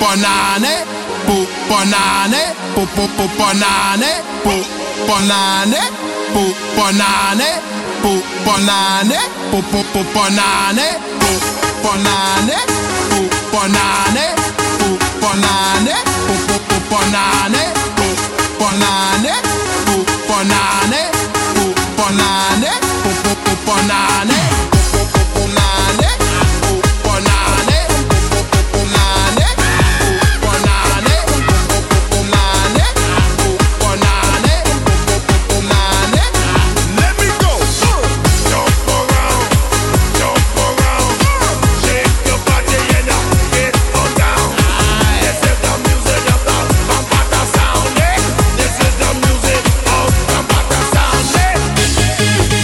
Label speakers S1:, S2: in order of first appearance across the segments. S1: banane, pu banane, pu pu pu banane, pu banane, pu banane, pu banane, pu pu pu banane, pu banane, pu banane, pu banane, pu pu pu banane, pu banane, pu banane, pu banane, pu pu pu banane, pu pu pu banane, pu banane, pu pu pu banane, pu banane, pu pu pu banane, pu banane, pu pu pu banane. Let me go. Jump around, jump around, shake your body and up, get on down. This is the music of the Bambata sound. yeah. This is the music of Bambata sound. yeah.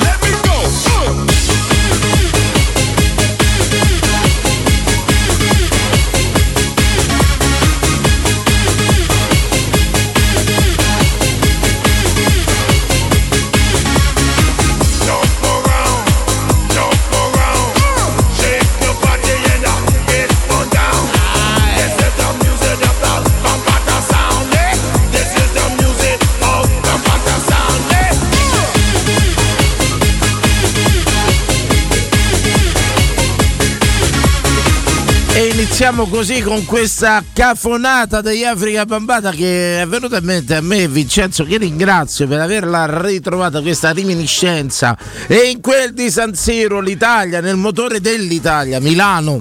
S1: Let me go. Jump around, jump around, shake your body and up, get on down. This is the music of the Bambata sound. yeah. This is the music of the Bambata sound. yeah.
S2: E iniziamo così con questa cafonata degli Africa Bambata che è venuta in mente a me Vincenzo che ringrazio per averla ritrovata questa reminiscenza e in quel di San Siro l'Italia nel motore dell'Italia Milano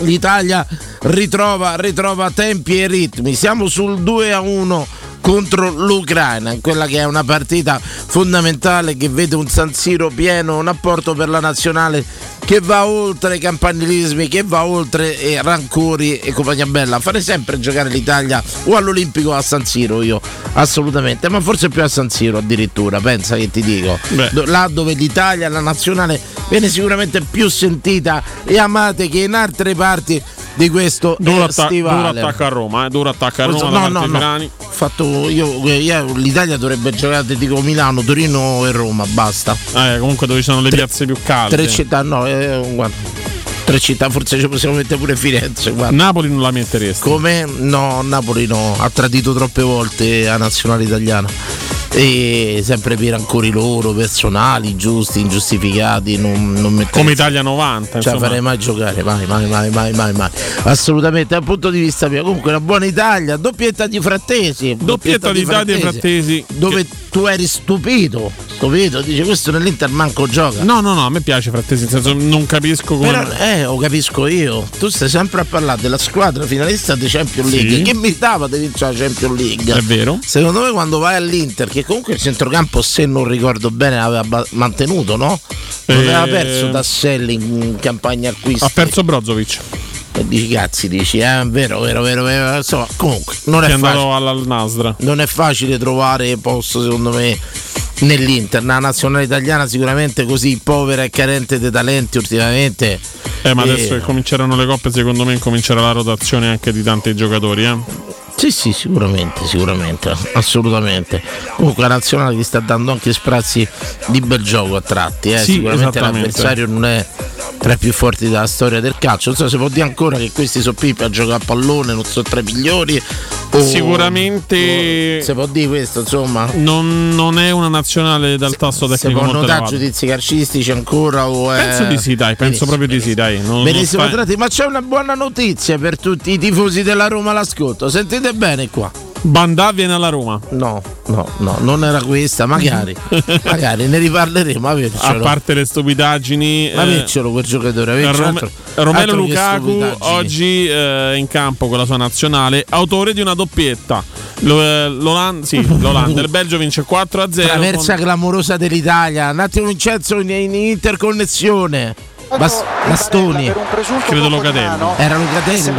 S2: l'Italia ritrova, ritrova tempi e ritmi. Siamo sul 2 a 1 contro l'Ucraina, in quella che è una partita fondamentale che vede un San Siro pieno, un apporto per la nazionale che va oltre i campanilismi, che va oltre eh, rancori e compagnia bella. Farei sempre giocare l'Italia o all'Olimpico o a San Siro io, assolutamente, ma forse più a San Siro addirittura, pensa che ti dico.
S3: Beh.
S2: Do- là dove l'Italia, la nazionale, viene sicuramente più sentita e amate che in altre parti di questo eh,
S3: Duro, atta- duro
S2: stivale.
S3: attacco a Roma, eh. Duro attacco a
S2: Questo- no,
S3: Roma da
S2: no,
S3: parte di
S2: no.
S3: Grani.
S2: Ho Fatto io, io- l'Italia dovrebbe giocare, ti dico Milano, Torino e Roma, basta.
S3: Eh, comunque dove ci sono le piazze più calde.
S2: Tre città, no, eh, guarda. Tre città, forse ci possiamo mettere pure Firenze, guarda.
S3: Napoli non la metteresti.
S2: Come no, Napoli no, ha tradito troppe volte la nazionale italiana. E sempre per rancori loro, personali, giusti, ingiustificati, non, non metterei-
S3: Come Italia 90,
S2: cioè
S3: insomma.
S2: farei mai giocare, mai, mai, mai, mai, mai, mai. Assolutamente, dal punto di vista mio. Comunque una buona Italia, doppietta di frattesi.
S3: Doppietta di Italia e Frattesi.
S2: Dove tu eri stupito, stupito, dice questo nell'Inter manco gioca.
S3: No, no, no, a me piace Frattesi, nel senso non capisco come...
S2: Però, eh, lo capisco io. Tu stai sempre a parlare della squadra finalista di Champions League.
S3: Sì.
S2: Che mi dava di vincere la Champions League?
S3: È vero.
S2: Secondo me quando vai all'Inter, che comunque il centrocampo, se non ricordo bene, aveva ba- mantenuto, no? Non
S3: Eh.
S2: aveva perso Tasselli in campagna acquisti.
S3: Ha perso Brozovic,
S2: E dici cazzi, dici, eh, vero, vero, vero, vero. Insomma, comunque, non
S3: che è
S2: è,
S3: andato
S2: facile,
S3: all'Al Nasra.
S2: non è facile trovare posto, secondo me, nell'Inter. La nazionale italiana sicuramente così povera e carente di talenti ultimamente.
S3: Eh, ma
S2: Eh.
S3: adesso che cominceranno le coppe, secondo me comincerà la rotazione anche di tanti giocatori, eh.
S2: Sì, sì, sicuramente, sicuramente, assolutamente. Comunque la nazionale ti sta dando anche sprazzi di bel gioco a tratti, eh.
S3: Sì,
S2: sicuramente
S3: esattamente.
S2: l'avversario non è tra i più forti della storia del calcio. Non so se può dire ancora che questi sono pipi a giocare a pallone, non sono tra i migliori. o-
S3: Sicuramente-
S2: o- se può dire questo, insomma.
S3: Non, non è una nazionale dal tasso
S2: Se
S3: tecnico
S2: può
S3: molto
S2: notare
S3: elevato.
S2: giudizi calcistici ancora o è-
S3: Penso di sì, dai, penso
S2: Benissimo,
S3: proprio di sì, dai. Non- non
S2: Benissimo,
S3: sta-
S2: Tratti, ma c'è una buona notizia per tutti i tifosi della Roma all'ascolto. Sentite bene qua.
S3: Bandà viene alla Roma.
S2: No, no, no, non era questa, magari. magari ne riparleremo,
S3: A
S2: avercelo.
S3: parte le stupidaggini,
S2: Ma
S3: eh,
S2: avercelo quel giocatore, avercelo
S3: Rome-
S2: altro-
S3: Romelu
S2: altro che
S3: Lukaku
S2: stupidaggini.
S3: oggi eh, in campo con la sua nazionale, autore di una doppietta. Lo- eh, l'Olan- sì, L'Olanda, il Belgio vince 4 a 0.
S2: Traversa clamorosa dell'Italia. Un attimo Vincenzo in, in interconnessione. Bas- bastoni.
S4: Per un presunto
S3: Credo
S4: colpo di
S3: Locatelli.
S4: mano.
S2: Era
S4: Sembrava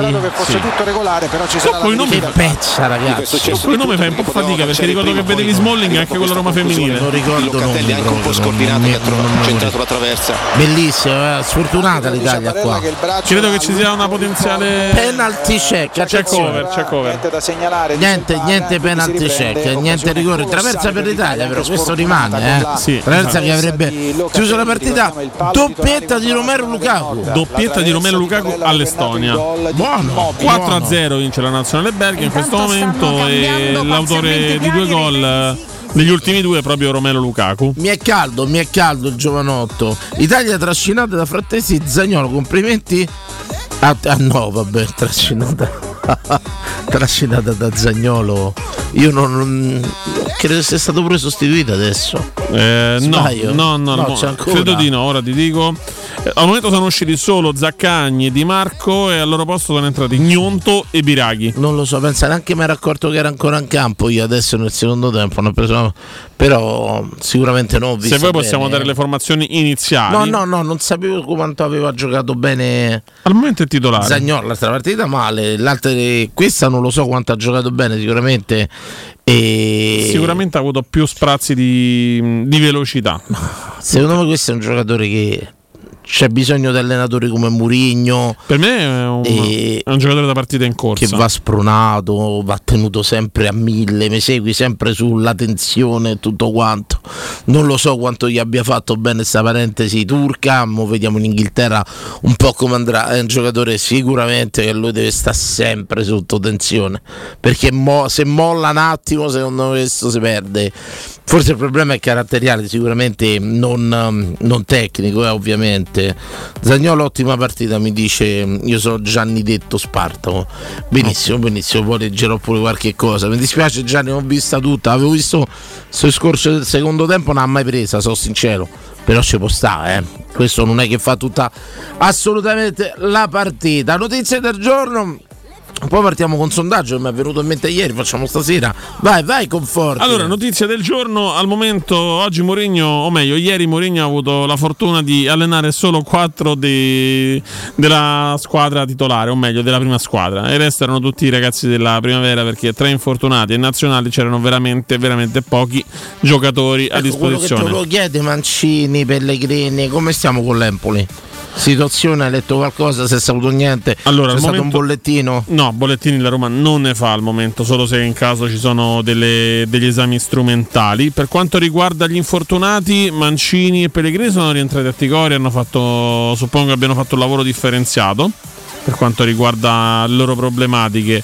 S4: che
S2: Lucatelli.
S4: fosse
S3: Sì.
S4: tutto regolare, però ci
S3: Oh,
S4: sarà
S3: coi
S4: la
S3: nomi-
S2: Che
S4: verifica.
S2: pezza, ragazzi.
S5: successo
S3: Quel nome fa un po' fatica perché ricordo che vedevi Smalling anche con la Roma
S2: Non
S3: femminile.
S2: ricordo
S5: Locatelli anche
S2: nomi,
S5: un po'
S2: proprio,
S5: scordinato
S2: non-
S5: che ha tro-
S2: non- non-
S5: centrato la traversa.
S2: Bellissimo, eh, sfortunata
S4: Dice
S2: l'Italia
S4: Barella
S2: qua.
S4: che il braccio
S3: Credo
S4: va
S3: che ci
S4: lungo,
S3: sia una
S4: non
S3: potenziale-
S4: ricordo.
S2: Penalty check,
S3: Check
S2: attenzione.
S3: over, check over.
S4: Niente da segnalare. di
S2: Niente,
S4: Santana,
S2: niente
S4: quindi
S2: penalty
S4: si riprende,
S2: check, niente
S4: occasione
S2: rigore.
S4: colossale
S2: Traversa per l'Italia, però
S4: anche
S2: questo
S4: sfortunata
S2: rimane.
S4: con la-
S2: Eh.
S3: Sì,
S2: Traversa che
S4: esatto.
S2: avrebbe
S4: Locatelli,
S2: chiuso la partita.
S4: ricordiamo il palo di
S2: Doppietta
S4: Tonali
S2: di
S4: con la
S2: Romero
S4: mano
S2: Lukaku.
S4: di
S3: Doppietta di Romero Lukaku all'Estonia.
S2: Buono,
S3: 4 a
S2: buono.
S3: 0 vince la nazionale belga in questo
S6: Intanto stanno
S3: momento e
S6: cambiando
S3: l'autore
S6: parzialmente
S3: di due
S6: Draghi,
S3: gol
S6: Renzi,
S3: eh, degli ultimi due è proprio Romero Lukaku.
S2: Mi è caldo, mi è caldo il giovanotto. Italia trascinata da Frattesi e Zagnolo. Complimenti. Ah, ah, no, vabbè, trascinata. trascinata da Zagnolo. Io non, non- credo sia stato pure sostituito adesso.
S3: Eh, no,
S2: Sbaglio?
S3: no, no,
S2: No,
S3: no,
S2: c'è ancora.
S3: credo di no, ora ti dico. Eh, al momento sono usciti solo Zaccagni, Di Marco e al loro posto sono entrati Gnonto e Biraghi.
S2: Non lo so, pensa, neanche mi ero accorto che era ancora in campo. Io adesso nel secondo tempo non ho preso. Però sicuramente no. ho visto
S3: Se voi possiamo
S2: bene. eh.
S3: dare le formazioni iniziali.
S2: No, no, no, non sapevo quanto aveva giocato bene.
S3: Al momento è titolare.
S2: Zagnolo l'altra partita male, l'altra, questa non lo so quanto ha giocato bene sicuramente. E
S3: Sicuramente ha avuto più sprazzi di, di velocità.
S2: Secondo me questo è un giocatore che c'è bisogno di allenatori come Murigno
S3: Per me è un,
S2: E-
S3: è un giocatore da partita in corsa.
S2: che va spronato, va tenuto sempre a mille, mi segui sempre sulla tensione e tutto quanto. Non lo so quanto gli abbia fatto bene questa parentesi turca, mo vediamo in Inghilterra un po' come andrà. È un giocatore sicuramente che lui deve stare sempre sotto tensione, perché mo- se molla un attimo secondo me questo si perde. Forse il problema è caratteriale, sicuramente non, ehm, non tecnico, eh, ovviamente. Zagnolo ottima partita, mi dice, io sono Gianni Detto Spartaco. Benissimo, benissimo, poi leggerò pure qualche cosa. Mi dispiace Gianni, non ho vista tutta, avevo visto sul scorso del secondo tempo, non l'ha mai presa, sono sincero, però ci può stare, eh. questo non è che fa tutta assolutamente la partita. Notizie del giorno. Poi partiamo con sondaggio che mi è venuto in mente ieri, facciamo stasera. Vai, vai, conforti.
S3: Allora, notizia del giorno, al momento oggi Mourinho, o meglio, ieri Mourinho ha avuto la fortuna di allenare solo 4 della squadra titolare, o meglio, della prima squadra. E il resto erano tutti i ragazzi della primavera perché tra infortunati e nazionali c'erano veramente, veramente pochi giocatori a
S2: Ecco, quello che te
S3: disposizione.
S2: lo chiede Mancini, Pellegrini, come stiamo con l'Empoli? Situazione, hai letto qualcosa, se è saputo niente?
S3: Allora,
S2: C'è
S3: al
S2: stato
S3: momento-
S2: un bollettino?
S3: No, bollettini la Roma non ne fa al momento, solo se in caso ci sono delle- degli esami strumentali. Per quanto riguarda gli infortunati, Mancini e Pellegrini sono rientrati a Ticori, hanno fatto, suppongo abbiano fatto un lavoro differenziato per quanto riguarda le loro problematiche.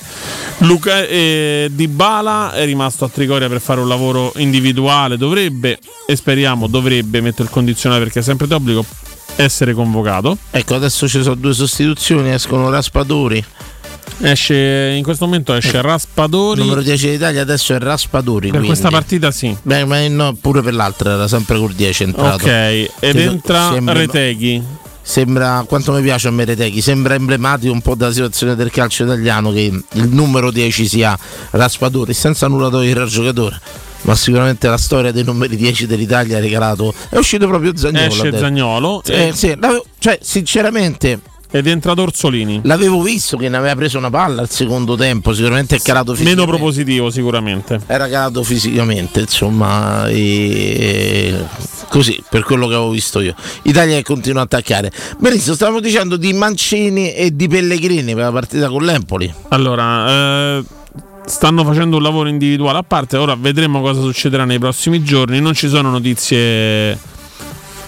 S3: Luca, eh, Di Bala è rimasto a Trigoria per fare un lavoro individuale, dovrebbe, e speriamo dovrebbe, metto il condizionale perché è sempre d'obbligo, essere convocato.
S2: Ecco, adesso ci sono due sostituzioni, escono Raspadori,
S3: Esce, in questo momento esce Raspadori.
S2: il numero 10 d'Italia adesso è Raspadori.
S3: Per
S2: quindi.
S3: questa partita sì.
S2: Beh, ma no, pure per l'altra era sempre col 10 entrato.
S3: Ok, ed
S2: Sì,
S3: entra
S2: sembra-
S3: Reteghi.
S2: Sembra, quanto mi piace a Meretechi, sembra emblematico un po' della situazione del calcio italiano che il numero 10 sia Raspadori, senza nulla togliere al giocatore. Ma sicuramente la storia dei numeri 10 dell'Italia ha regalato. È uscito proprio Zagnolo. ha
S3: Esce
S2: detto.
S3: Zagnolo
S2: Eh,
S3: e-
S2: sì, l'avevo- cioè, sinceramente,
S3: ed entra Orsolini.
S2: l'avevo visto che ne aveva preso una palla al secondo tempo. Sicuramente è calato fisicamente.
S3: Meno propositivo sicuramente.
S2: Era calato fisicamente, insomma, e- così per quello che avevo visto io. Italia che continua a attaccare. Benissimo, stavamo dicendo di Mancini e di Pellegrini per la partita con l'Empoli.
S3: Allora, eh, stanno facendo un lavoro individuale a parte, ora vedremo cosa succederà nei prossimi giorni. Non ci sono notizie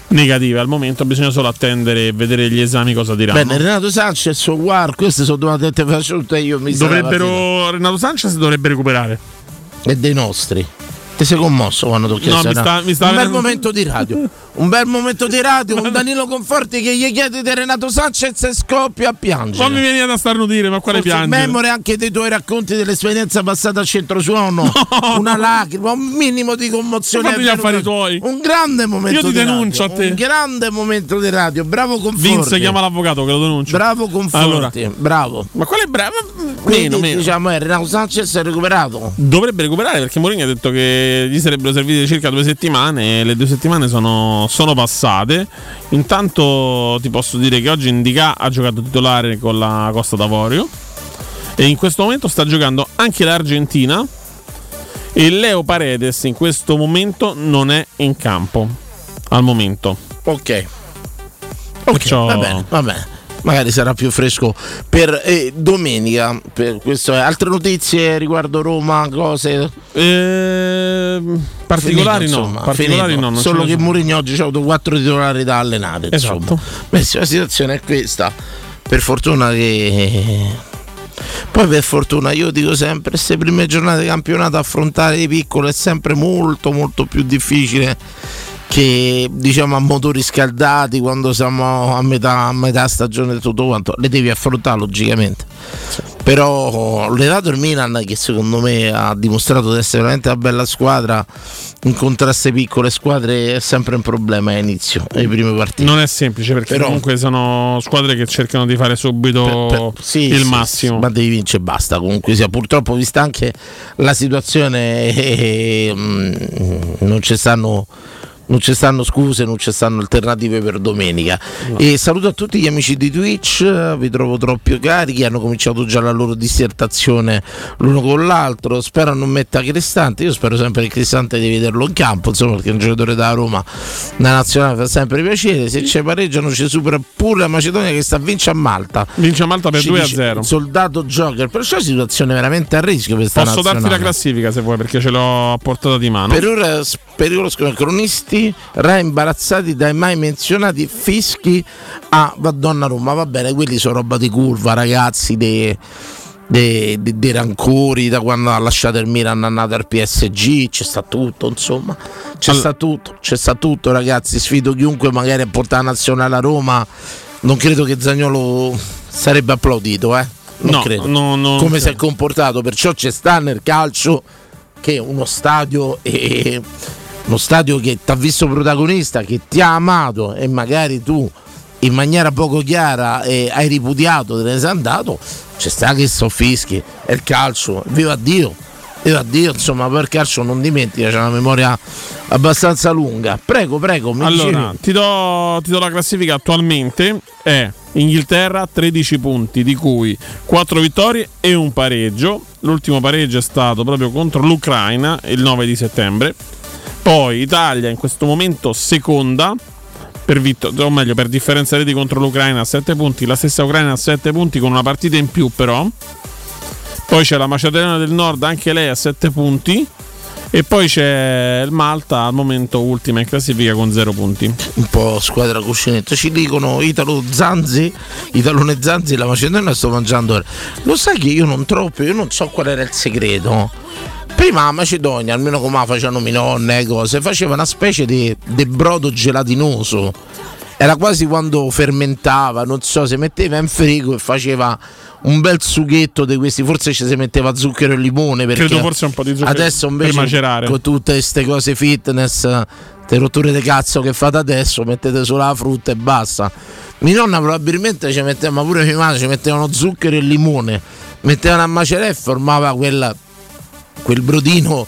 S3: negative al momento, bisogna solo attendere e vedere gli esami cosa diranno.
S2: Bene, Renato Sanchez, War, queste sono domande che ti faccio tutte io. Mi sa la
S3: Dovrebbero, Renato Sanchez dovrebbe recuperare.
S2: partita. E dei nostri. Ti sei commosso quando ti ho chiesto?
S3: No, mi
S2: era
S3: sta- mi sta
S2: un bel
S3: venendo-
S2: momento di radio. Un bel momento di radio con Danilo Conforti che gli chiede di Renato Sanchez e scoppia a piangere.
S3: Non mi veniva da starnutire, ma quale
S2: Forse in
S3: piange?
S2: memoria anche dei tuoi racconti dell'esperienza passata a centrosuono, una lacrima, un minimo di commozione.
S3: Fatti gli
S2: è avvenuta.
S3: affari tuoi.
S2: Un grande momento.
S3: Io ti
S2: di
S3: denuncio
S2: radio,
S3: a te.
S2: Un grande momento di radio. Bravo Conforti.
S3: Vince chiama l'avvocato che lo denuncia.
S2: Bravo Conforti. Bravo.
S3: ma quale bravo?
S2: Quindi
S3: Meno, meno.
S2: diciamo è Renato Sanchez è recuperato.
S3: Dovrebbe recuperare perché Mourinho ha detto che gli sarebbero servite circa due settimane e le due settimane sono, sono passate. Intanto ti posso dire che oggi Indica ha giocato titolare con la Costa d'Avorio e in questo momento sta giocando anche l'Argentina e Leo Paredes in questo momento non è in campo al momento.
S2: Ok. Ok,
S3: Perciò-
S2: va bene, va bene. Magari sarà più fresco per eh, domenica. Per questo è. Altre notizie riguardo Roma, cose
S3: Ehm, particolari
S2: Finito,
S3: no,
S2: insomma,
S3: particolari
S2: finito.
S3: no, non
S2: Solo
S3: ce ne
S2: che
S3: sono.
S2: Mourinho oggi c'ha avuto quattro titolari da allenare. insomma.
S3: Esatto.
S2: Beh, sì, la situazione è questa. Per fortuna eh, che. Poi per fortuna io dico sempre, queste prime giornate di campionato affrontare i piccoli è sempre molto molto più difficile che diciamo a motori scaldati quando siamo a metà, a metà stagione e tutto quanto, le devi affrontare logicamente. Però le dato il Milan che secondo me ha dimostrato di essere veramente una bella squadra, incontrare queste piccole squadre è sempre un problema a inizio, ai primi partiti.
S3: Non è semplice perché
S2: Però-
S3: comunque sono squadre che cercano di fare subito
S2: Per- sì,
S3: il
S2: sì,
S3: massimo.
S2: sì, ma devi vincere e basta. Comunque sia, purtroppo, vista anche la situazione, eh, mm, non ci stanno. Non ci stanno scuse, non ci stanno alternative per domenica. E saluto a tutti gli amici di Twitch, eh, vi trovo troppi carichi, hanno cominciato già la loro dissertazione l'uno con l'altro, spero non metta Cristante, io spero sempre che Cristante di vederlo in campo, insomma perché è un giocatore da Roma, la nazionale fa sempre piacere, se ci pareggiano ci supera pure la Macedonia che sta vince a Malta,
S3: Vince a Malta per
S2: ci
S3: 2 a
S2: dice
S3: 0.
S2: il Soldato Joker, perciò è una situazione veramente a rischio per sta
S3: Posso darti la
S2: nazionale.
S3: classifica se vuoi perché ce l'ho a portata di mano.
S2: Per ora, per ora scrivono cronisti re imbarazzati dai mai menzionati fischi a Madonna Roma. Va bene, quelli sono roba di curva, ragazzi, dei, dei- dei- dei rancori da quando ha lasciato il Milan, è andato al PSG, c'è sta tutto, insomma. C'è
S3: All-
S2: sta tutto, c'è sta tutto, ragazzi. Sfido chiunque magari a portare la nazionale a Roma. Non credo che Zagnolo sarebbe applaudito, eh. Non
S3: No,
S2: credo
S3: no, no, non
S2: come si è
S3: credo.
S2: comportato. Perciò ci sta nel calcio che uno stadio, eh, uno stadio che ti ha visto protagonista, che ti ha amato e magari tu in maniera poco chiara eh, hai ripudiato, te ne sei andato, ci sta che sono fischi, è il calcio, viva Dio! viva Dio, insomma, per calcio non dimentica, c'è una memoria abbastanza lunga. Prego, prego, mi
S3: Allora,
S2: dicevi.
S3: ti do, ti do la classifica attualmente. È Inghilterra 13 punti, di cui 4 vittorie e un pareggio. L'ultimo pareggio è stato proprio contro l'Ucraina il 9 di settembre. Poi Italia in questo momento seconda. Per vitto- o meglio, per differenza reti contro l'Ucraina a 7 punti, la stessa Ucraina a 7 punti con una partita in più però. Poi c'è la Macedonia del Nord, anche lei a 7 punti. E poi c'è il Malta al momento ultima in classifica con 0 punti.
S2: un po' squadra cuscinetto. Ci dicono Italo Zanzi, Italone Zanzi, la Macedonia sto mangiando ora. Lo sai che io non troppo, io non so qual era il segreto. Prima la Macedonia, almeno come la facevano mie nonne e cose, faceva una specie di, di brodo gelatinoso. Era quasi quando fermentava, non so, si metteva in frigo e faceva un bel sughetto di questi, forse ci si metteva zucchero e limone perché
S3: Credo forse un po' di zucchero
S2: adesso invece
S3: per macerare.
S2: con tutte queste cose fitness, te rotture di cazzo che fate adesso, mettete solo la frutta e basta. Mia nonna probabilmente ci metteva, ma pure mia madre ci mettevano zucchero e limone, mettevano a macerare e formava quella- quel brodino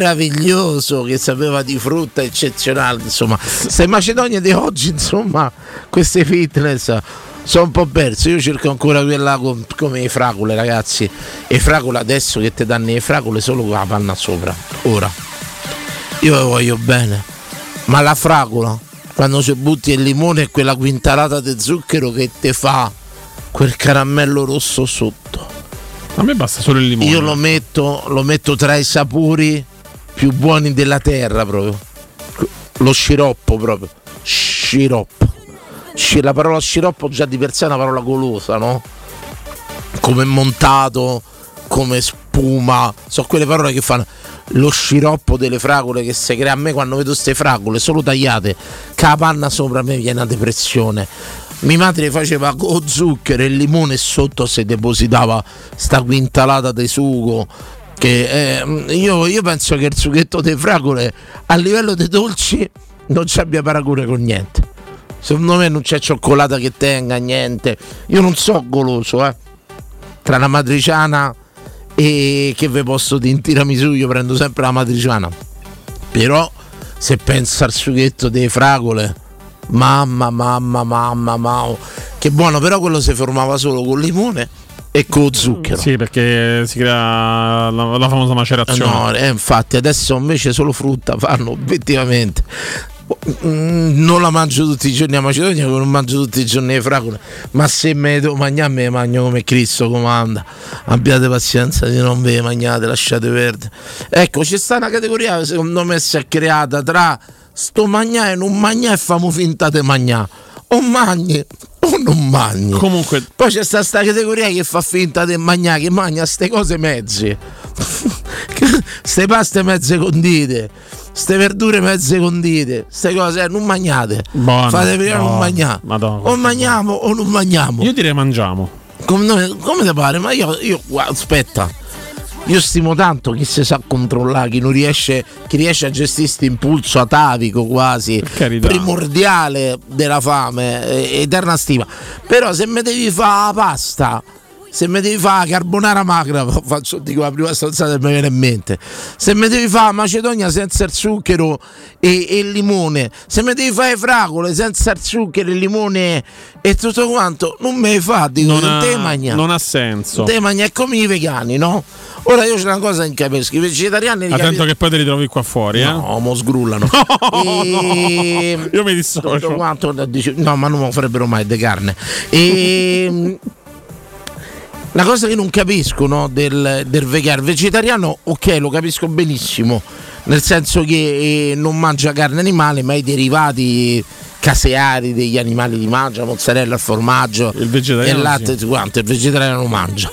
S2: meraviglioso che sapeva di frutta eccezionale. Insomma, se Macedonia di oggi, insomma, queste fitness. Sono un po' perso, io cerco ancora quella con- come i fragole ragazzi. E fragole adesso che ti danno le fragole solo con la panna sopra. Ora. Io le voglio bene, ma la fragola, quando ci butti il limone e quella quintalata di zucchero che te fa quel caramello rosso sotto.
S3: A me basta solo il limone.
S2: Io lo metto, lo metto tra i sapori più buoni della terra proprio. Lo sciroppo proprio. Sciroppo. Sci- La parola sciroppo già di per sé è una parola golosa, no? Come montato, come spuma. So quelle parole che fanno. lo sciroppo delle fragole che si crea a me quando vedo queste fragole solo tagliate che la panna sopra a me viene una depressione mia madre faceva con zucchero e limone sotto si depositava sta quintalata di sugo che eh, io, io penso che il sughetto delle fragole a livello dei dolci non ci abbia paragone con niente secondo me non c'è cioccolata che tenga niente io non so goloso eh tra la matriciana e che ve posso dire in tiramisù io prendo sempre la matriciana però se penso al sughetto delle fragole mamma mamma mamma mamma che buono però quello si formava solo con limone e con zucchero
S3: Mm. Sì, perché Eh, si crea la, la famosa macerazione.
S2: No, eh, infatti adesso invece solo frutta fanno obiettivamente. Mm, Non la mangio tutti i giorni a Macedonia, non mangio tutti i giorni le fragole, ma se me le devo mangiare me le mangio come Cristo comanda. Abbiate pazienza di non ve le mangiate, lasciate perdere. Ecco, c'è sta una categoria che secondo me si è creata tra sto mangiare e non mangiare e famo finta di mangiare. O mangi o non mangi.
S3: Comunque,
S2: Poi c'è sta, sta categoria che fa finta di mangiare, che mangia ste cose mezze, ste paste mezze condite, ste verdure mezze condite, ste cose eh, non mangiate.
S3: buono.
S2: Fate prima
S3: Oh, No,
S2: non mangiare.
S3: Madonna,
S2: o
S3: quanto-
S2: mangiamo o non mangiamo.
S3: Io direi mangiamo.
S2: Come, come ti pare? Ma io, io guarda, aspetta. Io stimo tanto chi si sa controllare, chi non riesce, chi riesce a gestire questo impulso atavico quasi,
S3: carità.
S2: primordiale della fame, eh, eterna stima. Però se mi devi fare la pasta, se mi devi fare la carbonara magra, fa- faccio dico la prima stronzata che mi viene in mente, se mi devi fare la macedonia senza il zucchero e, e il limone, se mi devi fare le fragole senza il zucchero, il limone e tutto quanto, non me le fa, dico,
S3: Non,
S2: non, te
S3: ha,
S2: mangia.
S3: non ha senso.
S2: Te mangia è come i vegani, no? Ora io c'è una cosa che non capisco, i vegetariani li
S3: Attento
S2: capisco-
S3: che poi te li trovi qua fuori, eh.
S2: No, mo sgrullano. Ehm,
S3: Io mi
S2: tutto
S3: dissocio.
S2: quanto da dici- no, ma non lo farebbero mai de carne. E la cosa che non capisco no, del, del vegano, il vegetariano, ok, lo capisco benissimo, nel senso che eh, non mangia carne animale, ma i derivati caseari degli animali li mangia, mozzarella, formaggio,
S3: Il vegetariano
S2: e latte,
S3: eh, sì.
S2: e tutto quanto, il vegetariano lo mangia.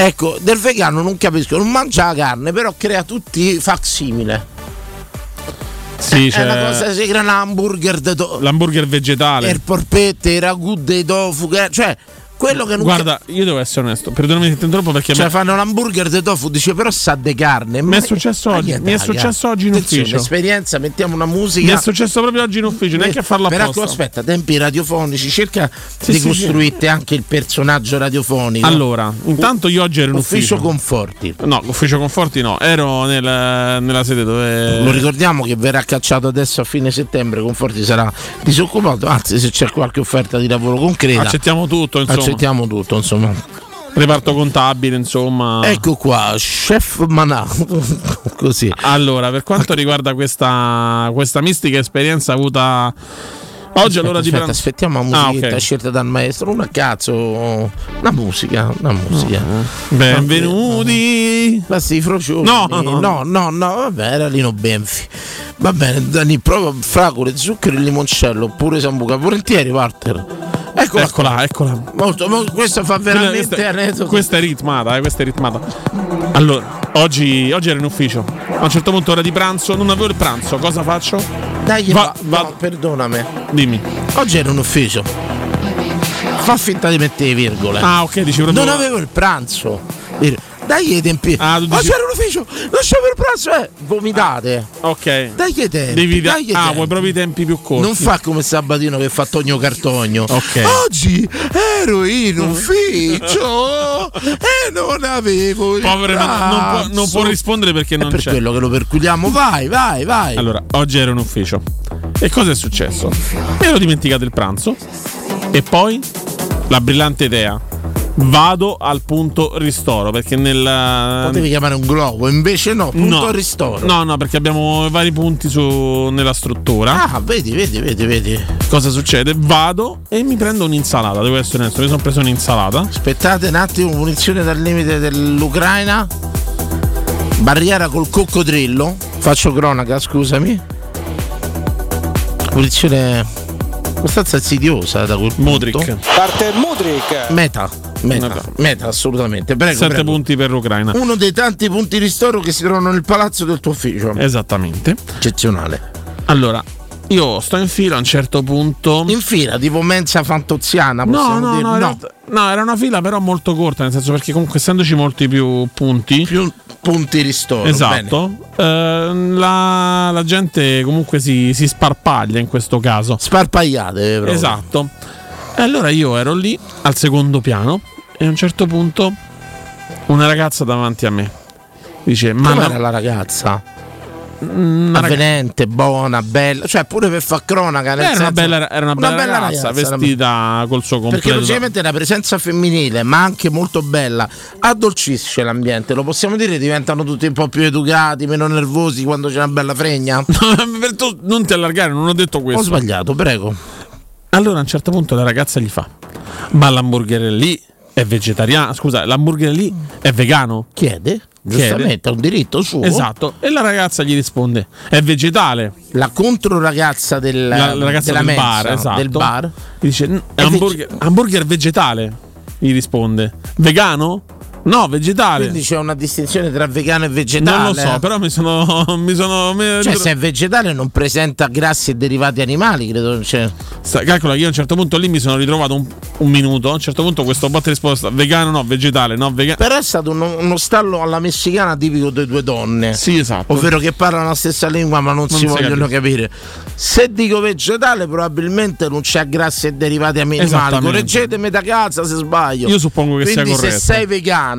S2: Ecco, del vegano non capisco, non mangia la carne, però crea tutti facsimile.
S3: Sì,
S2: È una
S3: c'è
S2: cosa, si crea un hamburger de to-
S3: l'hamburger
S2: e il
S3: vegetale.
S2: porpette, i ragù dei tofu, che- cioè quello che non
S3: Guarda, io devo essere onesto, perdonami se ti interrompo perché
S2: cioè
S3: me-
S2: fanno l'hamburger di tofu, dice però sa di carne.
S3: Mi è
S2: ah,
S3: successo oggi, mi è successo oggi in ufficio.
S2: Esperienza, mettiamo una musica.
S3: mi è successo proprio oggi in ufficio, neanche a farlo
S2: Però
S3: apposta.
S2: aspetta, tempi radiofonici, cerca
S3: Sì,
S2: di
S3: sì,
S2: costruirti anche il personaggio radiofonico.
S3: Allora, intanto io oggi ero in ufficio.
S2: ufficio Conforti.
S3: No, ufficio Conforti no, ero nel- nella sede dove
S2: Lo ricordiamo che verrà cacciato adesso a fine settembre, Conforti sarà disoccupato, anzi se c'è qualche offerta di lavoro concreta
S3: accettiamo tutto, insomma.
S2: accettiamo tutto, insomma.
S3: Reparto contabile, insomma.
S2: Ecco qua, chef Manà. Così.
S3: Allora, per quanto riguarda questa, questa mistica esperienza avuta oggi all'ora di
S2: aspetta,
S3: pranzo.
S2: aspettiamo la musichetta
S3: Ah, ok.
S2: scelta dal maestro. Una cazzo, una musica, una musica.
S3: Benvenuti.
S2: Basti i frocioni.
S3: No.
S2: no, no, no, vabbè, era Lino Benfi. Va bene, Dani, prova fragole, zucchero e limoncello, oppure sambuca. Volentieri, Ecco Walter. Eccola qua.
S3: Eccola, eccola.
S2: Molto, molto- questo fa
S3: Quella-
S2: veramente
S3: questa,
S2: aneddoto.
S3: questa è ritmata, eh, questa è ritmata. Allora, oggi, oggi ero in ufficio. A un certo punto ora di pranzo, non avevo il pranzo, cosa faccio?
S2: Dai,
S3: Va-
S2: va,
S3: va-
S2: no, perdonami.
S3: Dimmi.
S2: Oggi era un ufficio. Fa finta di mettere virgole.
S3: Ah, ok, dici proprio.
S2: Non avevo il pranzo. Dire, Dai i tempi.
S3: Ah, tu
S2: Ah,
S3: dici-
S2: c'era un ufficio. Lasciamo il pranzo. Eh. Vomitate.
S3: Ok.
S2: Dai i tempi.
S3: Devi da-
S2: dai i
S3: ah,
S2: tempi.
S3: vuoi proprio i tempi più corti.
S2: Non fa come Sabatino che fa Tonio Cartogno.
S3: Ok.
S2: Oggi ero in ufficio e non avevo il
S3: Povero, non, non può,
S2: pranzo.
S3: non può rispondere perché
S2: Ah, È
S3: non
S2: per
S3: c'è.
S2: quello che lo perculiamo. Vai, vai, vai.
S3: Allora, oggi ero in ufficio. E cosa è successo? Mi ero dimenticato il pranzo. E poi la brillante idea. Vado al punto ristoro perché nel ehm,
S2: Potevi chiamare un globo, invece no. Punto al ristoro.
S3: No, no, perché abbiamo vari punti su- nella struttura.
S2: Ah, vedi, vedi, vedi, vedi.
S3: Cosa succede? Vado e mi prendo un'insalata. Devo essere onesto, mi sono preso un'insalata.
S2: Aspettate un attimo, punizione dal limite dell'Ucraina. Barriera col coccodrillo. Faccio cronaca, scusami. Punizione. abbastanza insidiosa da quel
S3: Modric.
S2: punto.
S4: Parte Mudrik.
S2: Meta, meta,
S3: Meta.
S2: meta, assolutamente. Prego,
S3: 7
S2: prego.
S3: punti per l'Ucraina.
S2: Uno dei tanti punti ristoro che si trovano nel palazzo del tuo ufficio.
S3: Esattamente.
S2: Eccezionale.
S3: Allora, io sto in fila a un certo punto.
S2: In fila, tipo mensa fantozziana,
S3: No,
S2: possiamo
S3: no,
S2: dire.
S3: no, in realtà- no, era una fila però molto corta, nel senso perché comunque essendoci molti più punti,
S2: Più punti ristoro. bene.
S3: esatto, ehm, la, la gente comunque si, si sparpaglia in questo caso.
S2: Sparpagliate, eh, proprio.
S3: Esatto. E allora io ero lì al secondo piano e a un certo punto una ragazza davanti a me dice, ma
S2: Com'era
S3: no,
S2: la ragazza?
S3: una ragazza-
S2: Avvenente, buona, bella, cioè pure per far cronaca. nel
S3: era una
S2: senso-
S3: bella, era una bella ragazza,
S2: era-
S3: vestita col suo
S2: Perché
S3: completo. da-
S2: logicamente la presenza femminile, ma anche molto bella, addolcisce l'ambiente, lo possiamo dire, diventano tutti un po' più educati, meno nervosi quando c'è una bella fregna.
S3: Per tu- non ti allargare, non ho detto
S2: Ho
S3: questo.
S2: sbagliato, prego.
S3: Allora a un certo punto la ragazza gli fa: Ma l'hamburger lì è vegetariano? ah, Scusa, l'hamburger lì è vegano?
S2: Chiede, giustamente, è un diritto suo.
S3: Esatto. E la ragazza gli risponde: È vegetale.
S2: La controragazza del,
S3: La, la ragazza
S2: della
S3: del
S2: mensa,
S3: bar, esatto.
S2: del bar.
S3: Gli dice: "N-
S2: È
S3: hamburger, hamburger vegetale. Gli risponde: Vegano? No, vegetale.
S2: Quindi c'è una distinzione tra vegano e vegetale. eh.
S3: non lo so, però mi sono. Mi sono mi-
S2: Cioè, se è vegetale non presenta grassi e derivati animali, credo. Cioè,
S3: Sta- calcola che io a un certo punto lì mi sono ritrovato un, un minuto. A un certo punto questo bot risposta: Vegano, no, vegetale, no, vegano.
S2: però è stato uno, uno stallo alla messicana tipico delle due donne.
S3: Sì, esatto.
S2: Ovvero che parlano la stessa lingua ma non, si
S3: si
S2: vogliono capire. Se dico vegetale probabilmente non c'è grassi e derivati animali.
S3: Esattamente.
S2: Correggetemi da casa se sbaglio.
S3: Io suppongo che
S2: Quindi
S3: sia corretto.
S2: se sei vegana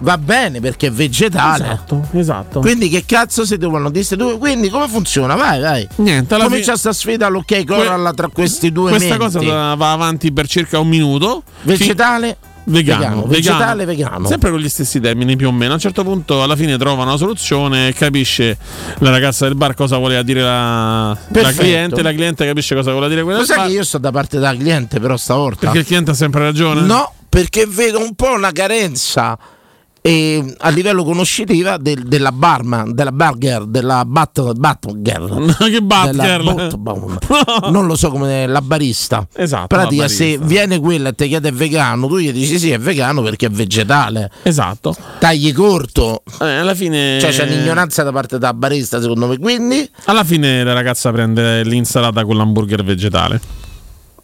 S2: va bene perché è vegetale.
S3: Esatto, esatto.
S2: Quindi che cazzo si devono dire? due? Quindi come funziona? Vai, vai.
S3: Niente, alla
S2: Comincia sta sfida all'ok Coralla tra questi due
S3: questa
S2: menti.
S3: cosa va avanti per circa un minuto.
S2: Vegetale?
S3: Fi- vegano,
S2: vegano, vegetale, vegano.
S3: Sempre con gli stessi termini più o meno. A un certo punto alla fine trova una soluzione, capisce la ragazza del bar cosa voleva dire la, la
S2: Perfetto.
S3: cliente, la cliente capisce cosa voleva dire quella
S2: Lo
S3: del
S2: sai
S3: bar,
S2: che io sto da parte da cliente però stavolta?
S3: Perché il cliente ha sempre ragione?
S2: Ah. No, perché vedo un po' una carenza eh, a livello conoscitiva del- della barman, della burger, della bat, batger.
S3: che
S2: Della
S3: Butler.
S2: Botbaum. Non lo so come la barista.
S3: Esatto,
S2: Pratica,
S3: la
S2: se
S3: barista.
S2: viene quella e ti chiede è vegano, tu gli dici sì, è vegano perché è vegetale.
S3: Esatto.
S2: Tagli corto.
S3: Eh, alla fine
S2: Cioè c'è un'ignoranza da parte della barista, secondo me. Quindi,
S3: Alla fine la ragazza prende l'insalata con l'hamburger vegetale.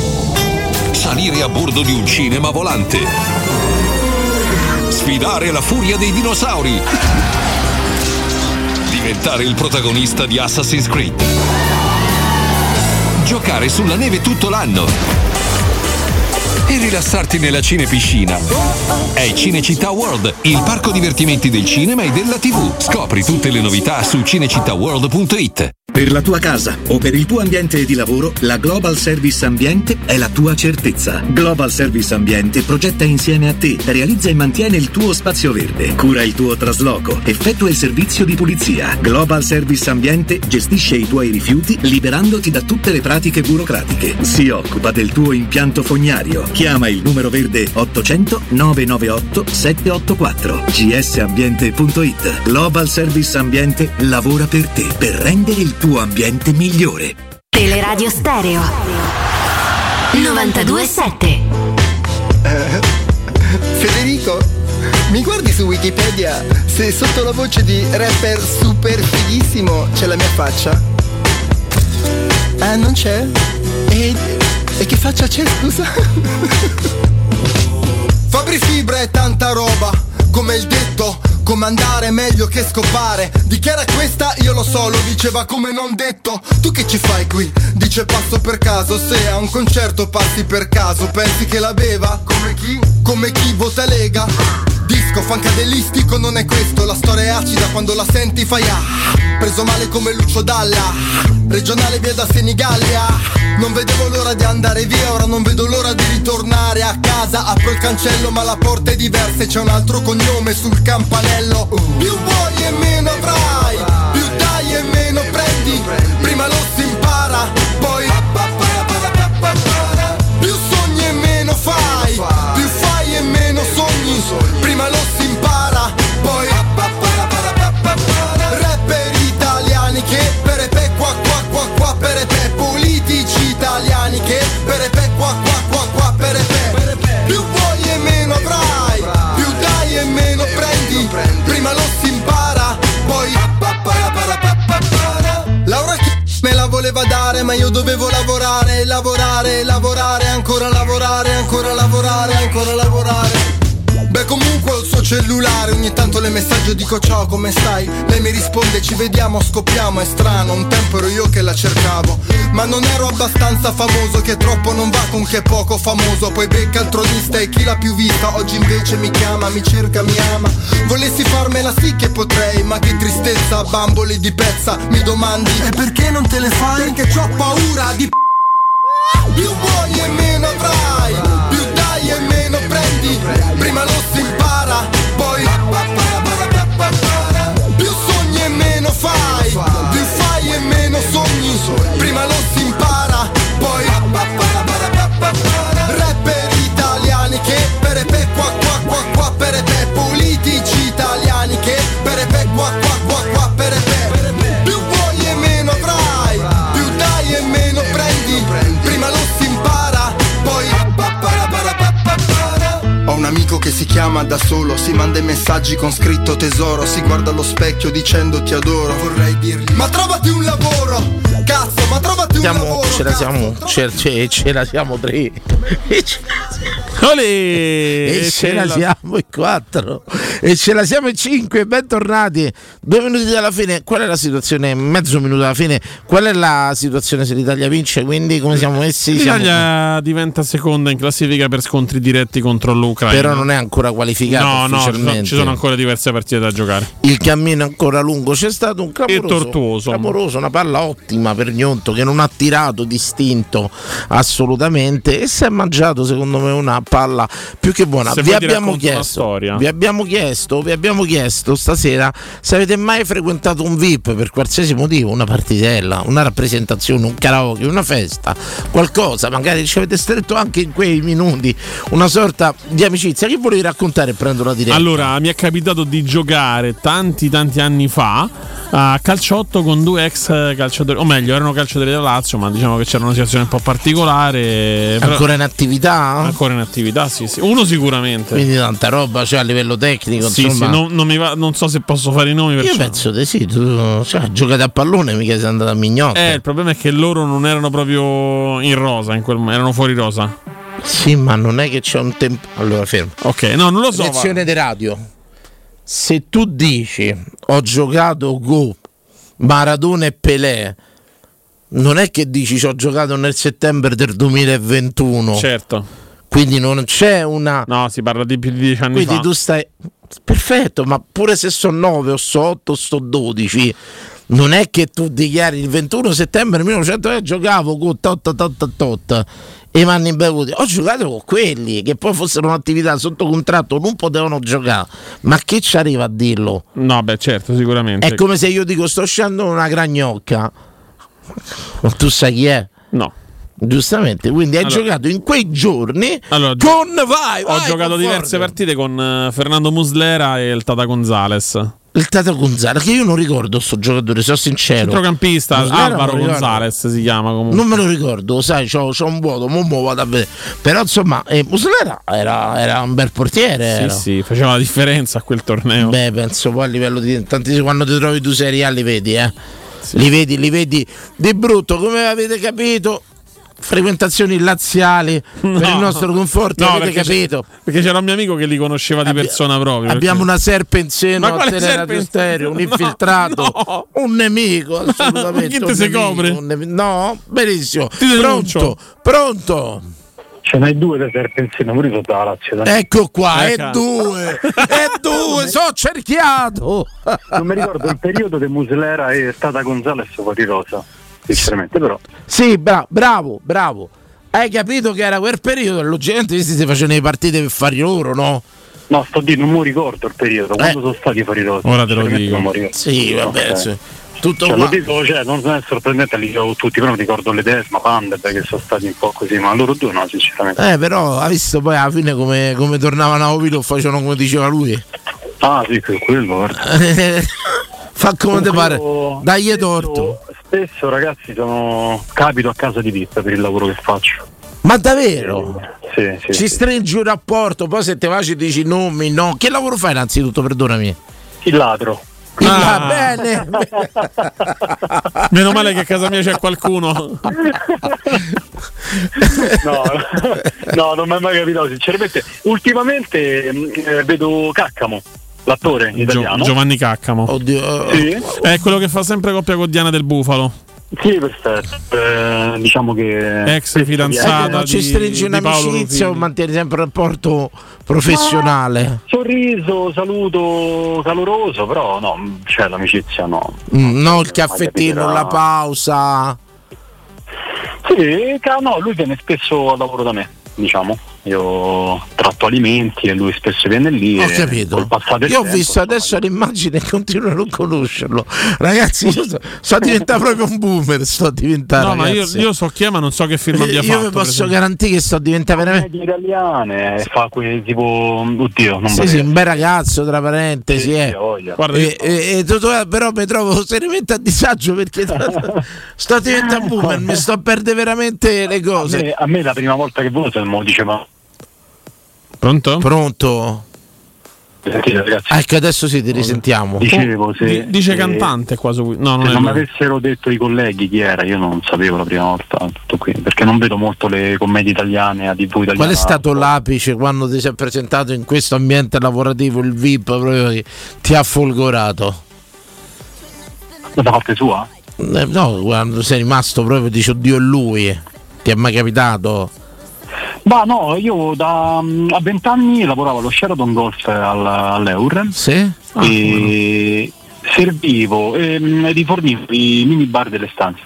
S7: salire a bordo di un cinema volante, sfidare la furia dei dinosauri, diventare il protagonista di Assassin's Creed, giocare sulla neve tutto l'anno e rilassarti nella cinepiscina. È Cinecittà World, il parco divertimenti del cinema e della TV. Scopri tutte le novità su cinecittàworld.it.
S8: Per la tua casa o per il tuo ambiente di lavoro, la Global Service Ambiente è la tua certezza. Global Service Ambiente progetta insieme a te, realizza e mantiene il tuo spazio verde, cura il tuo trasloco, effettua il servizio di pulizia. Global Service Ambiente gestisce i tuoi rifiuti liberandoti da tutte le pratiche burocratiche. Si occupa del tuo impianto fognario. Chiama il numero verde 800 998 784 gsambiente.it. Global Service Ambiente lavora per te per rendere il tuo ambiente migliore.
S9: Teleradio Stereo 927
S10: Eh, Federico, mi guardi su Wikipedia se sotto la voce di rapper super fighissimo c'è la mia faccia? Ah, non c'è? E, e che faccia c'è, scusa?
S11: Fabri Fibra è tanta roba, come il detto, comandare è meglio che scopare. Di chi era questa io lo so, lo diceva come non detto. Tu che ci fai qui? Dice passo per caso, se a un concerto passi per caso, pensi che la beva? Come chi? Come chi vota Lega? Disco fancadelistico non è questo, la storia è acida quando la senti fai ah. Preso male come Lucio Dalla, regionale via da Senigallia. Non vedevo l'ora di andare via, ora non vedo l'ora di ritornare a casa. Apro il cancello, ma la porta è diversa e c'è un altro cognome sul campanello. Più vuoi e meno avrai, più dai e meno prendi. Prima lo si impara, poi. Più sogni e meno fai, più fai e meno sogni. Prima lo si impara, poi. Rapper italiani che per e qua qua qua qua per e Politici italiani che per e qua qua qua qua per e Più vuoi e meno avrai, più dai e meno prendi. Prima lo si impara, poi. Laura chi me la voleva dare ma io dovevo lavorare, lavorare, lavorare, ancora lavorare, ancora lavorare, ancora lavorare. Beh comunque ho il suo cellulare, ogni tanto le messaggio dico ciao come stai Lei mi risponde ci vediamo, scoppiamo, è strano, un tempo ero io che la cercavo Ma non ero abbastanza famoso, che troppo non va con che poco famoso Poi becca il tronista e chi l'ha più vista, oggi invece mi chiama, mi cerca, mi ama Volessi farmela sì che potrei, ma che tristezza, bambole di pezza Mi domandi, e perché non te le fai? Perché ho paura di p- più vuoi e meno avrai, più dai e meno prendi, prima lo si impara, poi più sogni e meno fai, più fai e meno sogni, prima lo si impara, poi rapper italiani che per e pe qua qua qua qua per e pe politici italiani che per e pe qua qua qua qua per e pe più vuoi e meno avrai, più dai e meno prendi, prima lo si impara, poi
S10: Ho un amico che si chiama da solo, si manda i messaggi con scritto tesoro, si guarda allo specchio dicendo ti adoro, vorrei dirgli
S11: ma trovati un lavoro cazzo, ma trovati un
S2: Siamo-
S11: lavoro.
S2: ce la siamo, ce, ce- ce la siamo tre.
S3: e
S2: ce la siamo in quattro. E ce la siamo in cinque. Bentornati. Due minuti dalla fine. Qual è la situazione? Mezzo minuto alla fine. Qual è la situazione se l'Italia vince? Quindi come siamo messi? Siamo-
S3: L'Italia diventa seconda in classifica per squadri diretti contro l'Ucraina.
S2: Però non è ancora qualificata
S3: No, no, ci sono,
S2: ufficialmente.
S3: ci sono ancora diverse partite da giocare.
S2: Il cammino è ancora lungo. C'è stato un clamoroso,
S3: tortuoso.
S2: clamoroso, una palla ottima per Gnonto che non ha tirato distinto assolutamente e si è mangiato secondo me una palla più che buona.
S3: Se
S2: Vi
S3: vuoi ti
S2: abbiamo,
S3: racconto una
S2: chiesto,
S3: storia.
S2: vi abbiamo chiesto, vi abbiamo chiesto stasera se avete mai frequentato un VIP per qualsiasi motivo, una partitella, una rappresentazione, un karaoke, una festa, qualcosa, magari ci avete stretto anche in quei minuti una sorta di amicizia. Che volevi raccontare? Prendo la diretta.
S3: Allora, mi è capitato di giocare tanti tanti anni fa a calciotto con due ex calciatori, o meglio, erano calciatori della Lazio, ma diciamo che c'era una situazione un po' particolare. però-
S2: Ancora in attività?
S3: Ancora in attività, sì, sì. Uno sicuramente.
S2: Quindi tanta roba, cioè a livello tecnico,
S3: Sì,
S2: insomma.
S3: sì, non, non mi va- non so se posso fare i nomi perché
S2: Io penso di sì, tu cioè, giocate a pallone, mica sei andato a Mignotta.
S3: Eh, il problema è che loro non erano proprio in rosa, in quel, erano fuori rosa.
S2: Sì, ma non è che c'è un tempo. Allora, fermo.
S3: Ok, no, non lo so.
S2: Lezione di radio. Se tu dici ho giocato Go, Maradona e Pelé, non è che dici ci ho giocato nel settembre del 2021.
S3: Certo.
S2: Quindi non c'è una.
S3: No, si parla di più di dieci anni
S2: Quindi
S3: fa.
S2: tu stai. Perfetto, ma pure se sono 9 o so 8 o so 12, non è che tu dichiari il 21 settembre 1900 giocavo con tot tot tot tot e mi hanno imbevuti. Ho giocato con quelli che poi fossero un'attività sotto contratto, non potevano giocare. Ma chi ci arriva a dirlo?
S3: No, beh, certo, sicuramente.
S2: È come se io dico sto uscendo una gragnocca. Ma tu sai chi è?
S3: No.
S2: Giustamente, quindi hai
S3: Allora-
S2: giocato in quei giorni
S3: Allora, gio-
S2: con vai,
S3: Ho
S2: vai,
S3: giocato
S2: con
S3: diverse
S2: Ford.
S3: partite con eh, Fernando Muslera e il Tata Gonzales.
S2: Il Tata Gonzalez, che io non ricordo sto giocatore, sono sincero.
S3: Centrocampista
S2: Muslera non
S3: Alvaro
S2: lo ricordo.
S3: Gonzales si chiama comunque.
S2: Non me lo ricordo, sai, c'ho, c'ho un vuoto, mo, mo vado a vedere. Però insomma, eh, Muslera era, era un bel portiere.
S3: Sì,
S2: era.
S3: sì, faceva la differenza a quel torneo.
S2: Beh, penso poi a livello di. Tantissimo, quando ti trovi tu Serie A li vedi, eh. Li vedi, li vedi di brutto, come avete capito. Frequentazioni laziali per il nostro conforto,
S3: No,
S2: avete
S3: perché c'è-
S2: capito?
S3: Perché c'era un mio amico che li conosceva di persona proprio.
S2: Abbiamo una serpe in seno
S3: Eh, Ma
S2: a
S3: quale serpe
S2: Teleradio
S3: in
S2: Stereo,
S3: seno?
S2: un
S3: No,
S2: infiltrato, un nemico,
S3: Ma
S2: assolutamente.
S3: chi te
S2: un
S3: se
S2: nemico,
S3: copre?
S2: un nemi- No, benissimo.
S9: denuncio.
S2: Pronto, pronto.
S9: Ce n'hai due da serpenzino, pure sotto la Lazio. dai.
S2: Ecco qua,
S3: Eh,
S2: e
S9: cazzo.
S2: due, e due, sono cerchiato.
S9: Non mi ricordo il periodo che Muslera è stata Gonzales fuori rosa, sinceramente, però.
S2: Sì, bra- bravo, bravo. Hai capito che era quel periodo e logicamente questi si facevano le partite per fare loro, no?
S9: No, sto dicendo, non mi ricordo il periodo, quando sono stati fuori rosa.
S3: Ora te lo
S9: sinceramente
S3: dico.
S9: non mi ricordo.
S2: Eh. Sì, vabbè,
S9: Ok.
S2: sì. tutto
S9: Cioè,
S2: qua.
S9: lo dico, cioè, non è sorprendente, li gioco tutti, però mi ricordo le Desma, Panderberg che sono stati un po' così, ma loro due no, sinceramente.
S2: Eh, però ha visto poi alla fine come, come tornavano a Ovilo, facevano come diceva lui.
S9: Ah sì, que- quello, guarda.
S2: Fa come ti
S9: Comunque
S2: pare,
S9: io
S2: dagli torto.
S9: Spesso ragazzi sono... capito a casa di Pippa per il lavoro che faccio.
S2: Ma davvero?
S9: Sì, sì.
S2: Ci stringi un rapporto, poi se te faccio dici nomi, no. Che lavoro fai innanzitutto, perdonami? eh,
S9: Il ladro.
S3: Ah.
S2: Va Ah, bene.
S3: Meno male che a casa mia c'è qualcuno.
S9: No, no, non mi è mai capitato, sinceramente. Ultimamente mh, eh, vedo Caccamo, l'attore
S3: Gio-
S9: italiano.
S3: Giovanni Caccamo.
S2: Oddio. eh,
S9: Sì.
S3: È quello che fa sempre coppia con Diana del Bufalo.
S9: Sì, perfetto. Eh, diciamo che...
S3: Ex
S2: Eh,
S3: fidanzata
S2: non ci
S3: di-
S2: stringi
S3: di Paolo
S2: un'amicizia o
S3: Ruffini.
S2: mantieni sempre un rapporto professionale?
S9: Sorriso, saluto caloroso, però no, mh, cioè l'amicizia no.
S2: Mm, no, il caffettino, la pausa.
S9: Sì, ca- no, lui viene spesso al lavoro da me, diciamo. Io tratto alimenti e lui spesso viene lì.
S2: Ho
S9: e
S2: capito.
S9: col passare del
S2: Io ho
S9: tempo-
S2: visto adesso l'immagine e continuo a non conoscerlo. Ragazzi, io sto, sto diventando proprio un boomer. Sto diventando.
S3: No, ma io,
S2: ragazzi.
S3: io so chi è, ma non so che film abbia
S2: io
S3: fatto.
S2: vi
S3: per
S2: posso
S3: esempio.
S2: garantire che sto diventando veramente.
S9: Medie italiane eh, fa quel tipo mm, oddio non
S2: Sì,
S9: vorrei-
S2: sì, un bel ragazzo, tra parentesi.
S9: Sì,
S2: eh.
S9: sì, voglia.
S3: Guarda,
S2: E- e- e tutto- però mi trovo seriamente a disagio perché tra- sto diventando boomer, mi sto a perdere veramente le
S9: a, me,
S2: cose.
S9: a me la prima volta che voto me lo diceva
S3: Pronto?
S2: Pronto?
S12: Sentite, ragazzi,
S2: Ah, Ecco, adesso sì, ti risentiamo.
S12: Dicevo, se-
S3: Oh, Di- dice
S12: se-
S3: cantante qua su no, non
S12: se
S3: è
S12: non mi
S3: lui.
S12: avessero detto i colleghi chi era, io non sapevo la prima volta tutto qui, perché non vedo molto le commedie italiane, a TV italiana.
S2: Qual è stato l'apice quando ti sei presentato in questo ambiente lavorativo, il VIP proprio che ti ha folgorato?
S12: Da parte sua?
S2: Eh, No, quando sei rimasto proprio dici oddio è lui. Ti è mai capitato?
S12: Ma no, io da mm, a vent'anni lavoravo allo Sheraton Golf eh, al- all'Eur
S2: Sì?
S12: e servivo e mm, rifornivo i mini bar delle stanze.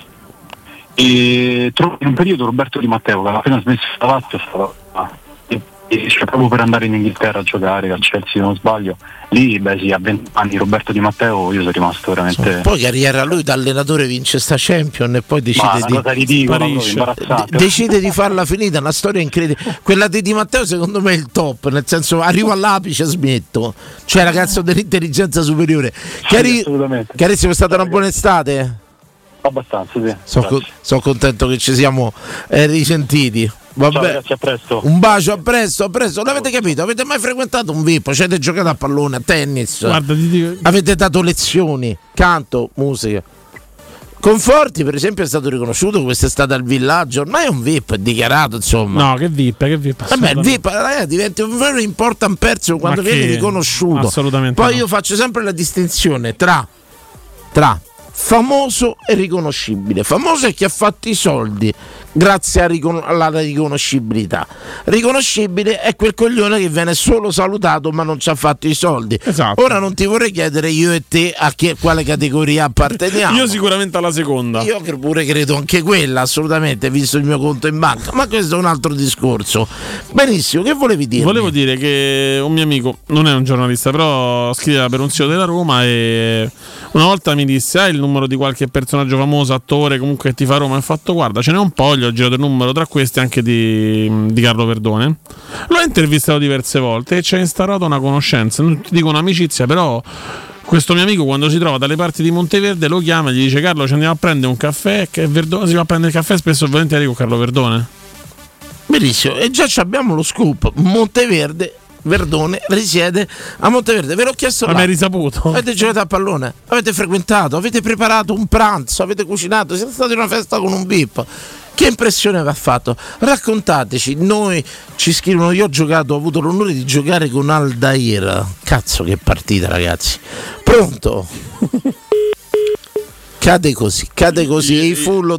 S12: E tro- in un periodo Roberto Di Matteo che aveva appena smesso la Lazio stava là. e, e cioè, proprio per andare in Inghilterra a giocare a Chelsea se non sbaglio. Lì beh sì, a vent'anni Roberto Di Matteo io sono rimasto veramente.
S2: Poi carriera lui da allenatore vince sta Champion e poi decide
S12: una
S2: di
S12: cosa ridicola, proprio
S2: Sparisce.
S12: imbarazzante.
S2: De- decide di farla finita, una storia incredibile. Quella di Di Matteo secondo me è il top, nel senso arrivo all'apice e smetto. Cioè ragazzo dell'intelligenza superiore. Chiari- Carissimo, è stata una buona estate?
S12: Abbastanza, sì.
S2: Sono
S12: Grazie.
S2: contento che ci siamo eh, risentiti. Vabbè.
S12: Ciao, ragazzi, a presto.
S2: Un bacio, a presto, a presto. Non avete capito? Avete mai frequentato un VIP? Ci avete giocato a pallone, a tennis?
S3: Guarda, ti dico-
S2: Avete dato lezioni, canto, musica. Conforti, per esempio, è stato riconosciuto quest'estate al villaggio. Ormai è un VIP, è dichiarato, insomma. Eh
S3: No, che VIP, che VIP.
S2: Vabbè, il
S3: assolutamente.
S2: VIP ragazzi, diventa un vero important person quando
S3: Ma
S2: viene
S3: che-
S2: riconosciuto.
S3: assolutamente
S2: Poi
S3: no.
S2: io faccio sempre la distinzione tra, tra famoso e riconoscibile. Famoso è chi ha fatto i soldi grazie a ricon- alla riconoscibilità. Riconoscibile è quel coglione che viene solo salutato ma non ci ha fatto i soldi.
S3: Esatto.
S2: Ora non ti vorrei chiedere io e te a che- quale categoria apparteniamo.
S3: Io sicuramente alla seconda.
S2: Io cre- pure credo anche quella, assolutamente, visto il mio conto in banca. Ma questo è un altro discorso. Benissimo, che volevi dire?
S3: Volevo dire che un mio amico, non è un giornalista, però scriveva per un sito della Roma e una volta mi disse "Hai il numero di qualche personaggio famoso, attore, comunque che ti fa Roma?" E ho fatto "Guarda, ce n'è un po', gli ho girato il numero, tra questi anche di, di Carlo Verdone". L'ho intervistato diverse volte e ci ha instaurato una conoscenza, non ti dico un'amicizia, però questo mio amico quando si trova dalle parti di Monteverde lo chiama e gli dice "Carlo, ci andiamo a prendere un caffè", che Verdone si va a prendere il caffè spesso e volentieri con Carlo Verdone.
S2: Benissimo, e già ci abbiamo lo scoop. Monteverde, Verdone, risiede a Monteverde. Ve l'ho chiesto...
S3: Ma mi
S2: là.
S3: hai risaputo?
S2: Avete giocato a pallone? Avete frequentato? Avete preparato un pranzo? Avete cucinato? Siete stati in una festa con un bip? Che impressione vi ha fatto? Raccontateci, noi ci scrivono, io ho giocato, ho avuto l'onore di giocare con Aldair. Cazzo che partita ragazzi. Pronto? Cade così, cade così, il fullo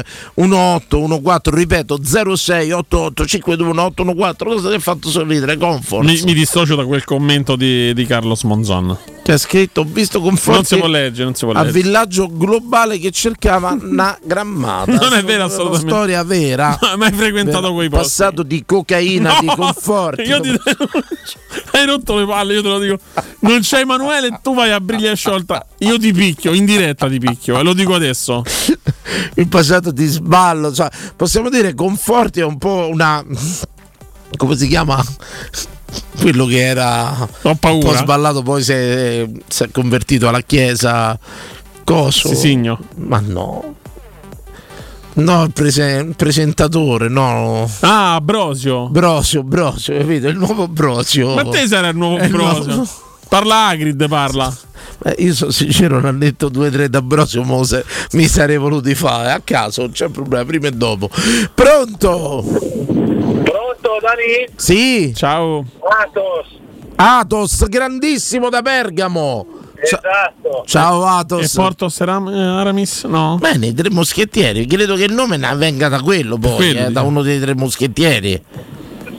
S2: 0688521814, ripeto 0688521814, cosa ti ha fatto sorridere? Comfort.
S3: Mi, mi dissocio da quel commento di, di Carlos Monzon.
S2: Che ha scritto, ho visto con forza
S3: Non si può leggere, non si può
S2: a
S3: leggere.
S2: villaggio globale che cercava una grammata.
S3: Non è vero,
S2: Una
S3: assolutamente.
S2: storia vera.
S3: Ma- ma hai frequentato
S2: Vera.
S3: quei posti?
S2: Passato di cocaina, di conforti.
S3: Io ti hai rotto le palle, io te lo dico. Non c'è Emanuele, tu vai a briglia sciolta. Io ti picchio, in diretta ti picchio, e lo dico adesso.
S2: Il passato di sballo. cioè, possiamo dire conforti è un po' una. come si chiama? Quello che era
S3: Ho paura.
S2: un po' sballato, poi si è, si è convertito alla chiesa. Coso.
S3: Sisigno.
S2: Ma no. No, il, prese- il presentatore, no.
S3: Ah, Brosio.
S2: Brosio, Brosio, capito? Il nuovo Brosio.
S3: Ma te sarà il nuovo
S2: Eh, no.
S3: Brosio. Parla Agrid, parla.
S2: Eh, io sono sincero, non ha detto 2-3 da Brosio, mo se- mi sarei voluti fare a caso, non c'è problema, prima e dopo. Pronto?
S13: Pronto Dani?
S2: Sì.
S3: Ciao.
S13: Atos.
S2: Atos, grandissimo da Bergamo. Cia-
S13: Esatto.
S2: Ciao Atos.
S3: E Portos Ram- eh, Aramis? No.
S2: Bene, i tre moschettieri, credo che il nome ne venga da quello poi,
S3: Quello,
S2: eh, da
S3: diciamo.
S2: uno dei tre moschettieri.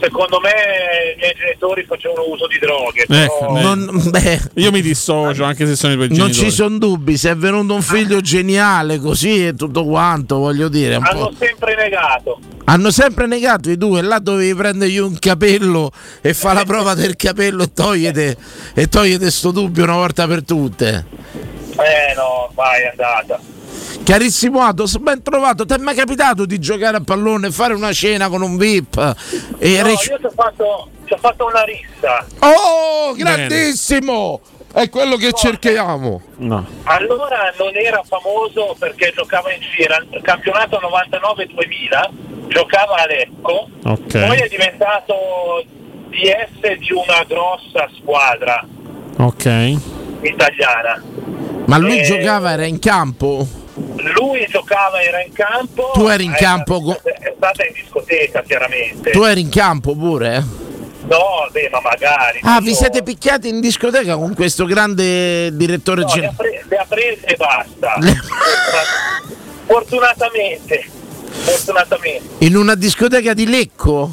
S13: Secondo me i miei genitori facevano uso di droghe.
S3: Ecco,
S13: però-
S3: eh.
S2: Non- beh,
S3: Io mi dissocio anche se sono i tuoi
S2: Non
S3: genitori.
S2: ci sono dubbi, se è venuto un figlio geniale così e tutto quanto, voglio dire, è un po'...
S13: Hanno sempre negato.
S2: Hanno sempre negato i due, là dovevi prendergli un capello e fa la prova del capello e togliete, e togliete sto dubbio una volta per tutte.
S13: Eh no, vai è andata.
S2: Carissimo Atos, ben trovato, ti è mai capitato di giocare a pallone, fare una cena con un VIP? E
S13: No,
S2: rec-
S13: io ci ho fatto, ci ho fatto una rissa.
S2: Oh, grandissimo! È quello che cerchiamo.
S3: No.
S13: Allora non era famoso perché giocava in Sira, campionato 99-2000, giocava a Lecco,
S3: Ok.
S13: poi è diventato DS di una grossa squadra
S3: Ok.
S13: italiana.
S2: Ma lui
S13: Eh.
S2: giocava, era in campo?
S13: Lui giocava, era in campo.
S2: Tu eri in
S13: era-
S2: campo co-
S13: È stata in discoteca, chiaramente.
S2: Tu eri in campo pure? eh?
S13: No, beh, ma magari.
S2: Ah,
S13: Io-
S2: vi siete picchiati in discoteca con questo grande direttore
S13: no, le, ha
S2: generale.
S13: pre- le ha prese e basta. Ma- fortunatamente, fortunatamente,
S2: In una discoteca di Lecco?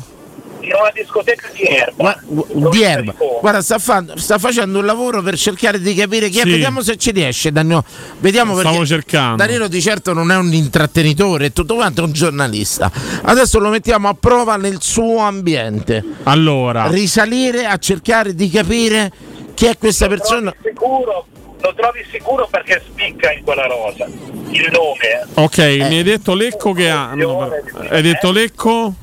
S13: in una discoteca di Erba.
S2: Gua- gu- di Erba. Guarda, sta, fan- sta facendo un lavoro per cercare di capire chi è.
S3: Sì.
S2: Vediamo se ci riesce, Danilo. Vediamo
S3: Stavo
S2: perché
S3: cercando.
S2: Danilo di certo non è un intrattenitore, è tutto quanto un giornalista. Adesso lo mettiamo a prova nel suo ambiente.
S3: Allora.
S2: Risalire a cercare di capire chi è questa persona.
S13: Sicuro, lo trovi sicuro perché spicca in quella rosa. Il nome, eh.
S3: Ok, mi hai detto Lecco che ha. no, ma- hai detto Lecco?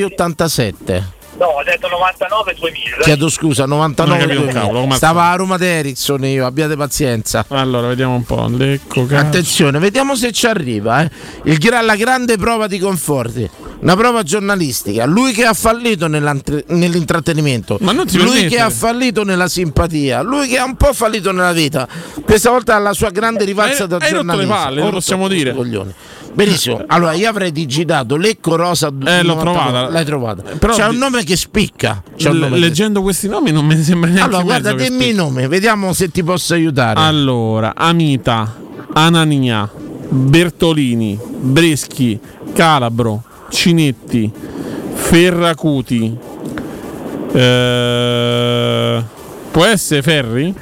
S2: 86-87.
S13: No, ho detto 99-2000.
S2: Chiedo scusa,
S3: Esatto. Non ho
S2: 99
S3: capito un cavolo, come al
S2: Stava a Roma Erickson io, abbiate pazienza.
S3: Allora, vediamo un po'. Lecco, calcio.
S2: Attenzione, vediamo se ci arriva. eh. Il gra- la grande prova di Conforti, una prova giornalistica. Lui che ha fallito nell'antre- nell'intrattenimento,
S3: Ma non ti
S2: lui
S3: permettere.
S2: che ha fallito nella simpatia, lui che ha un po' fallito nella vita. Questa volta ha la sua grande rivalsa
S3: Hai-
S2: da
S3: Eh, hai rotto le
S2: giornalista.
S3: palle, lo
S2: Ho rotto
S3: possiamo dire.
S2: i coglioni. Benissimo, allora io avrei digitato Lecco Rosa.
S3: Eh, l'ho
S2: 99.
S3: trovata.
S2: L'hai trovata.
S3: Però
S2: C'è
S3: di-
S2: un nome che spicca. C'è un
S3: L-
S2: nome che-
S3: leggendo questi nomi non mi sembra neanche
S2: Allora, guarda,
S3: mezzo che
S2: dimmi i
S3: spicca.
S2: nomi, vediamo se ti posso aiutare.
S3: Allora, Amita, Anania, Bertolini, Breschi, Calabro, Cinetti, Ferracuti. eh, può essere Ferri?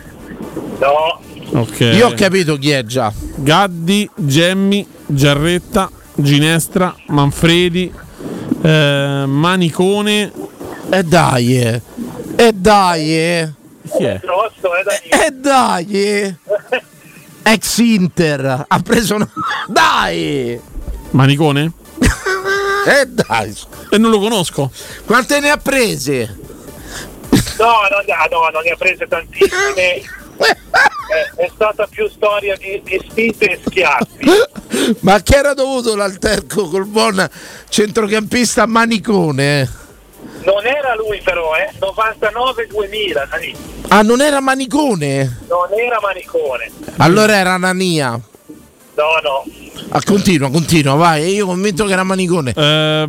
S13: No.
S3: Ok.
S2: Io ho capito chi è già.
S3: Gaddi, Gemmi, Giarretta, Ginestra, Manfredi, eh, Manicone.
S2: E dai. eh. E dai. eh.
S3: Chi è?
S2: E dai. eh. Ex Inter. Ha preso una... Dai.
S3: Manicone?
S2: E dai.
S3: E non lo conosco.
S2: Quante ne ha prese?
S13: No, no, no, no, non ne ha prese tantissime. Eh, È, stata più storia di, di spinte e schiaffi.
S2: Ma che era dovuto l'alterco col buon centrocampista Manicone?
S13: Non era lui però, eh? 99-2000, Nani.
S2: Ah, non era Manicone?
S13: non era manicone.
S2: Allora era Anania.
S13: No, no.
S2: Ah, continua, continua, vai. Io convinto che era Manicone.
S3: Eh,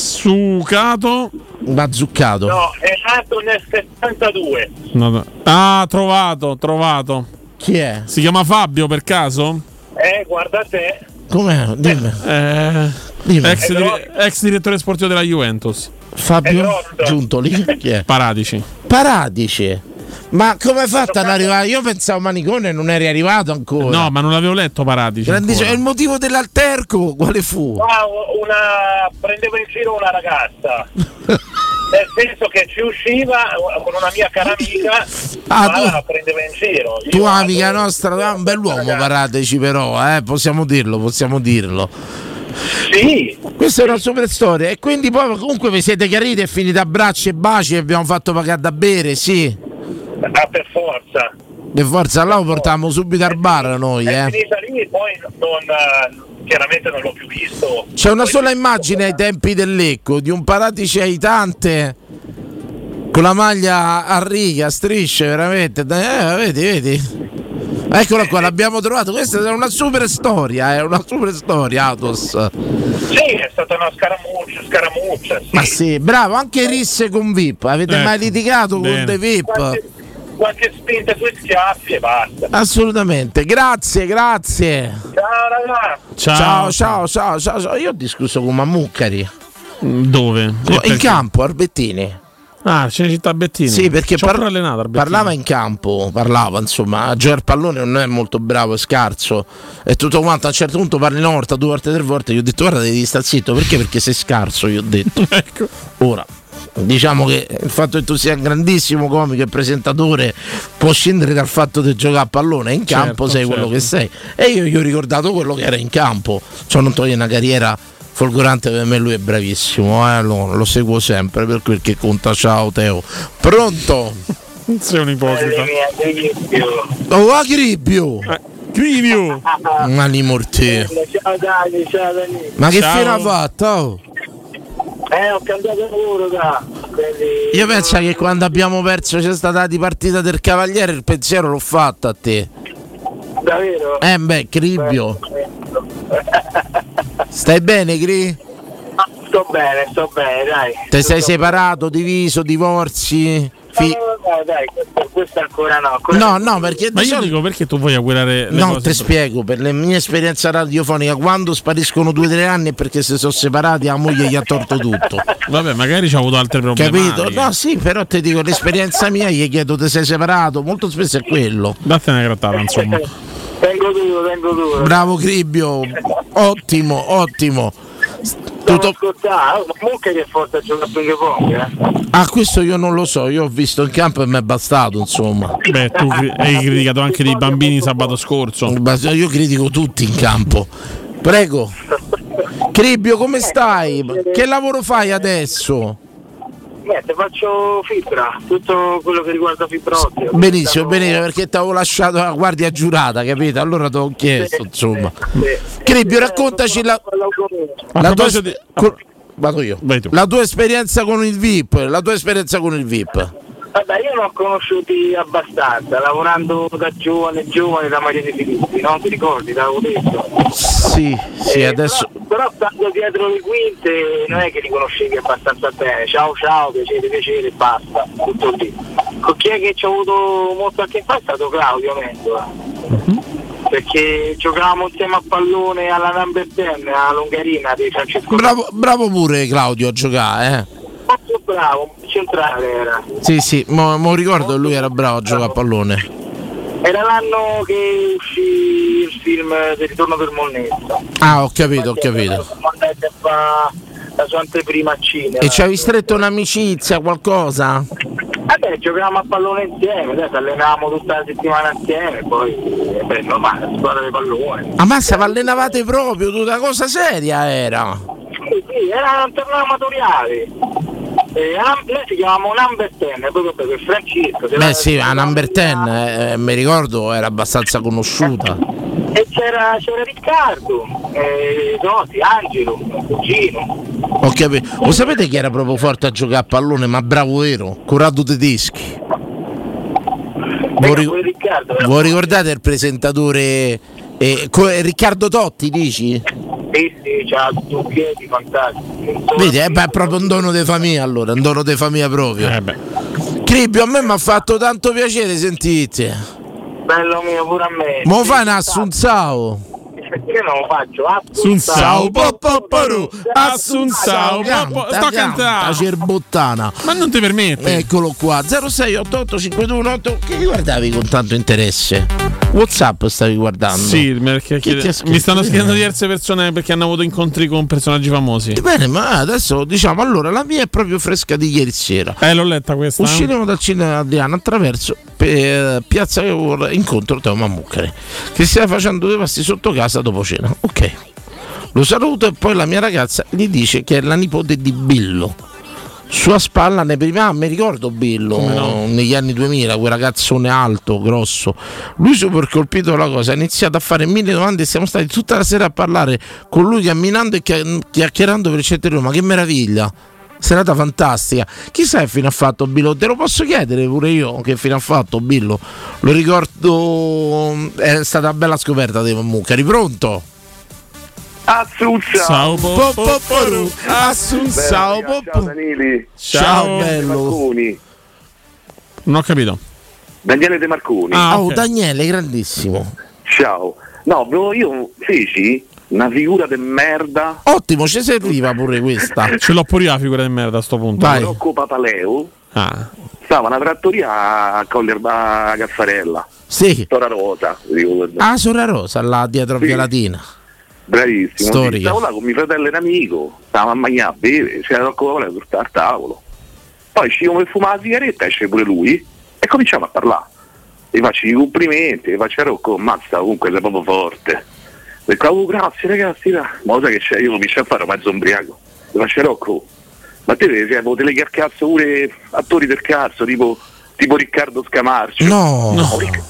S3: Mazzucato.
S2: Mazzucato.
S13: No, è nato nel 72.
S3: No, no. Ah, trovato, trovato.
S2: Chi è?
S3: Si chiama Fabio per caso?
S13: Eh, guarda te.
S2: Com'è? Dimmi.
S3: Eh,
S2: Dimmi.
S3: Ex,
S13: È
S3: dir-
S13: grosso.
S3: ex direttore sportivo della Juventus.
S13: Eh,
S2: Fabio Giuntoli. Chi è?
S3: Paradici.
S2: Paradice. Ma come hai fatto ad arrivare? Io pensavo Manicone non eri arrivato ancora.
S3: No, ma non l'avevo letto Paradici.
S2: Grandissimo.
S3: ancora.
S2: E il motivo dell'alterco quale fu?
S13: Qua una prendeva in giro una ragazza. Nel senso che ci usciva con una mia cara amica,
S2: Ah,
S13: ma
S2: tu-
S13: la prendeva in giro. Io
S2: Tua
S13: vado-
S2: amica nostra, tu è un bell'uomo, parateci però, eh, possiamo dirlo, possiamo dirlo.
S13: Sì.
S2: Questa è una super storia e quindi poi comunque vi siete chiariti, è finita a bracci e baci e abbiamo fatto pagare da bere, sì.
S13: Ah, per forza.
S2: Per forza là lo portammo subito al bar noi,
S13: È
S2: eh.
S13: finita lì, poi non, eh, chiaramente non l'ho più visto.
S2: C'è una sola immagine ai tempi dell'Ecco di un paratice aitante con la maglia a riga, a strisce, veramente. Eh, vedi, vedi. Eccola qua, l'abbiamo trovato. Questa è una super storia, è una super storia, Atos.
S13: Sì, è stata una scaramuccia, scaramuccia. Sì.
S2: Ma sì, bravo, anche risse con VIP. Avete
S13: Ecco,
S2: mai litigato
S13: bene.
S2: con dei VIP?
S13: Qualche, qualche spinta sui schiaffi e basta.
S2: Assolutamente, grazie, grazie.
S13: Ciao ragazzi.
S2: Ciao, ciao, ciao, ciao, ciao. Io ho discusso con Mammuccari.
S3: Dove?
S2: In
S3: perché?
S2: campo, Arbettini.
S3: Ah, Cinecittà Bettino.
S2: Sì, perché
S3: Ci ho
S2: par-
S3: pure allenato, Arbettino.
S2: parlava in campo, parlava insomma, a giocare al pallone non è molto bravo, è scarso e tutto quanto. A un certo punto parli una volta, due volte, tre volte. Gli ho detto guarda devi stare zitto perché? Perché sei scarso, gli ho detto. Ora, diciamo che il fatto che tu sia un grandissimo comico e presentatore può scendere dal fatto di giocare a pallone, in
S3: Certo,
S2: campo sei quello
S3: certo.
S2: che sei. E io gli ho ricordato quello che era in campo, ciò non toglie una carriera. Folgorante per me lui è bravissimo, eh, lo, lo seguo sempre per quel che conta. Ciao Teo. Pronto?
S3: Sei un ipocrita. Eh.
S2: Oh, a Gribio!
S3: Gribio!
S2: Ma li morti.
S14: Ciao Dani, ciao Dani.
S2: Ma che fine ha fatto? oh?
S14: Eh, ho cambiato lavoro, da.
S2: Io penso che quando abbiamo perso c'è stata di partita del Cavaliere, il pensiero l'ho fatto a te.
S4: Davvero?
S2: Eh beh, Cribbio. Stai bene, Cri?
S4: Ah, Sto bene, sto bene, dai.
S2: Te sei separato, diviso, divorzi? fi-
S4: Eh, dai, questo, questo ancora no. ancora-
S2: No, no, perché
S3: Ma
S2: di
S3: io
S2: solito-
S3: dico perché tu vuoi augurare le
S2: No,
S3: cose
S2: ti spiego, per la mia esperienza radiofonica, quando spariscono due o tre anni è perché si sono separati, la moglie gli ha torto tutto.
S3: Vabbè, magari c'ha avuto altre problematiche.
S2: Capito? No, sì, però ti dico, l'esperienza mia, gli chiedo ti sei separato, molto spesso è quello.
S3: Dattene una grattata, insomma.
S4: Tengo duro, tengo duro.
S2: Bravo Cribbio, ottimo, ottimo.
S4: Tutto... ascoltare, ma comunque che forza gioca a ping pong, eh?
S2: Ah, questo io non lo so, io ho visto in campo e mi è bastato, insomma.
S3: Beh, tu cri- hai criticato anche dei bambini sabato scorso.
S2: Ma io critico tutti in campo. Prego. Cribbio, come stai? Che lavoro fai adesso?
S4: Niente, faccio fibra, tutto quello che riguarda fibra ottica.
S2: Benissimo, benissimo, perché ti avevo lasciato la guardia giurata, capito? Allora ti ho chiesto, insomma. Cribbio, raccontaci la,
S3: A
S2: la tua,
S3: proposito di-
S2: col- vado io. la tua esperienza con il VIP. La tua esperienza con il VIP.
S4: Vabbè, io ne ho conosciuti abbastanza, lavorando da giovane, giovane da Maria De Filippi, no? Ti ricordi, te l'avevo detto.
S2: Sì, sì, adesso.
S4: Però stando dietro le quinte non è che li conoscevi abbastanza bene. Ciao ciao, piacere, piacere, basta, tutto lì. Con chi è che ci ho avuto molto a che fare è stato Claudio Mendola. Perché giocavamo insieme a pallone alla number 10, alla Longarina di Francesco.
S2: Bravo, bravo pure Claudio a giocare, eh.
S4: Molto bravo, centrale era.
S2: Sì, sì, mo, mo ricordo che lui era bravo a giocare a pallone.
S4: Era l'anno che uscì il film del ritorno per Monnetta.
S2: Ah, ho capito, ho capito.
S4: Monnetta fa la sua anteprima a Cine.
S2: E ci avevi stretto un'amicizia, qualcosa?
S4: Vabbè, giocavamo a pallone insieme, dai, ci allenavamo tutta la settimana insieme, poi eh, beh, è normale, la squadra di pallone.
S2: Ammazza, vi Ah, allenavate proprio, tutta cosa seria era.
S4: Sì, sì, era un torneo amatoriale.
S13: Eh,
S4: E, am- noi ci chiamavamo Number 10, proprio per Francesco. che era-
S2: Beh sì, la number 10, eh, eh, mi ricordo, era abbastanza conosciuta.
S4: E c'era, c'era Riccardo, eh, Totti, Angelo, mio cugino.
S2: Ho capito. Lo sapete chi era proprio forte a giocare a pallone, ma bravo vero? Corrado Tedeschi. Voi, ri-
S4: eh.
S2: voi ricordate il presentatore eh, co- eh, Riccardo Totti, dici?
S4: Sì, sì, c'ha due piedi fantastici.
S2: Vedi, eh, beh, è proprio un dono di famiglia allora, un dono di famiglia proprio. Cribbio, a me mi ha fatto tanto piacere sentite.
S4: Eh, Bello mio, pure a me.
S2: Mo fai un assunzao.
S4: Eh, Io non lo faccio, ah,
S2: Assunzao,
S4: assunzao.
S2: popparu,
S3: ah, assunzao, poppo- sto cantando.
S2: cerbottana.
S3: Ma non ti permette.
S2: Eccolo qua, 0688528, che li guardavi con tanto interesse? Whatsapp stavi guardando?
S3: Sì,
S2: Chi
S3: perché
S2: ti ha
S3: chiede-
S2: scritto?
S3: mi stanno scrivendo
S2: Eh.
S3: diverse persone perché hanno avuto incontri con personaggi famosi.
S2: Bene, ma adesso diciamo, allora la mia è proprio fresca di ieri sera.
S3: Eh, l'ho letta questa.
S2: Usciremo dal cinema Adriano attraverso eh, Piazza Cavour incontro Teo Mammucare che stava facendo due passi sotto casa dopo cena. Ok. Lo saluto e poi la mia ragazza gli dice che è la nipote di Billo. Sua spalla ne prima, ah, mi ricordo Billo
S3: Come no?
S2: negli anni 2000, quel ragazzone alto, grosso. Lui super colpito dalla cosa, ha iniziato a fare mille domande e siamo stati tutta la sera a parlare con lui camminando e chia- chiacchierando per il centro di Roma. Che meraviglia! Serata fantastica. Chissà che fine ha fatto Billo? Te lo posso chiedere pure io che fine ha fatto Billo. Lo ricordo. eh, È stata una bella scoperta dei Mammucari. Pronto?
S14: Assunzao.
S2: Ciao, po- po- po- po-
S14: Assunzao. Ciao Danili.
S2: Ciao,
S14: Daniele De
S2: bello.
S14: Marconi.
S3: Non ho capito. Ah,
S14: Daniele De Marconi.
S2: Oh, Daniele, grandissimo.
S14: Ciao. No, bro, io feci una figura de merda.
S2: Ottimo, ci serviva pure questa.
S3: Ce l'ho pure io la figura di merda a sto punto.
S14: Rocco Papaleo.
S3: Ah.
S14: Stava una trattoria a Coller a Caffarella.
S2: Sì.
S14: Tora Rosa, ricordo.
S2: Ah, Sora Rosa, là dietro a Via Latina.
S14: Bravissimo. sì,
S2: Storica.
S14: Stavo là con mio fratello e un amico, stavamo a mangiare, a bere, c'era Rocco Papaleo per stare al tavolo. Poi uscivo per fumare la sigaretta, esce pure lui e cominciamo a parlare. Gli faccio i complimenti, gli faccio a Rocco, mazza comunque sei proprio forte. Dico, "Oh, grazie ragazzi, là." ma lo sai che c'è, io comincio a fare mezzo ombriaco. Gli faccio a Rocco, ma te sei potete al cazzo pure attori del cazzo, tipo, tipo Riccardo Scamarcio.
S2: No.
S14: Ric-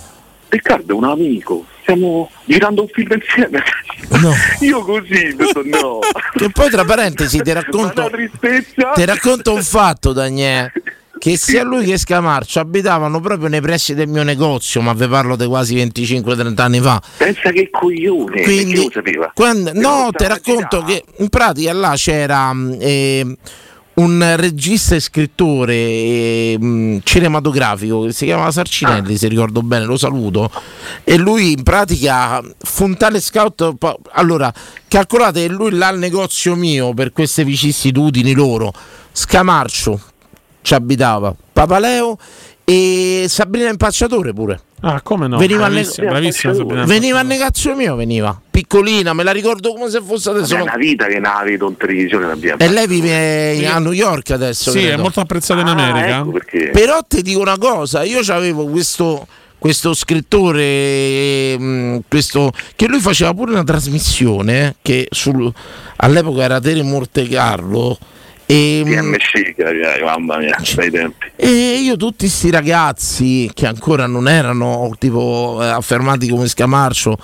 S14: Riccardo è un amico, stiamo girando un film insieme. Io così, detto, no.
S2: Che poi tra parentesi ti racconto, ti racconto un fatto, Daniele. Che sia lui che Scamarcio abitavano proprio nei pressi del mio negozio, ma vi parlo di quasi 25-30 anni fa.
S14: Pensa che coglione,
S2: Quindi,
S14: chi lo sapeva?
S2: Quando- no, ti racconto che in pratica là c'era mh, eh, un regista e scrittore eh, mh, cinematografico che si chiamava
S3: Ah.
S2: Sarcinelli, se ricordo bene, lo saluto. E lui in pratica fu un tale scout. po- Allora, calcolate che lui là al negozio mio per queste vicissitudini loro, Scamarcio ci abitava, Papaleo e Sabrina Impacciatore pure.
S3: Ah, come no?
S2: Veniva al
S3: bravissima,
S2: nego-
S3: bravissima Sabrina.
S2: Veniva al negozio mio, veniva. Piccolina, me la ricordo come se fosse
S14: Vabbè,
S2: adesso.
S14: È una vita che non la vedo in televisione l'abbiamo.
S2: E lei vive in- a New York adesso.
S14: Sì, è
S2: credo.
S14: molto
S3: apprezzata
S14: in America. ecco perché.
S2: Però ti dico una cosa, io avevo questo, questo scrittore, ehm, questo, che lui faceva pure una trasmissione, eh, che sul- all'epoca era ehm, Tele Monte Carlo. E,
S14: TM Scica, ragazzi, cioè, mamma mia, bei tempi.
S2: E io tutti sti ragazzi che ancora non erano tipo eh, affermati come Scamarcio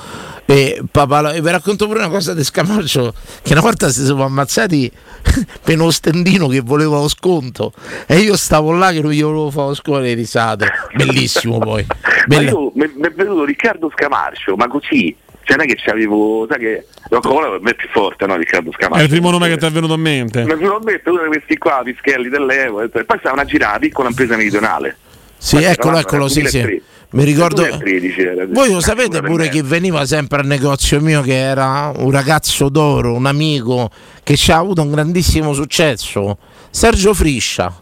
S2: e papà, e vi racconto pure una cosa di Scamarcio che una volta si sono ammazzati per uno stendino che voleva lo sconto e io stavo là che non gli volevo fare lo sconto e risate bellissimo poi
S14: Ma
S2: Bella-
S14: io mi mi è venuto Riccardo Scamarcio, ma così. Cioè non è che c'avevo, sai che Rocco Cola per me è più forte, no? Riccardo
S3: È il
S14: Scamarcio.
S3: primo nome che ti è venuto in mente.
S2: Eh.
S14: Naturalmente uno di questi qua, Pischelli dell'Evo, e poi stava una girata piccola impresa meridionale.
S2: sì eccolo eccolo sì sì mi ricordo
S14: 2013 era.
S2: Voi lo sapete pure che veniva sempre al negozio mio che era un ragazzo d'oro, un amico che ci ha avuto un grandissimo successo, Sergio Friscia.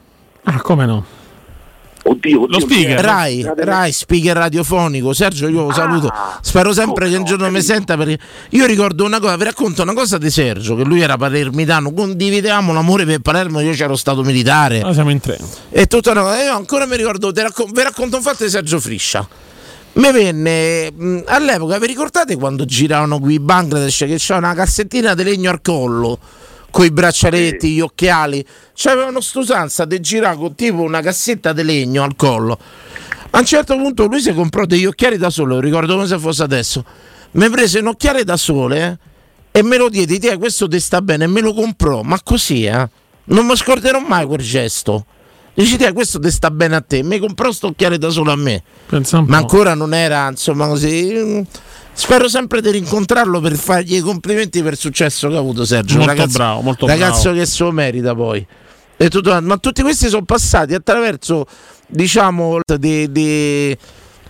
S3: Ah, come no?
S14: Oddio, oddio,
S3: speaker.
S2: Rai, Rai, speaker radiofonico. Sergio, io lo saluto. Spero sempre che un giorno mi senta perché io ricordo una cosa, vi racconto una cosa di Sergio, che lui era palermitano, condividevamo l'amore per Palermo, io c'ero stato militare.
S3: Ah, siamo in tre.
S2: E tutta una cosa. Io ancora mi ricordo, te raccon- vi racconto un fatto di Sergio Friscia. Mi venne mh, all'epoca, vi ricordate quando giravano qui in Bangladesh che c'era una cassettina di legno al collo? Con i braccialetti, gli occhiali, c'avevano st'usanza di girare con tipo una cassetta di legno al collo. A un certo punto lui si comprò degli occhiali da sole, lo ricordo come se fosse adesso. Mi prese un occhiale da sole eh, e me lo diede, "Tiè, questo ti sta bene, e me lo comprò, ma così, eh? Non mi scorderò mai quel gesto. Dici, "Tiè, questo ti sta bene a te, mi comprò sto occhiale da sole a me. Ma ancora non era, insomma, così. mm, Spero sempre di rincontrarlo per fargli i complimenti per il successo che ha avuto Sergio.
S3: Molto
S2: ragazzo,
S3: bravo, molto
S2: ragazzo
S3: bravo.
S2: che se lo merita poi. E tutto- ma tutti questi sono passati attraverso, diciamo, di, di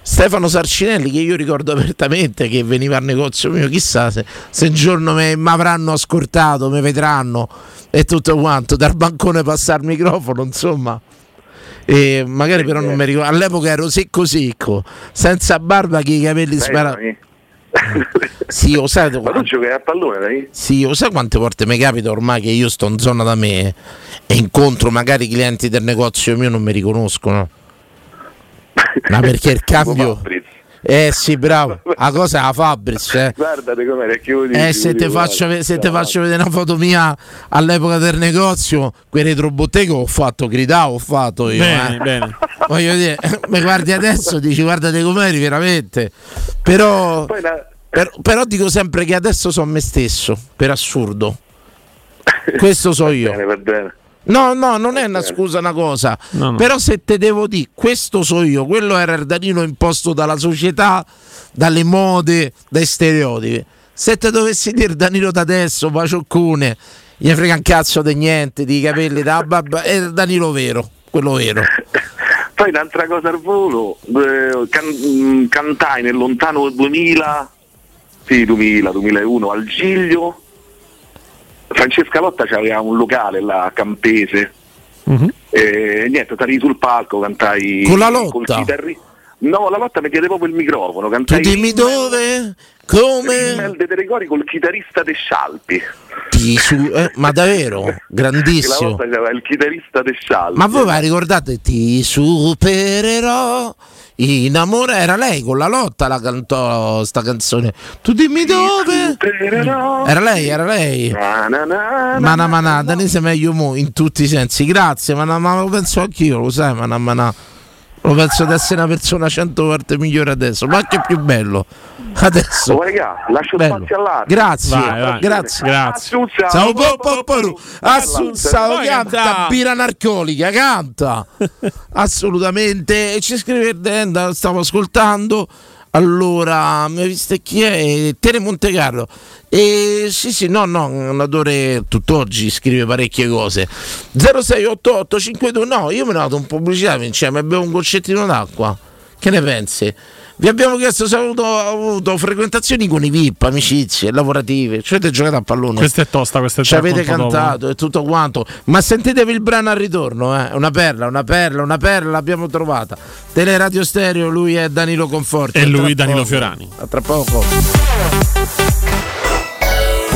S2: Stefano Sarcinelli, che io ricordo apertamente che veniva al negozio mio, chissà se, se un giorno mi avranno ascoltato, mi vedranno e tutto quanto, dal bancone passa al microfono, insomma. E magari però non mi ricordo, all'epoca ero secco secco, senza barba che i capelli sparati.
S14: Dai,
S2: Sì, lo sai, tu-
S14: Ma tu giocavi a pallone, dai?
S2: sì, lo sai quante volte mi capita ormai che io sto in zona da me e incontro magari clienti del negozio mio non mi riconoscono. Ma perché
S14: Boh,
S2: il cambio...
S14: Fabriz.
S2: Eh sì, bravo, la cosa è la Fabris. Eh.
S14: Guardate com'era, chiudi.
S2: Eh, se
S14: chiudi,
S2: te faccio,
S14: guarda.
S2: ve- se te faccio vedere una foto mia all'epoca del negozio, quel retrobotteco ho fatto, gridavo, ho fatto io.
S3: Bene,
S2: eh.
S3: bene.
S2: Voglio dire, mi guardi adesso, dici guardate com'eri veramente. Però, per- però dico sempre che adesso sono me stesso, per assurdo. Questo so io.
S14: Va bene.
S2: No, no, non è una scusa, una cosa.
S14: No, no.
S2: Però se te devo dire, questo so io, quello era il danino imposto dalla società, dalle mode, dai stereotipi. Se te dovessi dire Danilo da adesso, pacioccone, gli frega un cazzo di niente, di capelli, da barba, è il Danilo vero, quello vero.
S14: Poi un'altra cosa al volo, eh, can- mh, cantai nel lontano 2000, sì 2000, 2001, al Giglio. Francesca Lotta c'aveva un locale là a Campese.
S2: Mhm.
S14: E niente, salì sul palco, cantai
S2: Con la Lotta?
S14: col chitarri- No, la lotta mi chiede proprio il microfono,
S2: Tu
S14: cantai
S2: dimmi dove, come...
S14: Mel De Gregori col chitarrista De Scialpi.
S2: Ti su- eh, ma davvero,
S14: La
S2: grandissimo.
S14: lotta c'aveva il chitarrista De Scialpi.
S2: Ma voi la ricordate? Ti supererò. In amore era lei con la lotta la cantò sta canzone. Tu dimmi dove? Era lei, era lei.
S14: Na, na, na, na.
S2: Mana manà, Danese meglio mo in tutti i sensi. Grazie, mana ma lo penso anch'io, lo sai, mana manà. Lo penso di essere una persona cento volte migliore adesso, ma anche più bello. Adesso.
S14: Oh, raga, lascio
S2: Bello.
S14: spazio all'arte.
S2: Grazie,
S14: Vai, vai.
S2: grazie.
S14: Grazie. Assunza.
S2: Ciao, po, po, po, ru. Assunza,
S14: Vai,
S2: canta,
S14: canta.
S2: birra narcolica, canta. Assolutamente. E ci scrive Denda, stavo ascoltando. Allora, mi hai visto chi è? Tele Monte Carlo. E sì, sì, no, no, un autore tutt'oggi scrive parecchie cose. 0688 52 No, io me ne vado in pubblicità, Vincenzo, mi bevo un goccettino d'acqua. Che ne pensi? Vi abbiamo chiesto se ho avuto, ho avuto frequentazioni con i VIP, amicizie, lavorative. Ci avete giocato a pallone.
S3: Questa è tosta, questa è
S2: Ci avete
S3: racconto dopo.
S2: cantato e tutto quanto. Ma sentitevi il brano al ritorno, eh. Una perla, una perla, una perla, l'abbiamo trovata. Teleradio Stereo, lui è Danilo Conforti.
S3: E
S2: A tra
S3: lui Danilo
S2: poco.
S3: Fiorani.
S2: A tra poco.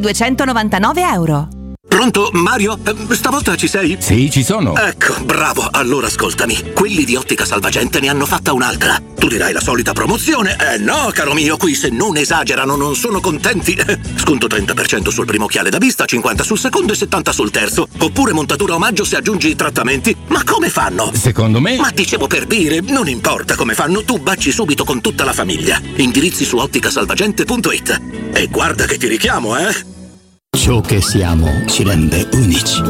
S9: 299 euro.
S15: Pronto, Mario? Eh, Stavolta ci sei?
S5: Sì, ci sono.
S15: Ecco, bravo. Allora ascoltami. Quelli di Ottica Salvagente ne hanno fatta un'altra. Tu dirai la solita promozione. Eh no, caro mio, qui se non esagerano non sono contenti. Eh, Sconto 30% sul primo occhiale da vista, 50 sul secondo e 70 sul terzo. Oppure montatura omaggio se aggiungi i trattamenti. Ma come fanno?
S5: Secondo me.
S15: Ma dicevo per dire, non importa come fanno, tu baci subito con tutta la famiglia. Indirizzi su otticasalvagente.it. E guarda che ti richiamo, eh!
S16: Ciò che siamo ci rende unici.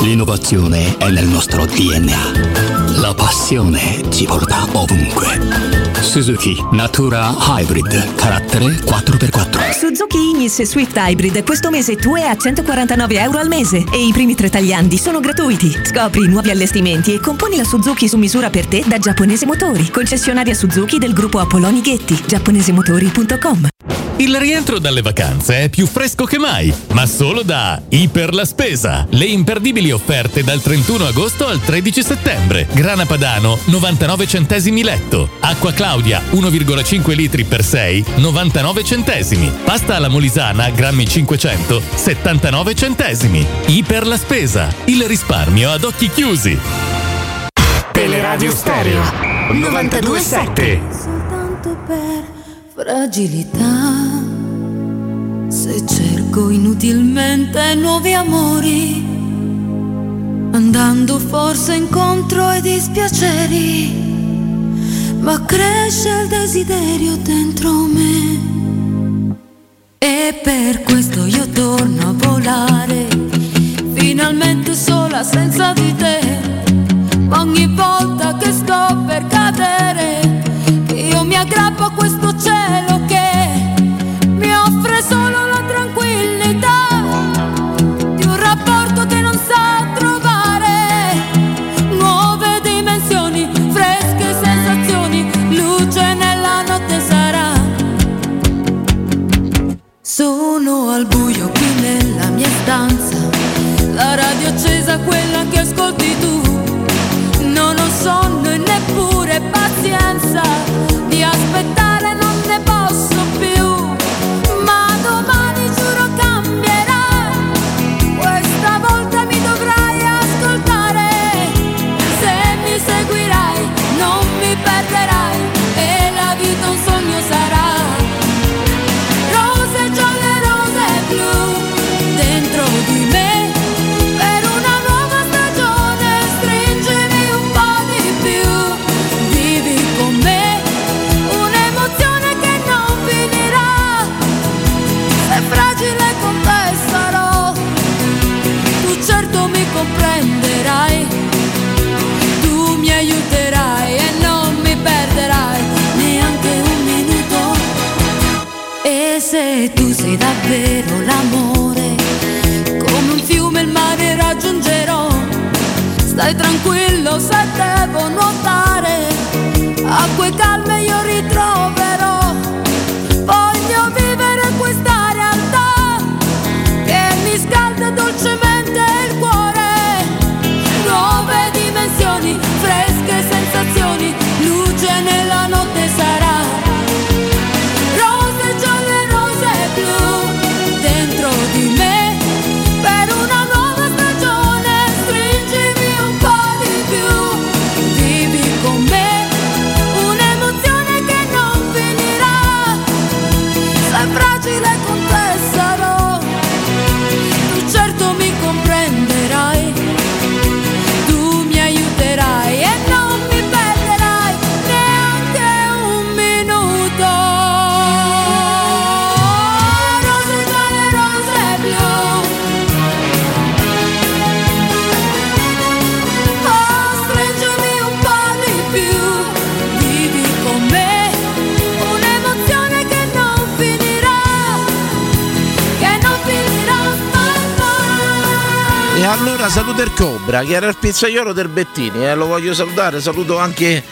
S16: L'innovazione è nel nostro DNA. La passione ci porta ovunque. Suzuki Natura Hybrid, carattere 4x4.
S17: Suzuki Ignis e Swift Hybrid questo mese tu è a 149 euro al mese e i primi tre tagliandi sono gratuiti. Scopri i nuovi allestimenti e componi la Suzuki su misura per te da Giapponese Motori, concessionaria Suzuki del gruppo Apolloni Ghetti, giapponesemotori.com.
S18: Il rientro dalle vacanze è più fresco che mai, ma solo da Iper la Spesa. Le imperdibili offerte dal 31 agosto al 13 settembre. Grana Padano 99 centesimi letto. Acqua Claudia 1,5 litri per 6 99 centesimi. Pasta alla Molisana grammi 500 79 centesimi. Iper la Spesa. Il risparmio ad occhi chiusi.
S9: Teleradio Stereo
S18: 927
S19: fragilità. Se cerco inutilmente nuovi amori, andando forse incontro ai dispiaceri, ma cresce il desiderio dentro me. E per questo io torno a volare, finalmente sola senza di te. Ma ogni volta che sto per cadere, io mi aggrappo a questo cielo che mi offre solo la tranquillità di un rapporto che non sa trovare nuove dimensioni, fresche sensazioni, luce nella notte sarà. Sono al buio qui nella mia stanza, la radio accesa quella che ascolti tu. Non ho sonno e neppure pazienza Di aspettare non ne posso più Ma domani giuro cambierà Questa volta mi dovrai ascoltare Se mi seguirai non mi perderai E la vita un sogno sarà Rose gialle, rose blu Dentro di me per una nuova stagione stringimi un po' di più, vivi con me un'emozione che non finirà, se fragile con te sarò, tu certo mi comprenderai, tu mi aiuterai e non mi perderai neanche un minuto. E se tu sei davvero l'amore, come un fiume il mare raggiungerò. Stai tranquillo se devo nuotare, acque calme io ritroverò. Voglio vivere questa realtà che mi scalda dolcemente il cuore. Nuove dimensioni, fresche sensazioni, luce certo Oh,
S2: allora saluto il Cobra, che era il pizzaiolo del Bettini, eh, lo voglio salutare, saluto anche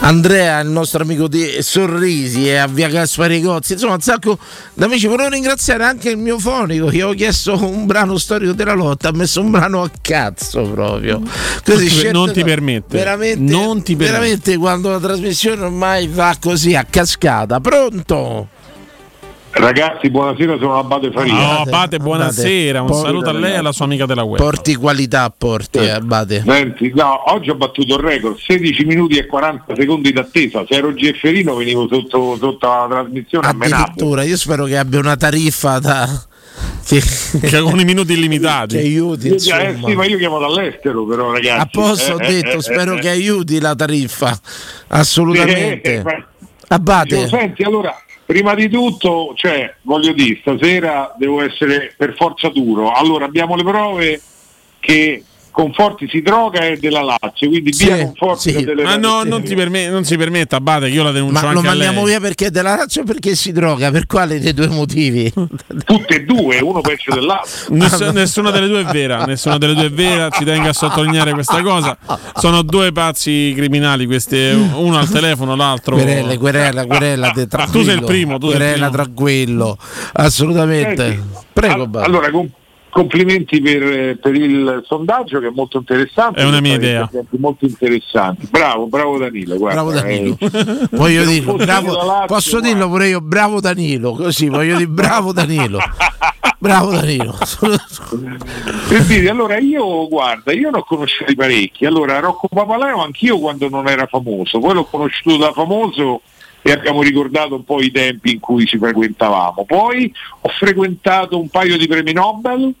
S2: Andrea, il nostro amico di Sorrisi e a via Gaspari Gozzi, insomma un sacco d'amici, volevo ringraziare anche il mio fonico che ho chiesto un brano storico della lotta, ha messo un brano a cazzo proprio. Queste scelte
S3: non ti
S2: no,
S3: permette.
S2: Veramente,
S3: Non ti permette.
S2: veramente quando la trasmissione ormai va così a cascata, pronto?
S20: Ragazzi, buonasera, sono Abate Faria.
S3: No, Abate, buonasera. Un
S20: Porca
S3: saluto a lei e alla sua amica della web.
S2: Porti qualità, porti, eh, Abate.
S20: Senti, no, oggi ho battuto il record, 16 minuti e 40 secondi d'attesa. Se ero Gefferino venivo sotto, sotto la trasmissione a menato.
S2: Addirittura, io spero che abbia una tariffa da... Che,
S3: con i minuti illimitati.
S2: Che aiuti,
S20: Io- eh,
S2: insomma.
S20: sì, ma io chiamo dall'estero però ragazzi.
S2: A posto ho
S20: Eh, eh,
S2: detto,
S20: eh,
S2: spero
S20: eh,
S2: che
S20: eh.
S2: aiuti la tariffa. Assolutamente.
S20: Eh, eh, ma-
S2: Abate.
S20: Senti, allora, prima di tutto, cioè, voglio dire, stasera devo essere per forza duro. Allora, abbiamo le prove che Conforti si droga e della Lazio, quindi via Conforti e delle
S3: Ma no,
S20: Lazio.
S3: non, ti perme- non si permetta, Abate, che io la denuncio
S2: Ma lo
S3: anche a lei.
S2: mandiamo via perché è della razza o perché si droga? Per quale dei due motivi?
S3: Ah,
S20: Tutte e due, uno peggio dell'altro.
S3: Ness- nessuna delle due è vera, nessuna delle due è vera, ci tengo a sottolineare questa cosa. Sono due pazzi criminali, queste, uno al telefono, l'altro.
S2: Querella, querella, querella, te-
S3: Ah,
S2: tranquillo.
S3: tu sei il primo, tu sei il
S2: Querella,
S3: primo.
S2: tranquillo. Assolutamente.
S20: Senti,
S2: Prego,
S20: a-
S2: Abate.
S20: allora, com- complimenti per, per il sondaggio che è molto interessante.
S3: È una mia
S20: Sono
S3: idea.
S20: interventi Molto interessanti. Bravo, bravo Danilo. Guarda,
S2: Bravo Danilo.
S20: eh,
S2: Voglio
S20: se non
S2: dirlo,
S20: fosse
S2: bravo-
S20: della Lazio,
S2: posso dirlo pure io, bravo Danilo, così voglio dire bravo Danilo. Bravo Danilo.
S20: Per dire, allora io guarda, io ne ho conosciuti parecchi. Allora, Rocco Papaleo anch'io quando non era famoso, poi l'ho conosciuto da famoso e abbiamo ricordato un po' i tempi in cui ci frequentavamo. Poi ho frequentato un paio di premi Nobel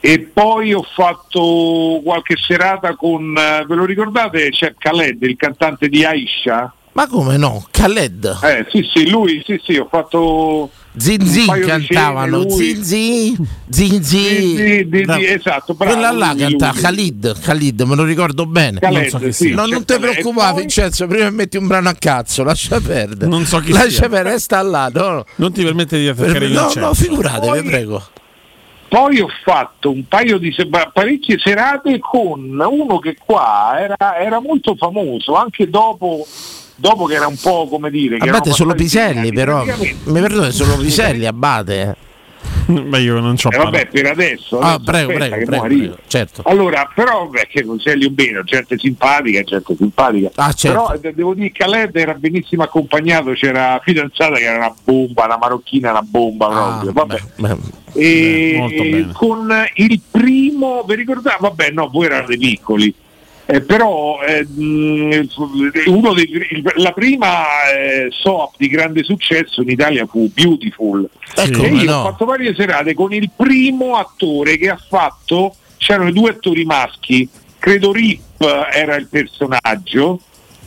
S20: e poi ho fatto qualche serata con, eh, ve lo ricordate, c'è Khaled, il cantante di Aisha?
S2: Ma come no? Khaled.
S20: Eh sì sì, lui sì sì, ho fatto
S2: Zinzin
S20: un paio di
S2: cantavano,
S20: scene, lui.
S2: Zinzin, Zinzin.
S20: di-
S2: Bravo.
S20: di- esatto, bravo,
S2: Quella là
S20: lui,
S2: canta
S20: lui.
S2: Khalid, Khalid, me lo ricordo bene.
S20: Khaled,
S2: non so chi
S20: sì, Cioè, eh,
S2: sia. No,
S20: c'è
S2: non ti
S20: Khaled.
S2: preoccupare,
S20: Poi-
S2: Vincenzo, prima metti un brano a cazzo, lascia perdere.
S3: Non so chi
S2: Lascia
S3: sia.
S2: perdere, resta là, no, no.
S3: Non ti permette di attaccare
S2: Per-
S3: il
S2: no,
S3: Vincenzo.
S2: no, figuratevi, eh, prego.
S20: Poi ho fatto un paio di se- parecchie serate con uno che qua era, era molto famoso, anche dopo, dopo che era un po' come dire... che
S2: Abate
S20: erano
S2: solo
S20: passati-
S2: Piselli, però. Mi
S20: praticamente-
S2: perdoni, solo Piselli, Abate.
S3: Ma io non c'ho
S20: Eh, vabbè, per adesso...
S2: Ah,
S20: adesso
S2: prego,
S20: aspetta
S2: prego,
S20: che mo
S2: prego,
S20: arrivo.
S2: prego, certo.
S20: Allora, però, beh, che consiglio un bene, gente simpatica, gente simpatica.
S4: Ah,
S2: certo.
S20: Però eh, devo dire che Khaled era benissimo accompagnato, c'era la fidanzata che era una bomba, una marocchina, una bomba proprio. Vabbè. E
S2: Eh,
S20: con il primo, vi ricordate? Ah, Vabbè, no, voi erate piccoli. Eh, però eh, mh, uno dei- il- la prima eh, soap di grande successo in Italia fu Beautiful e
S2: Eh, come
S20: io
S2: no.
S20: ho fatto varie serate con il primo attore che ha fatto c'erano i due attori maschi credo Rip eh, era il personaggio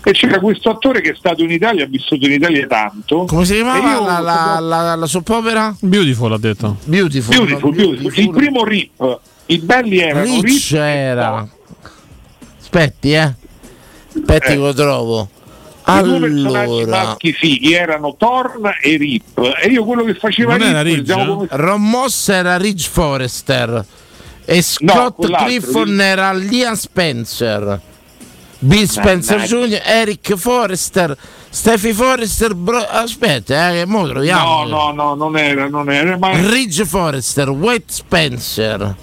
S20: e c'era questo attore che è stato in Italia ha vissuto in Italia tanto
S2: Come si
S20: E
S2: chiamava
S20: io-
S2: la, la, la, la soppopera?
S3: Beautiful ha detto.
S2: Beautiful.
S20: Beautiful, Beautiful. il primo Rip i belli erano Rip
S2: Rich era. Aspetti, eh. Aspetti
S20: Eh.
S2: che lo trovo.
S20: I due personaggi
S2: Allora,
S20: maschi fighi erano Thorn e Rip e io quello che faceva
S2: Non era
S20: Rip,
S2: Ridge,
S20: diciamo, come-
S2: eh? Ron Moss era Ridge Forrester e Scott
S20: quell'altro,
S2: Clifford
S20: Ridge.
S2: era Liam Spencer. Bill Spencer
S20: Mannaggia.
S2: Jr., Eric Forrester, Steffi Forrester, Bro- aspetta, eh, che mo troviamo.
S20: no no no non era non era ma
S2: Ridge Forrester, Wade Spencer.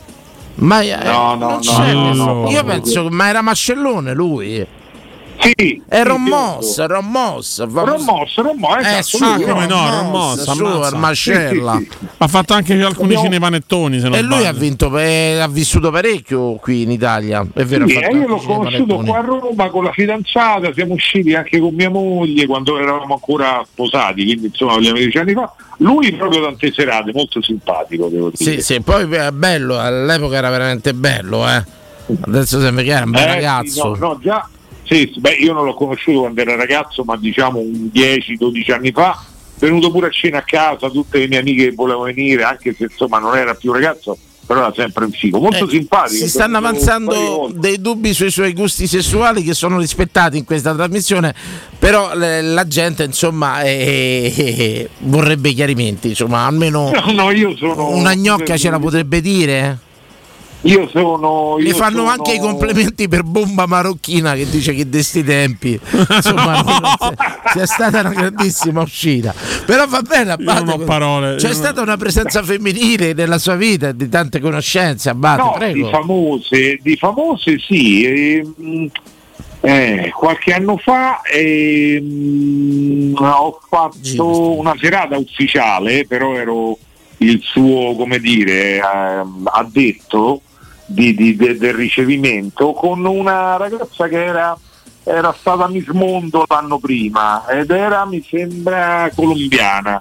S2: Ma eh,
S20: No, no,
S2: non
S20: no,
S2: c'è
S20: no,
S2: nessuno.
S20: no.
S2: Io penso che ma era Mascellone lui.
S20: Sì,
S2: è
S20: sì,
S2: Ron
S20: certo.
S2: Moss, Ron Moss. va-
S20: Ron Moss, Ron Moss,
S2: Eh,
S20: esatto,
S2: su,
S20: lui,
S2: come no, Ron Moss,
S3: ammazza.
S2: su, Armascella.
S3: Sì, sì, sì. Ha fatto anche alcuni
S2: Abbiamo-
S3: cinepanettoni, se non
S2: E lui
S3: sbaglio.
S2: ha vinto, eh, ha vissuto parecchio qui in Italia. È vero,
S20: Sì,
S2: ha fatto
S20: eh, io l'ho
S2: anche Cinepanettoni.
S20: conosciuto qua a Roma con la fidanzata, siamo usciti anche con mia moglie quando eravamo ancora sposati, quindi insomma vogliamo dieci anni fa. Lui proprio tante serate, molto simpatico, devo dire.
S2: Sì, sì, poi è bello, all'epoca era veramente bello, eh. Adesso sembra che era un bel
S20: Eh, sì,
S2: ragazzo.
S20: no, no, già, sì, sì, beh, io non l'ho conosciuto quando era ragazzo, ma diciamo un 10-12 anni fa. Venuto pure a cena a casa, tutte le mie amiche che volevano venire, anche se insomma non era più ragazzo, però era sempre un figo, molto
S2: Eh,
S20: simpatico.
S2: Si stanno
S20: proprio-
S2: avanzando dei dubbi sui suoi gusti sessuali che sono rispettati in questa trasmissione, però le- la gente insomma eh, eh, eh, vorrebbe chiarimenti, insomma almeno
S20: No, no, io sono
S2: una gnocca ce la potrebbe dire.
S20: Io sono.
S2: Mi
S20: io
S2: fanno
S20: sono-
S2: anche i complimenti per Bomba Marocchina che dice che di sti tempi insomma non- c'è stata una grandissima uscita però va bene Abate,
S3: non ho parole,
S2: c'è
S3: io non-
S2: stata una presenza femminile nella sua vita e di tante conoscenze Abate
S20: No, diciamo
S2: prego
S20: di famose, di famose sì. ehm, eh, qualche anno fa ehm, ho fatto una serata ufficiale, però ero il suo, come dire, ehm, addetto di- di- de- del ricevimento con una ragazza che era, era stata Miss Mondo l'anno prima ed era, mi sembra, colombiana.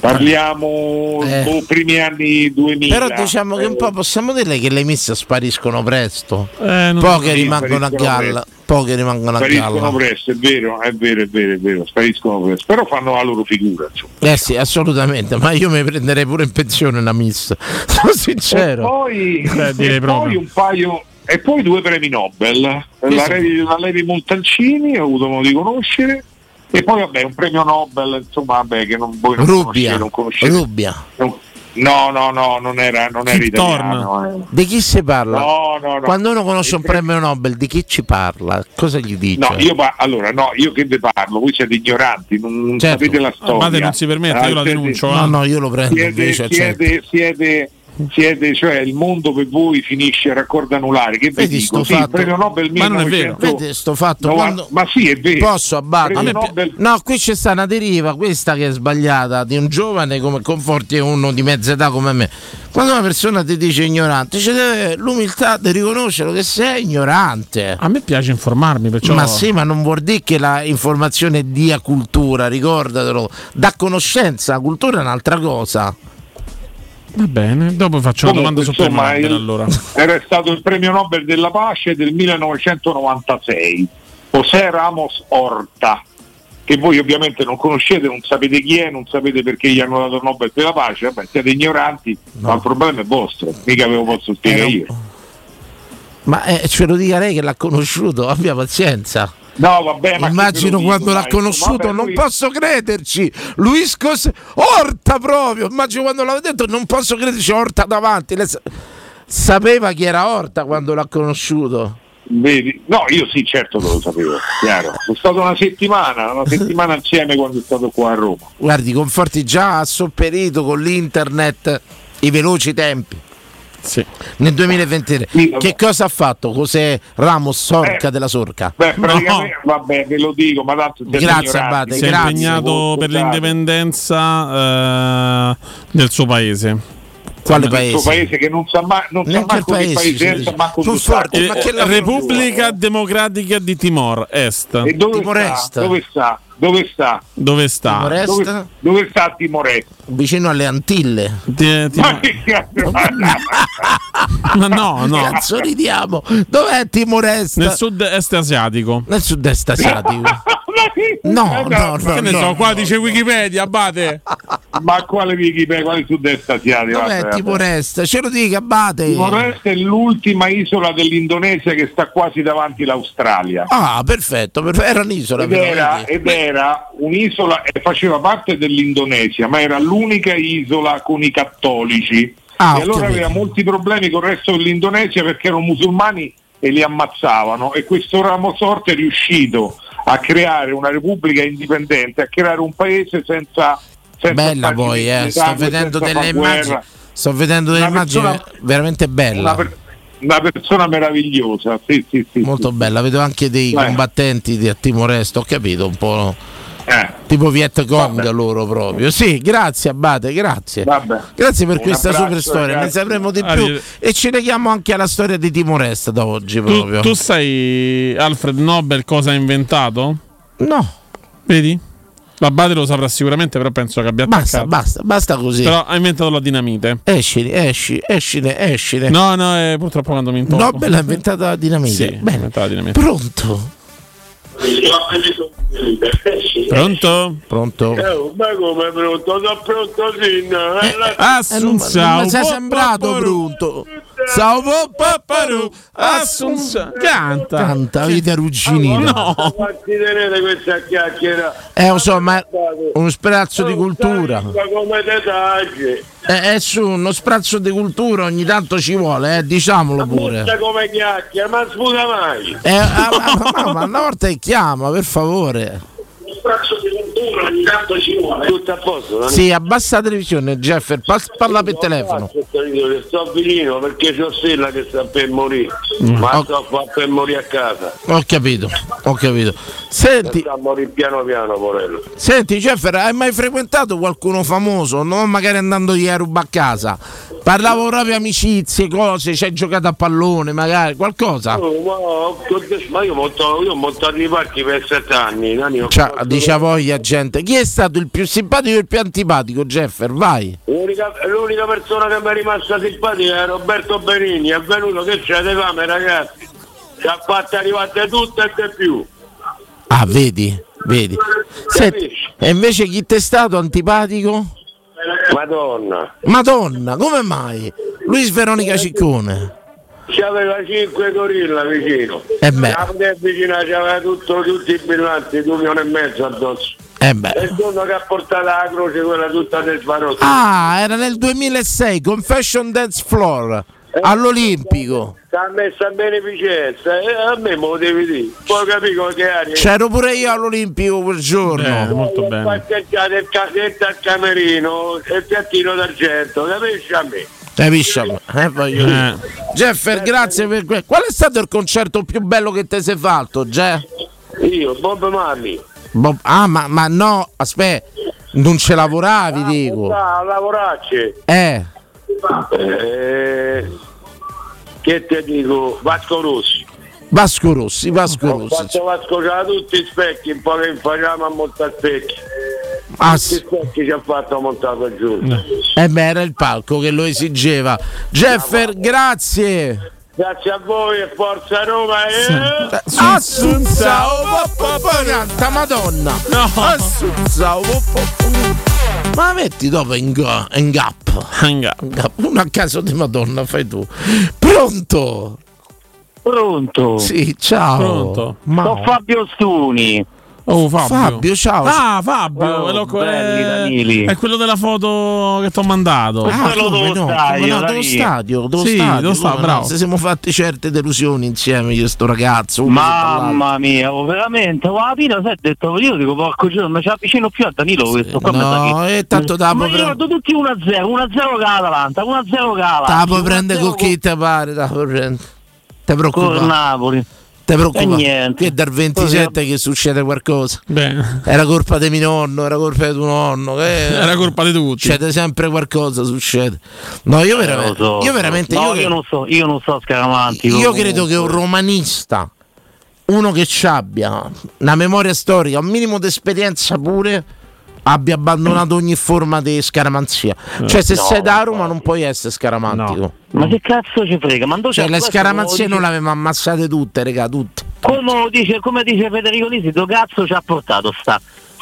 S20: Parliamo
S2: Eh.
S20: boh, primi anni 2000.
S2: però diciamo che un po' possiamo dire che le miss spariscono presto
S3: Eh,
S20: non-
S2: poche
S20: sì,
S2: rimangono a
S20: spariscono
S2: galla
S20: presto.
S2: poche rimangono a galla
S20: spariscono presto, è vero, è vero, è vero, è vero, spariscono presto, però fanno la loro figura. Insomma.
S2: eh sì assolutamente ma io mi prenderei pure in pensione una miss sono sincero
S20: E poi, e poi
S2: direi proprio.
S20: un paio, e poi due premi Nobel, la,
S2: sì.
S20: Levi, la Levi Montalcini, ho avuto modo di conoscere, e poi vabbè un premio Nobel, insomma, vabbè, che non, voi non
S2: Rubbia,
S20: conoscete, non conoscete.
S2: Rubbia.
S20: Non- no, no, no, non era, non era
S2: Chi
S20: italiano. eh.
S2: Di chi si parla?
S20: No, no, no.
S2: Quando uno conosce un premio Nobel, di chi ci parla? Cosa gli dice?
S20: No, io pa- allora no, io che vi parlo, voi siete ignoranti, non, non
S2: Certo.
S20: sapete la storia.
S3: Abate non si permette,
S20: Ah,
S3: io la
S20: siete-
S3: denuncio, eh.
S2: No, no, io lo prendo
S20: siete,
S2: invece. certo.
S20: siete, siete, siete- cioè il mondo per voi finisce a raccordo anulare. Che vi
S2: Vedi
S20: dico?
S2: sto
S20: Sì, il
S2: fatto.
S20: premio Nobel 1900
S2: Vedi sto fatto.
S20: No,
S2: quando-
S20: Ma sì, è vero.
S2: Posso abbattere?
S20: Premio Nobel-
S2: No, qui c'è sta una deriva, questa che è sbagliata, di un giovane come conforti uno di mezza età come me. Quando una persona ti dice ignorante, c'è l'umiltà di riconoscere che sei ignorante.
S3: A me piace informarmi, perciò.
S2: Ma sì, ma non vuol dire che la informazione dia cultura, ricordatelo. Da conoscenza, cultura è un'altra cosa.
S3: Va bene, dopo faccio una domanda
S20: Comunque,
S3: sul premio
S20: insomma,
S3: Nobel
S20: il-
S3: allora.
S20: Era stato il premio Nobel della pace del 1996, José Ramos Horta, che voi ovviamente non conoscete, non sapete chi è, non sapete perché gli hanno dato il Nobel della pace, vabbè, siete ignoranti, ma il problema è vostro, mica ve lo posso
S2: Eh,
S20: spiegare io.
S2: Ma eh, ce lo dica lei che l'ha conosciuto, abbia pazienza.
S20: No, vabbè, ma che ve lo
S2: Immagino
S20: dico,
S2: quando l'ha
S20: dai,
S2: conosciuto,
S20: vabbè,
S2: non
S20: poi-
S2: posso crederci. Luiscos Orta proprio. Immagino quando l'aveva detto, non posso crederci. Orta davanti. Lei sa- sapeva chi era Orta quando l'ha conosciuto.
S20: Vedi? No, io sì, certo che lo sapevo, chiaro. Sono stato una settimana, una settimana insieme quando è stato qua a Roma.
S2: Guardi, Conforti già ha sopperito con l'internet i veloci tempi. Nel 2023, che cosa ha fatto José Ramos Sorca della Sorca?
S20: Eh. Beh, praticamente, vabbè, ve lo dico, ma tanto siete
S2: Grazie,
S20: ignoranti,
S2: Abate,
S20: siete
S3: si è impegnato
S20: ignoranti,
S3: per
S20: scusate.
S3: l'indipendenza eh, del suo paese.
S2: Quale
S20: Il suo paese che non sa mai, non sa manco che paese è, sa manco Eh, dove sta.
S3: Eh, Repubblica Democratica di Timor Est.
S20: E dove sta? Dove sta? Dove sta?
S3: Dove sta?
S20: Dove, dove sta Timorese?
S2: Vicino alle Antille.
S20: Ma che cazzo?
S3: Ma no, no.
S2: Cazzo ridiamo. Dov'è Timor-Est?
S3: Nel sud-est asiatico.
S2: Nel sud-est asiatico.
S20: Esatto.
S2: no, no,
S3: Che ne
S2: no,
S3: so,
S2: no,
S3: qua dice Wikipedia, abate.
S20: Ma quale Wikipedia? Quale sud-est asiatico?
S2: Dov'è
S20: Vabbè, vabbè.
S2: Timor-Est? Eh, Ce lo dica, abate.
S20: Timor-Est è l'ultima isola dell'Indonesia che sta quasi davanti all'Australia.
S2: Ah, perfetto, perfetto. era un'isola.
S20: Ed
S2: però,
S20: era,
S2: vedi?
S20: ed era un'isola e faceva parte dell'Indonesia, ma era l'unica isola con i cattolici.
S2: Ah,
S20: e
S2: ho
S20: allora aveva
S2: capito.
S20: molti problemi con il resto dell'Indonesia perché erano musulmani e li ammazzavano. E questo ramo sorte è riuscito a creare una repubblica indipendente, a creare un paese senza. senza
S2: Bella
S20: farci
S2: poi, eh. Sto
S20: sangue,
S2: vedendo
S20: senza
S2: delle
S20: far guerra.
S2: immagini. Sto vedendo delle
S20: Una persona-
S2: immagini veramente
S20: Una,
S2: belle.
S20: per- una persona meravigliosa, sì, sì, sì.
S2: Molto
S20: sì.
S2: bella, vedo anche dei
S20: Eh.
S2: combattenti di a Timor-Est, ho capito un po'.
S20: Eh.
S2: Tipo Viet Cong loro proprio. Sì, grazie Abate, grazie.
S20: Vabbè.
S2: Grazie per
S20: Un
S2: questa
S20: abbraccio,
S2: super storia, ne
S20: ragazzi.
S2: sapremo di più.
S3: Arrivederci.
S2: E ci leghiamo anche alla storia di Timor-Est da oggi
S3: Tu,
S2: proprio.
S3: tu sai Alfred Nobel cosa ha inventato?
S2: No.
S3: Vedi? L'abate lo saprà sicuramente, però penso che abbia
S2: Basta,
S3: attaccato.
S2: basta, basta così.
S3: Però ha inventato la dinamite.
S2: Escine, esci, escine, escine.
S3: No, no, eh, purtroppo quando mi intorno.
S2: Nobel ha inventata la dinamite.
S3: Sì, ha
S2: Bene.
S3: inventato la dinamite.
S2: Pronto?
S3: Pronto?
S2: Pronto?
S21: ma Eh, come pronto? Sono pronto, sì.
S2: Eh, non mi- non mi sei
S3: buon
S2: sembrato brutto. Ciao Papparu
S3: Assunza Canta
S2: Canta Vita Rugginita
S21: No, considerate questa chiacchiera.
S2: Eh lo so ma è uno sprazzo di cultura
S21: Ma come te tagli?
S2: Eh, eh, su uno sprazzo di cultura ogni tanto ci vuole eh, Diciamolo pure
S21: Questa come chiacchiera, ma sputa mai.
S2: Eh, ah, ma, ma- ma una volta che chiama per favore
S21: Un braccio di cultura ogni tanto ci vuole. Tutto a posto, non
S2: Sì abbassa la televisione Jeffer pas- Parla per telefono
S21: Sto finito perché c'ho Stella che sta per morire,
S2: Mm.
S21: ma sto a far per morire a casa.
S2: Ho capito Ho capito Senti
S21: Sta a morire piano piano, Porello.
S2: Senti Jeffer, hai mai frequentato qualcuno famoso? Non magari andando a ruba a casa. Parlavo proprio amicizie, cose, ci hai giocato a pallone, magari qualcosa.
S21: Oh, ma, ho- ma io ho montato, io ho montato i parchi per sette anni, Nani, ho
S2: Cioè, dice a voglia gente. Chi è stato il più simpatico e il più antipatico, Jeffer? Vai.
S21: L'unica, l'unica persona che mi è rimasta simpatica è Roberto Benigni, è venuto che c'è di fame ragazzi, ci ha fatto arrivare tutto e di più.
S2: Ah, vedi, vedi. Senti, e invece chi ti è stato antipatico?
S21: Madonna,
S2: Madonna, come mai? Luis Veronica Ciccone.
S21: c'aveva cinque gorilla vicino,
S2: Eh beh.
S21: la poteva vicina c'aveva tutto, tutti i brillanti, due milioni e mezzo addosso.
S2: Eh beh.
S21: E il giorno che ha portato la croce quella tutta del sbarotto.
S2: Ah, era nel 2006, Confession Dance Floor, all'Olimpico.
S21: Sta messa a beneficenza, eh, a me me lo devi dire. Poi capico che aria.
S2: C'ero pure io all'Olimpico quel giorno.
S21: molto bene. Passeggiate il casetto al camerino e il piattino d'argento, capisci a me?
S2: Capisci? Eh, voglio dire.
S21: Eh.
S2: Jeffer, grazie per questo. Qual è stato il concerto più bello che ti sei fatto, Jeff?
S21: Io, Bob Marley.
S2: Bob- Ah, ma, ma no, aspetta, non ce lavoravi, dico.
S21: Sta a lavorarci.
S2: Oh. Eh,
S21: Eh, che te dico? Vasco Rossi.
S2: Vasco Rossi, Vasco
S21: Ho
S2: Rossi.
S21: fatto Vasco c'ha tutti i specchi, un po' che facciamo a montare specchi.
S2: Ah,
S21: tutti i specchi ci ha fatto montare giù.
S2: Eh beh, era il palco che lo esigeva. Jeffer, grazie.
S21: Grazie a voi e forza Roma eh? e...
S2: Assunza, oh, po- po- po- canta, madonna. Assunza, oh, po- po- po- Ma metti dopo in, ga- in gap.
S3: In
S2: gap. Uno a caso di madonna, fai tu. Pronto?
S22: Pronto?
S2: Sì, ciao.
S22: Pronto?
S2: Ma-
S22: Sono Fabio Stuni.
S3: Oh, Fabio.
S2: Fabio, ciao.
S3: Ah, Fabio, è lo-
S22: Oh, belli,
S3: eh,
S22: Danili.
S3: è quello della foto che ti ho mandato.
S2: Ah,
S22: quello
S2: come
S22: dello
S2: no, come
S22: stadio,
S2: no,
S22: dai.
S2: dello stadio, dello
S22: Sì,
S2: stadio,
S22: dello stadio,
S2: come
S22: bravo.
S2: no, se siamo fatti certe delusioni insieme io e sto ragazzo. uno sotto l'altro.
S22: Mamma mia, oh, veramente, ma la pira si è detto, io dico porco giorno, non ci avvicino più a Danilo questo qua. mi sa
S2: No,
S22: che-
S2: e tanto da
S22: Ma
S2: po'
S22: io
S2: pre-
S22: vado tutti 1-0, 1-0 con l'Atalanta, 1-0 con
S2: ta
S22: l'Atalanta.
S2: puoi prendere con chi te pare, ta puoi prendere. Te preoccupa.
S22: Col Napoli.
S2: Te
S22: E
S2: preoccupa.
S22: niente.
S2: Che dal 27 che succede qualcosa.
S3: Bene.
S2: Era colpa di mio nonno, era colpa di tuo nonno. che-
S3: Era colpa di tutti.
S2: Eh, Succede sempre qualcosa, succede. No, io
S22: Eh,
S2: veramente.
S22: lo so.
S2: Io veramente.
S22: No,
S2: io,
S22: io
S2: che-
S22: non so, io non so Scaramantico.
S2: Io credo che un romanista, uno che ci abbia una memoria storica, un minimo di esperienza pure, abbia abbandonato ogni forma di scaramanzia. Cioè, se
S22: No,
S2: sei da Roma non puoi essere scaramantico.
S22: Ma che cazzo ci frega? Ma dove
S2: Cioè,
S22: c'è
S2: le
S22: questo?
S2: scaramanzie
S22: Come
S2: non
S22: lo
S2: le avevamo ammassate tutte, regà, tutte.
S22: dice- Come, lo dice, come dice Federico Lisi, do cazzo ci ha portato sta,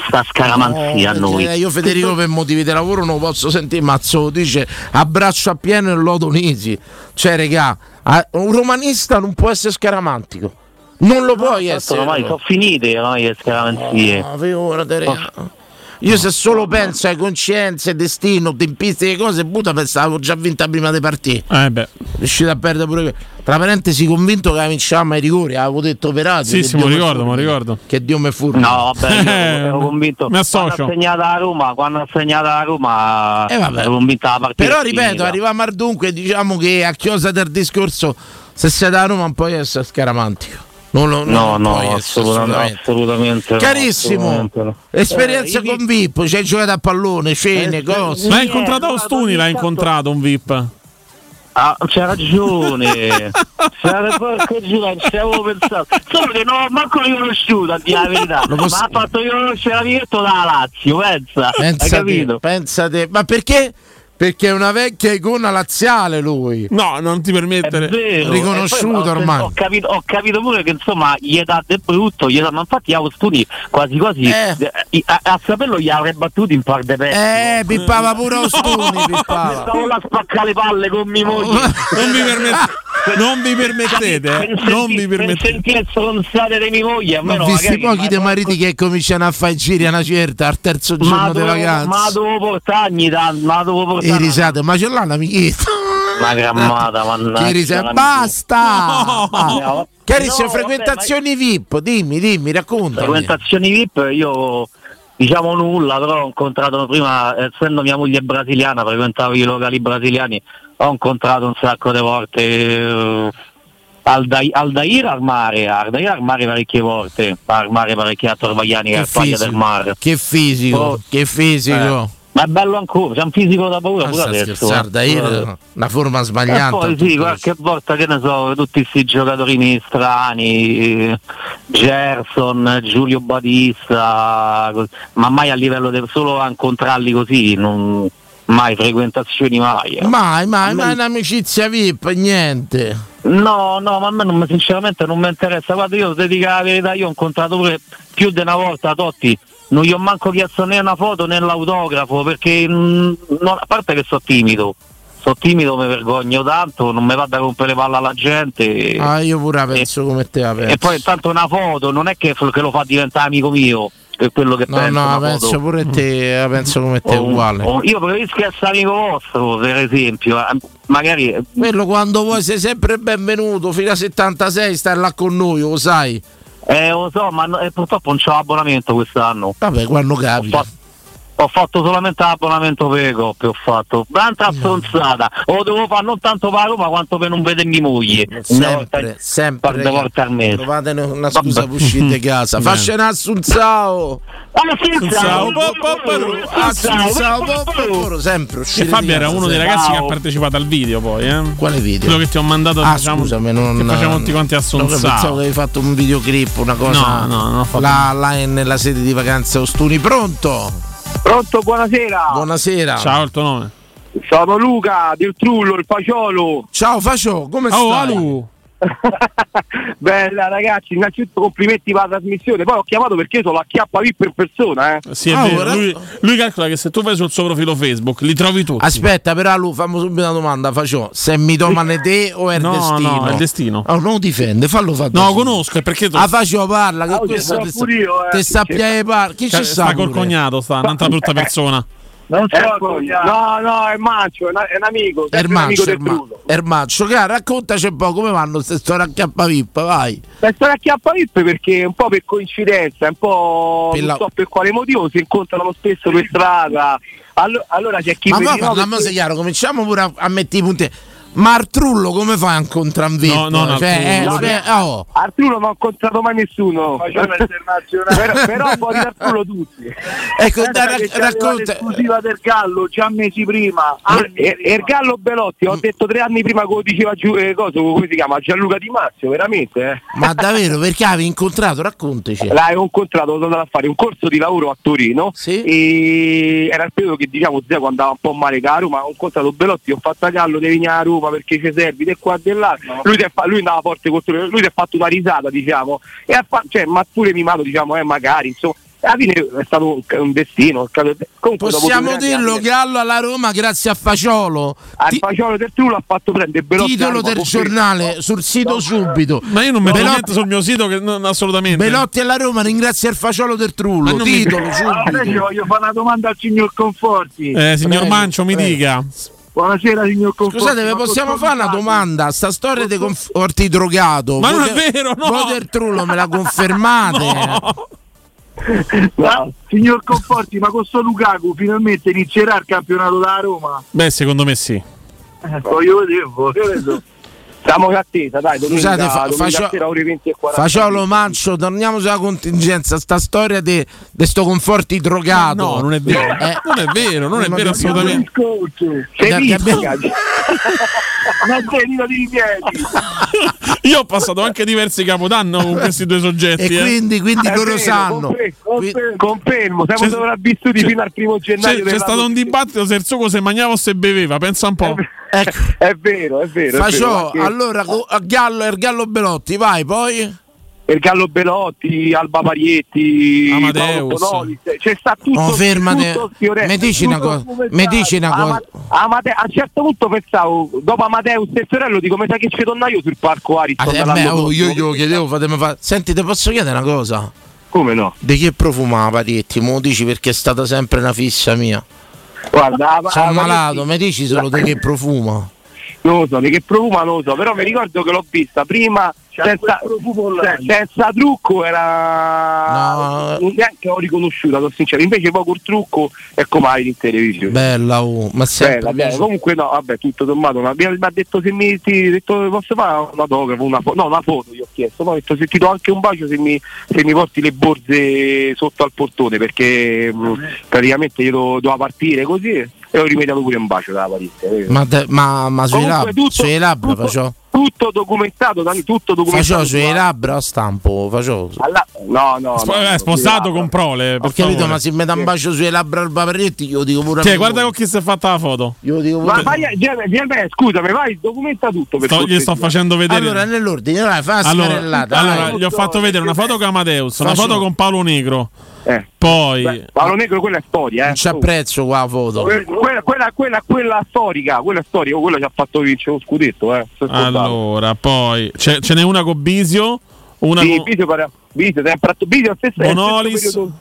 S22: sta scaramanzia a
S2: No,
S22: noi?
S2: cioè, Io Federico per motivi di lavoro non lo posso sentire, mazzo dice abbraccio appieno e lodo Nisi. Cioè, regà, a- un romanista non può essere scaramantico. Non lo puoi
S22: Tanto
S2: essere.
S22: ormai certo, sono finite eh. ormai le scaramanzie.
S2: No, figurati, raga. Io se solo penso ai coscienze, destino, tempistiche e cose, puta pensavo già vinta prima di partire.
S3: Eh beh.
S2: Riuscito a perdere pure. Tra parentesi convinto che vinciamo ai rigori, avevo detto per altri.
S3: Sì,
S2: che
S3: sì,
S2: Dio
S3: me
S2: mi
S3: lo ricordo,
S2: furbi.
S3: me lo ricordo.
S2: Che Dio mi furbi.
S22: No, vabbè, io ero convinto.
S2: mi associo.
S22: Quando ha segnato la Roma, quando ha segnato la Roma,
S2: Eh, vabbè.
S22: ero convinto la partita.
S2: Però
S22: è
S2: ripeto,
S22: finita.
S2: arriviamo al dunque, diciamo che a chiosa del discorso, se sei da Roma puoi essere scaramantico. Non lo,
S22: No,
S2: non
S22: no,
S2: puoi essere,
S22: assolutamente, assolutamente no,
S2: Carissimo,
S22: assolutamente no.
S2: esperienza
S22: Eh,
S2: con Vippo, ci hai giocato a pallone, cene, cose.
S3: L'hai incontrato a Ostuni, l'hai incontrato un VIP.
S22: Ah, c'ha ragione. C'era porco giuro, non ci avevo pensato. Solo che non l'ho manco riconosciuto, a dire la verità. Ma ha fatto riconoscere la Virtus dalla Lazio, pensa.
S2: Pensa
S22: Hai
S2: te,
S22: capito?
S2: pensa te. Ma perché? Perché è una vecchia icona laziale lui.
S3: No, non ti permettere.
S2: È vero,
S22: E
S2: riconosciuto
S22: poi, ho-
S2: ormai.
S22: Ho capito, ho capito pure che insomma gli dà del brutto, gli dà, ma infatti Austuni quasi quasi eh, i- a, a saperlo gli avrei battuti in par de pezzi.
S2: Eh, pippava pure Ostuni, pippava.
S22: Stavo là a spaccare le palle con mia moglie.
S3: non vi permettete. Non vi permettete,
S4: Cioè,
S3: eh, non vi permettete.
S22: Per sentire stronzate di mia moglie, a me
S2: Ma
S22: no,
S2: visti
S22: magari-
S2: pochi dei mariti che cominciano a fare giri a una certa al terzo giorno di
S22: dovevo- ma
S2: vacanze.
S22: dovevo portargli tanto, ma dovevo
S2: E
S22: portargli
S2: risate, ma ce l'ha l'amichetta.
S22: una grammata,
S2: Che
S22: mannaggia.
S2: risa-
S22: la miseria.
S2: Ah, Basta!
S22: No.
S2: Chiarissimo,
S22: No, vabbè,
S2: frequentazioni VIP, dimmi, dimmi, racconta.
S22: Frequentazioni VIP io diciamo nulla, però ho incontrato prima, eh, essendo mia moglie brasiliana, frequentavo i locali brasiliani, ho incontrato un sacco di volte eh, Aldai- Aldair al mare, Aldair al mare parecchie volte, al mare parecchie a Torvagliani,
S2: Che
S22: a Paglia
S2: fisico.
S22: del mare.
S2: Che fisico,
S22: Oh.
S2: che fisico.
S22: Eh, Ma è bello ancora, c'è un fisico da paura,
S2: Non sta
S22: pure adesso. eh.
S2: scherzando, Dair, una forma
S22: E
S2: sbagliata.
S22: poi sì, qualche volta che ne so, tutti questi giocatori strani, eh, Gerson, Giulio Batista, co- ma mai a livello del solo a incontrarli così, non, mai frequentazioni mai. eh.
S2: Mai, mai, mai
S22: Non-
S2: un'amicizia VIP, niente.
S22: No, no, ma a me non, mi- sinceramente non mi interessa. Guarda, io se dico la verità, io ho incontrato pure più di una volta Totti. Non gli ho manco chiesto né una foto né l'autografo perché mm, non- a parte che sono timido, sono timido, mi vergogno tanto, non mi vado a rompere le palle alla gente.
S2: Ah, io pure la penso come te la penso.
S22: E poi intanto una foto non è che, f- che lo fa diventare amico mio, che è quello che
S2: No,
S22: penso.
S2: no,
S22: una
S2: la penso
S22: foto.
S2: pure te, la penso come te,
S22: O un-
S2: uguale.
S22: o- io preferisco essere amico vostro, per esempio, eh, magari eh,
S2: Quello quando vuoi sei sempre benvenuto, fino a 76 stai là con noi, lo sai.
S22: Eh, lo so, ma no- eh, purtroppo non c'ho l'abbonamento quest'anno.
S2: Vabbè, quando capita.
S22: Ho fa- ho fatto solamente l'abbonamento per le coppie, ho fatto.
S2: Eh.
S22: Tanta stronzata. O lo devo fare non tanto per la Roma quanto per non vedermi moglie. Una volta,
S2: Sempre, sempre.
S22: una volta al mese. Mm.
S2: Trovate una scusa per uscire di casa. Faccia un assunzao.
S22: Assunzao,
S2: po- po- po- assunzao, po- po- po- sempre
S3: E
S2: uscire
S3: Fabio
S2: di
S3: era
S2: casa,
S3: uno dei
S2: sempre.
S3: ragazzi che ha partecipato al video poi, eh?
S2: Quale video?
S3: Quello che ti ho mandato
S2: Ah,
S3: diciamo,
S2: scusami, non.
S3: che facciamo tutti quanti a
S2: no, Pensavo che
S3: Sonsao.
S2: avevi fatto un videoclip, una cosa.
S3: No, no, non ho fatto
S2: Là, là è nella sede di vacanze Ostuni. Pronto?
S4: Pronto, buonasera.
S2: Buonasera.
S3: Ciao, il tuo nome.
S4: Sono Luca, del Trullo, il Faciolo.
S2: Ciao Facio, come
S4: stai?
S3: Alu.
S4: Bella ragazzi, innanzitutto complimenti per la trasmissione, poi ho chiamato perché io sono la chiappa VIP per persona, eh.
S3: Sì, è
S2: Ah,
S3: vero. Lui, lui calcola che se tu vai sul suo profilo Facebook li trovi tutti.
S2: Aspetta, però Lu, fammi subito una domanda, faccio. Se mi domane te o è il
S3: No,
S2: destino?
S3: no, è il destino.
S2: Oh, non lo difende, fallo fare.
S3: No, conosco, è perché tu-
S2: Ah, faccio parla, che
S4: Ah,
S2: questo
S4: ci
S2: te
S4: sto pure io, eh.
S2: te sta a piare parla. Chi
S3: Sta
S2: ci sta?
S3: col
S2: pure?
S3: cognato, sta, un'altra brutta persona.
S4: Non
S2: so,
S4: no, no, è Mancio, è, una- è un amico, sempre un amico
S2: Ermaccio,
S4: del
S2: Erma-
S4: Trullo.
S2: Ermaccio, cara, raccontaci un po' come vanno queste storie a KVIP, vai.
S4: Beh, stare a chiappa VIP perché un po' per coincidenza, un po'
S2: Per la-
S4: non so per quale motivo si incontrano spesso per strada. Allo- allora c'è chi
S2: Ma
S4: mi
S2: poi
S4: dice, no,
S2: parliamo se chiaro, cominciamo pure a, a mettere i punti. Ma Artrullo come fai a incontrare un VIP?
S4: No, no, no,
S2: cioè, eh,
S4: Artrullo.
S2: spe-
S4: No,
S2: oh.
S4: Arturo non ho incontrato mai nessuno.
S2: Facciamo
S4: però, però fuori da Arturo tutti.
S2: Ecco,
S4: Pensa
S2: dai,
S4: che
S2: rac-
S4: c'aveva
S2: racconta- Eh,
S4: l'esclusiva del Gallo già mesi prima. E il Gallo Belotti, ho detto tre anni prima che lo diceva giù, eh, cosa, come si chiama? Gianluca Di Marzio, veramente. Eh.
S2: Ma davvero, perché avevi incontrato? Raccontaci.
S4: L'hai incontrato, sono andato a fare un corso di lavoro a Torino e era il periodo che diciamo Zego andava un po' male caro, ma ho incontrato Belotti, ho fatto a Gallo, devi venire a Roma perché ci servi, te qua e là. Lui, ti ha fa- lui andava forte con Torino, lui ti ha fatto una risata, diciamo, e ha fa- cioè, ma pure mimato, diciamo, eh, magari, insomma. Alla fine è stato un, un destino. Comunque, dopo due
S2: Possiamo
S4: grandi
S2: dirlo,
S4: anni-
S2: Gallo alla Roma grazie a Faciolo.
S4: al Fagiolo Ah, del Trullo ha fatto prendere Belotti.
S2: Titolo
S4: alla Roma,
S2: del
S4: confermo.
S2: giornale sul sito subito.
S3: Ma io non metto
S2: Belotti-
S3: niente sul mio sito che non- assolutamente.
S2: Belotti alla Roma ringrazia il Faciolo del
S3: Ma
S2: Trullo.
S3: non mi-
S2: Titolo
S4: Adesso
S2: subito.
S4: voglio fare una domanda al signor Conforti.
S3: Eh, signor Mancio, mi dica.
S4: Buonasera signor Conforti.
S2: Scusate, vi
S4: ma
S2: possiamo
S4: Conforti-
S2: fare una domanda? Sta storia dei conforti drogato.
S4: Ma non è
S2: Vote-
S4: vero, no!
S2: Vote del Trullo me la confermate?
S4: No. Signor Conforti, ma con sto Lukaku finalmente inizierà il campionato da Roma?
S3: Beh, secondo me sì.
S4: Voglio vedere, voglio vedere. Eh, Siamo in attesa, dai, domenica,
S2: Scusate, fa-
S4: domenica
S2: facio-
S4: sera ore 20 e 40.
S2: Fagiolo Mancio, torniamo sulla contingenza, sta storia di sto conforti drogato. Eh,
S3: No, non è vero. Non è vero, non è
S2: Ma
S3: vero
S2: che-
S3: assolutamente.
S2: Che- che abbiamo-
S4: Non venita di piedi.
S3: Io ho passato anche diversi capodanno con questi due soggetti.
S2: E
S3: eh.
S2: quindi- quindi È loro vero, sanno.
S4: Ah, Eh, Confermo, siamo
S3: C'è-
S4: sopravvissuti
S3: c'è-
S4: fino al primo gennaio.
S3: C'è, c'è
S4: dell'anno
S3: stato un dibattito se il sugo se mangiava o se beveva, pensa un po'.
S4: È vero, è vero. è vero,
S2: Fagiò,
S4: anche-
S2: allora co- a Gallo, il Gallo Belotti, vai poi.
S4: il Gallo Belotti, Alba Parietti,
S2: Amadeus.
S4: Paolo Bonolis, c'è sta tutto.
S2: Oh, fermate.
S4: tutto sfiore-
S2: Mi dici una
S4: tutto
S2: cosa,
S4: sfumettato.
S2: mi dici una cosa.
S4: Ama- Amade- a un certo punto pensavo, dopo Amadeus e Fiorello, dico, mi sa che c'è Donnaio sul parco Ariston.
S2: Eh,
S4: dall'anno
S2: beh, oh, io
S4: prossimo.
S2: glielo chiedevo, fatemi fare. Senti, ti posso chiedere una cosa?
S4: Come no?
S2: Di chi profumava Parietti? Me lo dici perché è stata sempre una fissa mia.
S4: Guarda, Ama-
S2: Sono
S4: Amadeus-
S2: malato, mi dici solo di che profuma?
S4: Non lo so, di che profuma non lo so, però mi ricordo che l'ho vista prima senza, se- senza trucco era neanche ho riconosciuta, sono sincero. Invece poi col trucco è come Airi in televisione.
S2: Bella, oh, ma sempre
S4: Bella, bella.
S2: invece-
S4: Eh, Comunque no, vabbè, tutto sommato, ma mi mi ha detto se mi ti, ho detto, posso fare un autografo, una foto, no, una foto gli ho chiesto, poi ho detto se ti do anche un bacio se mi, se mi porti le borse sotto al portone, perché
S3: Ah,
S4: mh,
S3: eh.
S4: praticamente glielo doveva partire così e ho rimediato pure un bacio dalla partita.
S2: Ma, de- ma, ma sui
S4: Comunque
S2: labbra,
S4: tutto-
S2: sui labbra faccio,
S4: tutto documentato, Dani, tutto documentato.
S2: faccio sui labbra a stampo, faccio.
S4: Alla- No, no,
S3: Sp-
S4: no,
S3: eh, sposato con prole.
S2: Ho
S3: per
S2: capito,
S3: favore.
S2: ma se mi dà un bacio sui labbra al paparetti, io dico pure a
S3: Tiè,
S2: mio
S3: guarda con chi si è fatta la foto.
S2: Io dico
S4: Ma Maria, Gem- Gem- scusami, vai, documenta tutto per
S3: Sto- gli sto
S4: cortesia.
S3: facendo vedere.
S2: Allora, nell'ordine, vai, Eh, fa la
S3: Allora,
S2: scarellata.
S3: allora,
S2: vai.
S3: gli ho fatto vedere una foto con Amadeus, una
S2: Faccio-
S3: foto con Paolo Negro. Poi
S4: Paolo Negro, quella è storia, eh.
S2: Non c'è prezzo qua la foto.
S4: Que- Quella, quella, quella, quella storica, quella storica, quella ci ha fatto vincere lo scudetto, eh. Sto ascoltando.
S3: Allora, poi c'è- ce n'è una con Bisio, una
S2: Ah,
S4: Sì,
S3: con
S4: Bisio pare- Bisio, sempre a- Bisio è stesso- è stesso
S3: Bonolis. Eh,
S4: periodo-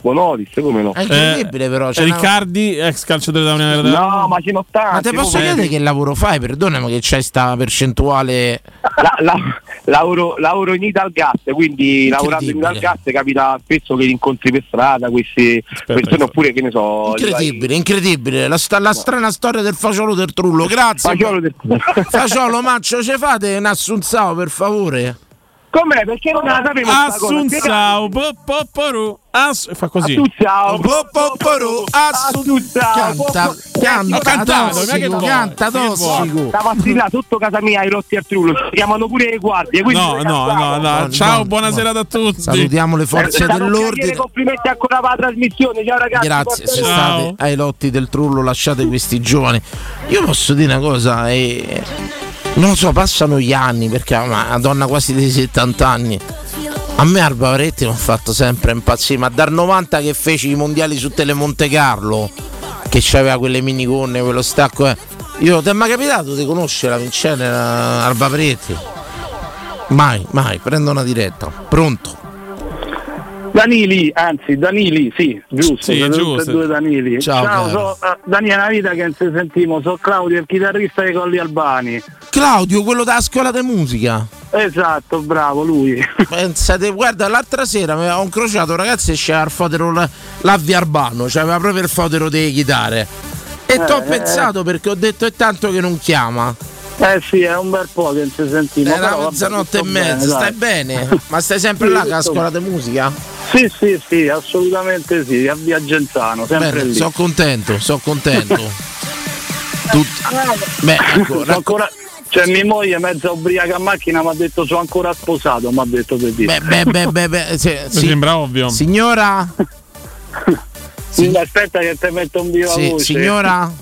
S4: Bonolis, come no?
S2: È incredibile, però. c'è una-
S3: Riccardi, ex calciatore della Unione
S4: No, ma ce n'ho tanti.
S2: Ma te posso
S4: come-
S2: chiedere che lavoro fai? Perdonami che c'è sta percentuale.
S4: La- la- lavoro, lavoro in Italgas, quindi lavorando in
S2: Incredibile.
S4: Italgas capita spesso che li incontri per strada queste persone oppure che ne so.
S2: Incredibile, incredibile. La, sta- la strana storia del fagiolo del trullo. Grazie.
S4: Fagiolo del trullo.
S2: fagiolo, maccio, ce fate un assunzao, per favore?
S4: Com'è? Perché non la sapevo sta cosa?
S3: Assunzao, po- po- poru, ass- fa così.
S4: Assunzao,
S2: po- po- poru,
S4: Assunzao,
S2: Canta,
S3: Ho
S2: canta,
S3: cantato, ma che
S2: tossico,
S3: vuoi?
S2: canta
S3: Che vuoi?
S2: tossico.
S4: Stamattina sotto casa mia i rotti al trullo, ci chiamano pure le guardie. quindi-
S3: No, no, no, no.
S2: No,
S3: Ciao,
S2: no,
S3: buonasera a tutti.
S2: Salutiamo le forze
S4: Stanno
S2: dell'ordine.
S4: chiedere Complimenti ancora per la trasmissione, ciao ragazzi.
S2: Grazie, se
S4: portate-
S2: state ai lotti del trullo lasciate questi giovani. Io posso dire una cosa, eh, non lo so, passano gli anni perché è una donna quasi dei 70 anni. A me Alba Varetti mi ha fatto sempre impazzire, ma dal 90 che feci i mondiali su Telemonte Carlo, che c'aveva quelle minigonne, quello stacco. eh, Io ti è mai capitato di conoscere la Vincente la- Alba Varetti? Mai, mai, prendo una diretta. Pronto?
S13: Danili, anzi Danili, sì, giusto,
S2: Sì,
S13: siete tutti
S2: giusto.
S13: e due Danili.
S2: Ciao, caro.
S13: sono eh, Dani è una vita che non ci sentimo, sono Claudio, il chitarrista dei Colli Albani.
S2: Claudio, quello della scuola di musica.
S13: Esatto, bravo lui.
S2: Pensate, guarda, l'altra sera mi ho incrociato un ragazzo e c'era il fotero la- l'Avvi Arbano, cioè aveva proprio il fotero delle chitarre. E
S13: Eh,
S2: t'ho
S13: eh.
S2: pensato perché ho detto è tanto che non chiama.
S13: Eh sì, è un bel po' che non ci sentimo.
S2: Era
S13: però vabbè,
S2: mezzanotte e
S13: tutto
S2: mezza,
S13: dai.
S2: stai bene? Ma stai sempre
S13: Sì,
S2: là con la
S13: tutto
S2: scuola
S13: bene.
S2: di musica?
S13: Sì, sì, sì, assolutamente sì, a Via Genzano, sempre
S2: Bene,
S13: lì.
S2: sono contento, sono contento. Tut- Beh, ecco,
S13: Sono ancora- Cioè, mia moglie mezza ubriaca a macchina mi ha detto sono ancora sposato, mi ha detto per dire.
S2: beh, beh, beh, beh, se-
S13: Mi sembra
S3: ovvio.
S2: Signora?
S13: Sì, Aspetta che te metto un viva
S2: Sì,
S13: voce.
S2: signora?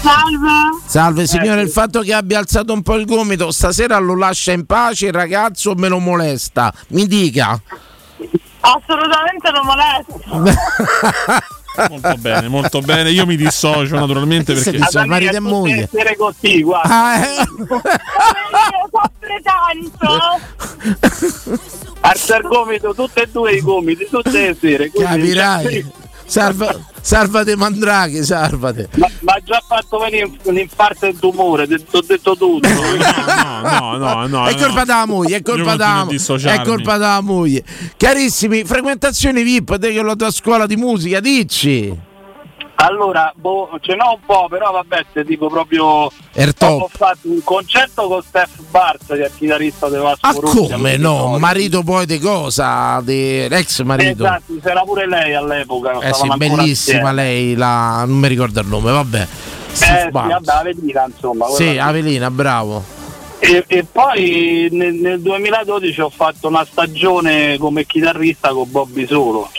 S23: Salve.
S3: Eh,
S2: Salve signore, il fatto che abbia alzato un po' il gomito, stasera lo lascia in pace il ragazzo o me lo molesta? Mi dica.
S23: Assolutamente non molesto.
S3: Molto bene, molto bene. Io mi dissocio naturalmente
S2: Chi si
S3: perché
S2: dissocia? Marito e moglie.
S13: Essere così, guarda.
S2: Ah, eh.
S23: Sempre tanto.
S13: Alza il gomito, tutte e due i gomiti, tutte le sere. quindi-
S2: Capirai. Salva, salvate Mandraghi, salvate.
S13: Ma, ma ha già fatto venire un- un infarto del tumore, ti ho detto tutto.
S3: No, no, no.
S2: è colpa della moglie, è
S3: Io
S2: colpa
S3: continuo
S2: della
S3: a dissociarmi.
S2: è colpa della moglie. Carissimi, frequentazioni VIP, te che la tua scuola di musica, dici.
S13: Allora, boh, ce n'ho un po', però vabbè, se dico proprio...
S2: Ertò.
S13: Ho fatto un concerto con Steph Barz, che è il chitarrista di Vasco
S2: Ah,
S13: Rossi,
S2: come no? Marito poi di cosa? Di ex marito.
S13: Esatto, c'era pure lei all'epoca.
S2: Eh sì,
S13: stavano ancora
S2: bellissima
S13: insieme.
S2: lei, la... non mi ricordo il nome, vabbè.
S13: Eh, sì,
S2: Barnes.
S13: vabbè, la vedina, insomma.
S2: Sì,
S13: quella-
S2: Avelina, bravo.
S13: E, e poi nel, nel 2012 ho fatto una stagione come chitarrista con Bobby Solo.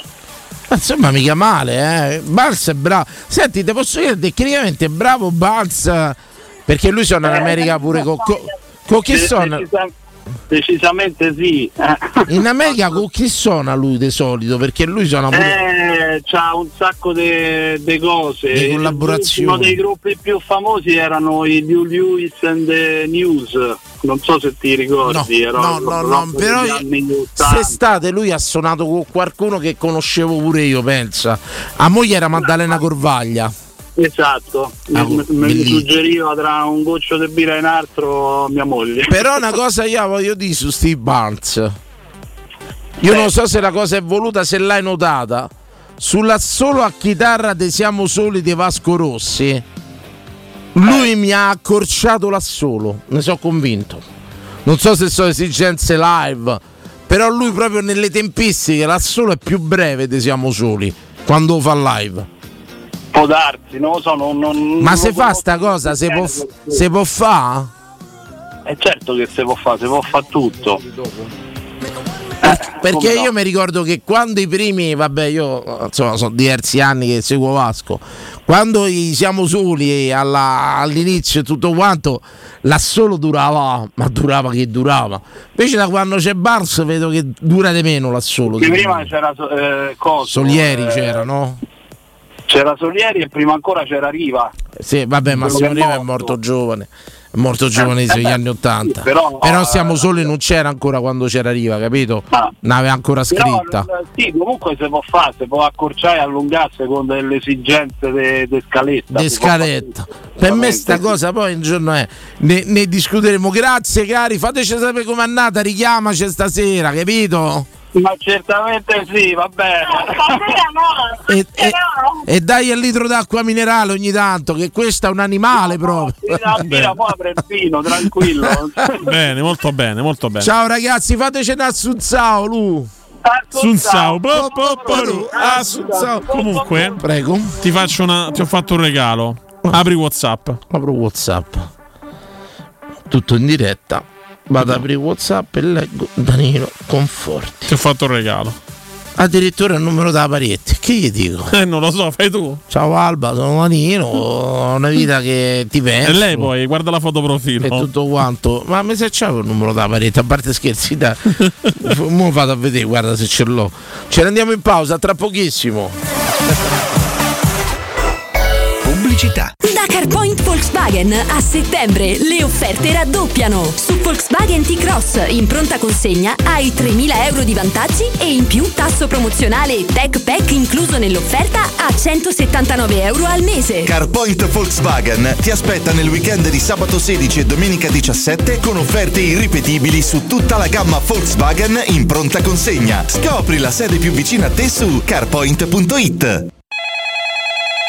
S2: Ma Insomma, mica male, eh. Bals è bravo. Senti, te posso dire tecnicamente è bravo Bals perché lui suona in America pure con co- con chi
S13: De-
S2: suona?
S13: decisa- decisamente sì.
S2: In America con chi suona lui di solito? Perché lui suona pure
S13: Eh, c'ha un sacco di cose.
S2: Di collaborazioni.
S13: Uno dei gruppi più famosi erano i New Lewis and the News. Non so se ti ricordi. era
S2: no,
S13: un
S2: no,
S13: rock
S2: no,
S13: degli
S2: però
S13: anni 80.
S2: quest'estate lui ha suonato con qualcuno che conoscevo pure io, pensa. A moglie era Maddalena Corvaglia.
S13: Esatto,
S2: Ah,
S13: mi, mi
S2: bellissimo.
S13: suggeriva tra un goccio di birra e un altro mia moglie.
S2: Però una cosa io voglio dire su Steve Barnes. Io non so se la cosa è voluta, se l'hai notata. Sulla solo a chitarra de Siamo Soli di Vasco Rossi, lui mi ha accorciato l'assolo, ne sono convinto. Non so se sono esigenze live, però lui proprio nelle tempistiche l'assolo è più breve di Siamo Soli quando fa live.
S13: Può darsi, non lo so, non, non-
S2: Ma
S13: non
S2: se
S13: lo
S2: fa
S13: conosco
S2: sta cosa, se
S13: bene
S2: può,
S13: questo.
S2: se può fa?
S13: Eh, certo che si può fare, si può fare tutto.
S2: Perché io mi ricordo che quando i primi, vabbè, io insomma, sono diversi anni che seguo Vasco, quando i siamo soli e alla- all'inizio e tutto quanto, la solo durava, ma durava che durava. Invece da quando c'è Bars vedo che dura di meno la solo.
S13: Perché prima c'era so- eh, Coso,
S2: Solieri
S13: eh,
S2: c'era, no?
S13: C'era Solieri e prima ancora c'era Riva.
S2: Sì, vabbè, ma
S13: quello che è Eh,
S2: Riva è morto giovane, è morto giovanissimo negli anni Ottanta.
S13: però- eh,
S2: Però, siamo soli non c'era ancora quando c'era Riva, capito? Non aveva ancora
S13: Ah. Però,
S2: scritta.
S13: eh, sì, comunque si può fare, si può accorciare e allungare secondo le esigenze de, de scaletta.
S2: De
S13: si può fare
S2: scaletta. Per me sta cosa poi un giorno è. Ne, ne discuteremo. Grazie cari, fateci sapere com'è andata, richiamaci stasera, capito?
S13: Ma certo. certamente sì, va bene.
S2: E, e, e dai il litro d'acqua minerale ogni tanto, che questo è un animale proprio.
S13: Eh, La birra poi apre il vino, tranquillo.
S3: Bene, molto bene, molto bene.
S2: Ciao ragazzi, fateci un assunzao, Lu.
S3: Assunzao, po, po, po, Lu.
S2: Assunzao.
S3: Comunque,
S2: prego.
S3: Ti faccio una ti ho fatto un regalo. Apri WhatsApp.
S2: Apro WhatsApp. Tutto in diretta. Vado ad aprire WhatsApp e leggo Danilo Conforti.
S3: Ti ho fatto un regalo.
S2: Addirittura il numero della parete. Che gli dico?
S3: Eh, non lo so, fai tu.
S2: Ciao Alba, sono Danilo, ho Oh, una vita che ti penso.
S3: E lei poi, guarda la foto profilo.
S2: E tutto quanto. Ma mi sa c'è il numero della parete, a parte scherzi, dai. Mo vado a vedere, guarda se ce l'ho. Ce ne andiamo in pausa, tra pochissimo.
S17: Pubblicità. Da CarPoint Volkswagen a settembre le offerte raddoppiano. Su Volkswagen T-Cross in pronta consegna hai 3.000 euro di vantaggi e in più tasso promozionale Tech Pack incluso nell'offerta a 179 euro al mese.
S7: CarPoint Volkswagen ti aspetta nel weekend di sabato 16 e domenica 17 con offerte irripetibili su tutta la gamma Volkswagen in pronta consegna. Scopri la sede più vicina a te su carpoint.it.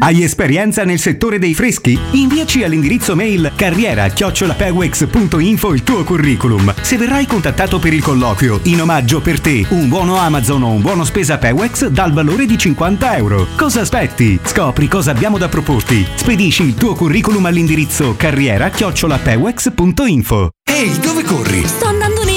S24: Hai esperienza nel settore dei freschi? Inviaci all'indirizzo mail carriera chiocciola.pewex.info il tuo curriculum. Se verrai contattato per il colloquio, in omaggio per te un buono Amazon o un buono spesa Pewex dal valore di 50 euro. Cosa aspetti? Scopri cosa abbiamo da proporti. Spedisci il tuo curriculum all'indirizzo carriera chiocciola.pewex.info.
S7: Ehi, dove corri?
S8: Sto andando nei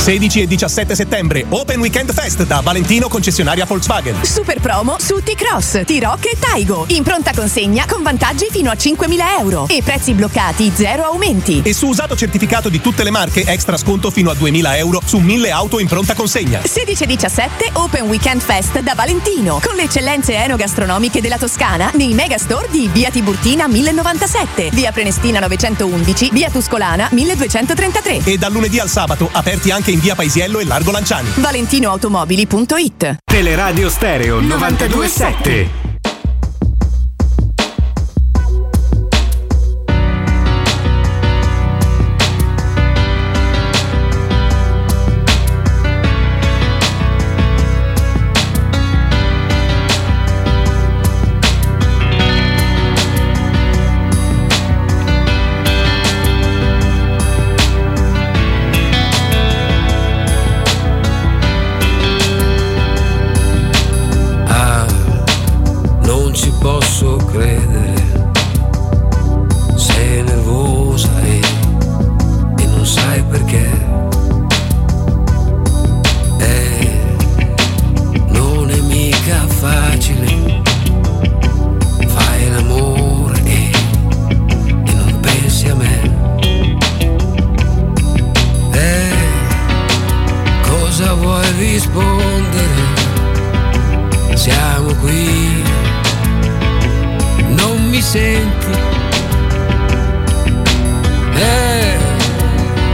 S25: 16 e 17 settembre, Open Weekend Fest da Valentino concessionaria Volkswagen.
S12: Super promo su T-Cross, T-Rock e Taigo. In pronta consegna con vantaggi fino a 5.000 euro e prezzi bloccati, zero aumenti.
S25: E su usato certificato di tutte le marche, extra sconto fino a 2.000 euro su 1.000 auto in pronta consegna.
S12: 16 e 17 Open Weekend Fest da Valentino con le eccellenze enogastronomiche della Toscana nei megastore di Via Tiburtina 1097, Via Prenestina 911, Via Tuscolana 1233.
S25: E dal lunedì al sabato, aperti anche in via Paisiello e Largo Lanciani.
S12: ValentinoAutomobili.it
S10: Teleradio Stereo 927.
S26: Ah, non ci posso credere. Sei nervosa e, e non sai perché. Eh, non è mica facile. Fai l'amore e, e non pensi a me. Eh, cosa vuoi rispondere? siamo qui. Non mi senti? Eh,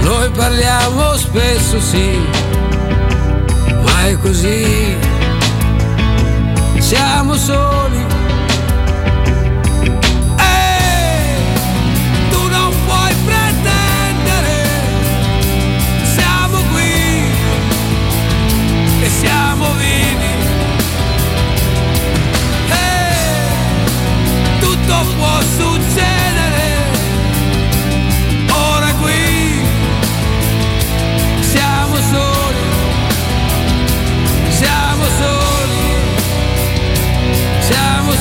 S26: noi parliamo spesso sì, ma è così. Siamo soli. Eh, tu non puoi pretendere. Siamo qui e siamo vivi. Eh, tutto può succedere. Ora qui siamo soli, siamo soli, siamo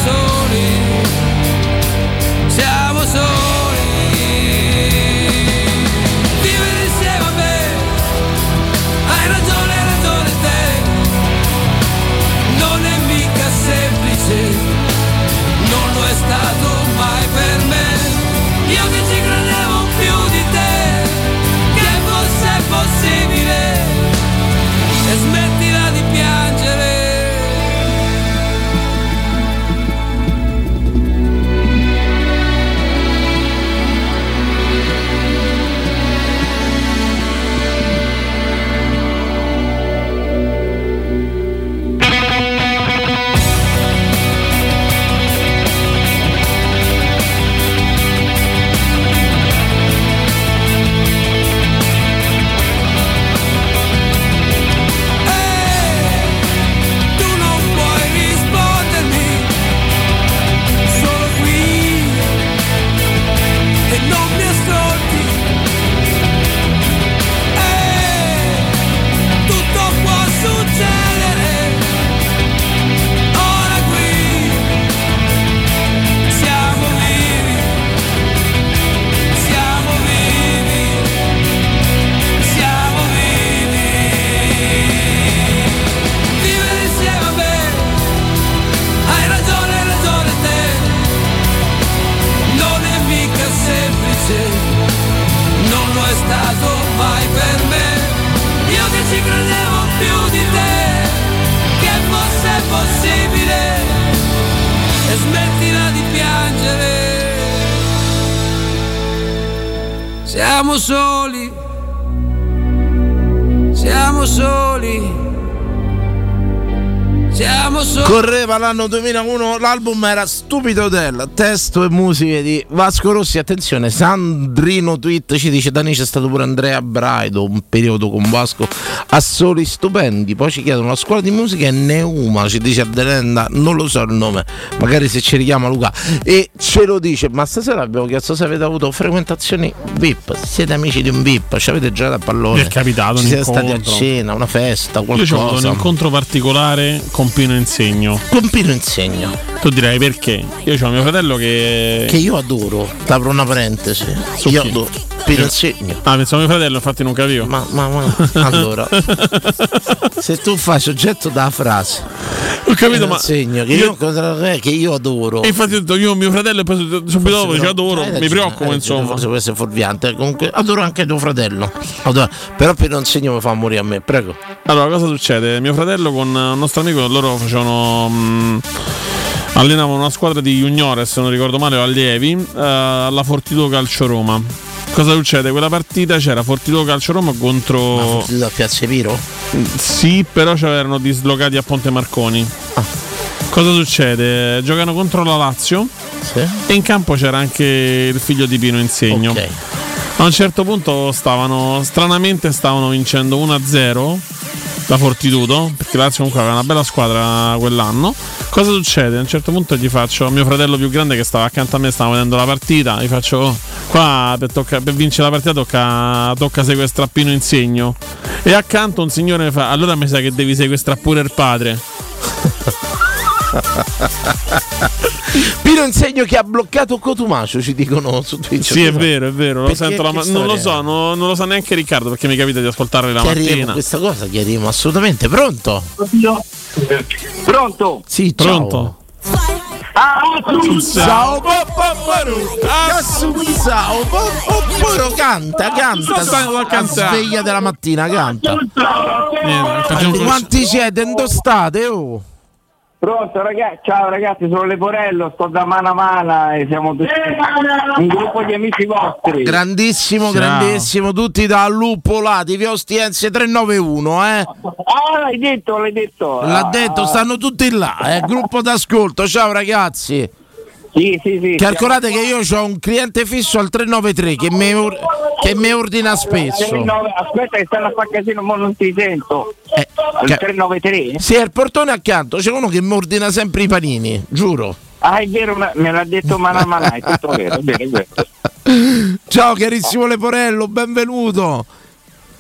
S26: Eh,
S14: Siamo soli, siamo soli, siamo soli.
S2: Correva l'anno 2001, l'album era Stupido Hotel, testo e musiche di Vasco Rossi. Attenzione, Sandrino Tweet ci dice: Da lì c'è stato pure Andrea Braido, un periodo con Vasco a soli stupendi. Poi ci chiedono la scuola di musica è Neuma, ci dice Adelenda, non lo so il nome, magari se ci richiama Luca. E ce lo dice: Ma stasera abbiamo chiesto se avete avuto frequentazioni VIP. Siete amici di un VIP, ci avete giocato a pallone.
S3: Mi è capitato
S2: Ci
S3: un
S2: siete stati a
S3: incontro.
S2: cena, una festa,
S3: Io ho avuto un
S2: qualcosa.
S3: incontro particolare con Pino Insegno.
S2: Con Pino Insegno?
S3: Tu direi perché? Io ho mio fratello che.
S2: Che io adoro. T'apro una parentesi.
S3: Su
S2: io
S3: chi?
S2: adoro Pino Insegno.
S3: Ah, pensavo mio fratello, infatti non capivo.
S2: Ma, ma, ma. Allora, se tu fai soggetto da frase, eh,
S3: ho capito, ma.
S2: Insegno, che
S3: io-
S2: io, incontro re, che io adoro.
S3: E infatti ho detto io, mio fratello, e poi subito
S2: Forse
S3: dopo
S2: no.
S3: ci adoro,
S2: Hai
S3: mi
S2: ragione,
S3: preoccupo,
S2: hai ragione,
S3: insomma.
S2: Forse questo è fuorviante. Comunque, adoro anche tuo fratello. Adoro. Però Pino Insegno mi fa morire a me, prego.
S3: Allora, cosa succede? Mio fratello con eh, un nostro amico, loro facevano. mh, allenavano una squadra di juniores, se non ricordo male, o allievi, eh, alla Fortitudo Calcio Roma. Cosa succede? Quella partita c'era Fortitudo Calcio Roma contro. Mm,
S2: Fortitudo a Piazza Piro?
S3: Sì, però c'erano dislocati a Ponte Marconi.
S2: Ah.
S3: Cosa succede? Giocano contro la Lazio e in campo c'era anche il figlio di Pino Insegno. A un certo punto stavano, stranamente stavano vincendo 1-0 la Fortitudo, perché Lazio comunque aveva una bella squadra quell'anno. Cosa succede? A un certo punto gli faccio, mio fratello più grande che stava accanto a me, stava vedendo la partita, gli faccio, "Oh, qua per, tocca- per vincere la partita tocca, tocca sequestrare Pino Insegno. E accanto un signore mi fa, allora mi sa che devi sequestrare pure il padre.
S2: Pino Insegno che ha bloccato Cotumacio, ci dicono su Twitch.
S3: Sì, è vero, è vero, lo
S2: Perché-
S3: sento la ma-
S2: che
S3: Cioè, non lo
S2: storia
S3: so, non, non lo sa neanche Riccardo perché mi capita di ascoltarlo la
S2: Chiariremo
S3: mattina.
S2: questa cosa, chiariremo assolutamente. Pronto?
S4: Pronto?
S2: Sì,
S3: Pronto?
S2: Ciao Papparu Assunzao Papparu Canta, canta
S3: Stanno a
S2: La
S3: cantare.
S2: sveglia della mattina, canta
S3: Niente, facciamo
S2: Quanti
S3: così.
S2: quanti siete? Dove state? Oh?
S27: Pronto ragazzi, ciao ragazzi, sono Leporello, sto da mano a mano e siamo tutti
S2: Eh,
S27: un gruppo di amici vostri.
S2: Grandissimo, grandissimo Tutti da Luppolati Via Ostiense 391 eh?
S27: Ah, l'hai detto, l'hai detto.
S2: L'ha
S27: Ah,
S2: detto,
S27: ah.
S2: stanno tutti là eh? Gruppo d'ascolto, ciao ragazzi
S27: Sì, sì, sì.
S2: Calcolate che io ho un cliente fisso al 393 che mi, or- che mi ordina spesso.
S27: 39 Aspetta che stanno a fare casino, ma non ti sento.
S2: che-
S27: Il 393?
S2: Eh, Sì, al portone accanto c'è uno che mi ordina sempre i panini, giuro.
S27: Ah, è vero, me me l'ha detto Manamana, è tutto vero, è vero, è vero.
S2: Ciao carissimo Leporello, benvenuto.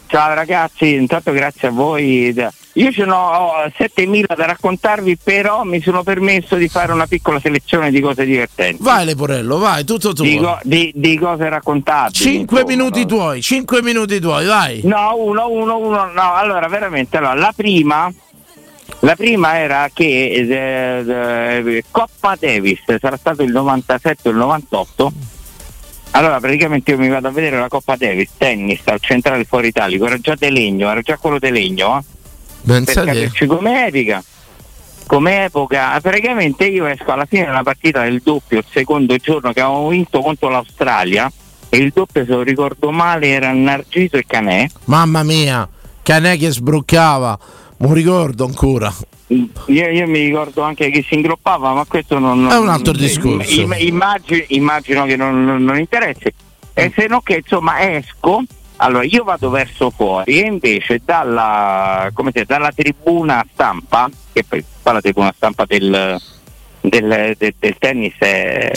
S27: Ciao ragazzi, intanto grazie a voi. Io ce n'ho ho 7000 da raccontarvi, però mi sono permesso di fare una piccola selezione di cose divertenti.
S2: Vai Leporello, vai, tutto tuo.
S27: Di, go- di- di cose raccontabili.
S2: 5
S27: insomma,
S2: minuti
S27: no?
S2: tuoi, 5 minuti tuoi, vai.
S27: No, uno, uno, uno, no, allora veramente, allora, la prima, la prima era che eh, eh, Coppa Davis sarà stato il 97 o il 98. Allora praticamente io mi vado a vedere la Coppa Davis, tennis al centrale fuori Italico, era già De Legno, era già quello De Legno, eh.
S2: Pensa
S27: per
S2: te.
S27: capirci come epica. Come epoca, ah, praticamente io esco alla fine della partita del doppio, il secondo giorno che avevamo vinto contro l'Australia e il doppio se non ricordo male era Narciso e Canè.
S2: Mamma mia, canè che sbroccava, mi ricordo ancora.
S27: Io, io mi ricordo anche che si ingroppava, ma questo non, non-
S2: È un altro
S27: im-
S2: discorso.
S27: im- immagino, immagino che non, non- non interessi.
S2: Mm.
S27: E se no che insomma esco, allora io vado verso fuori e invece dalla, come si dice, dalla tribuna stampa, che poi qua la tribuna stampa del, del- del- del tennis è,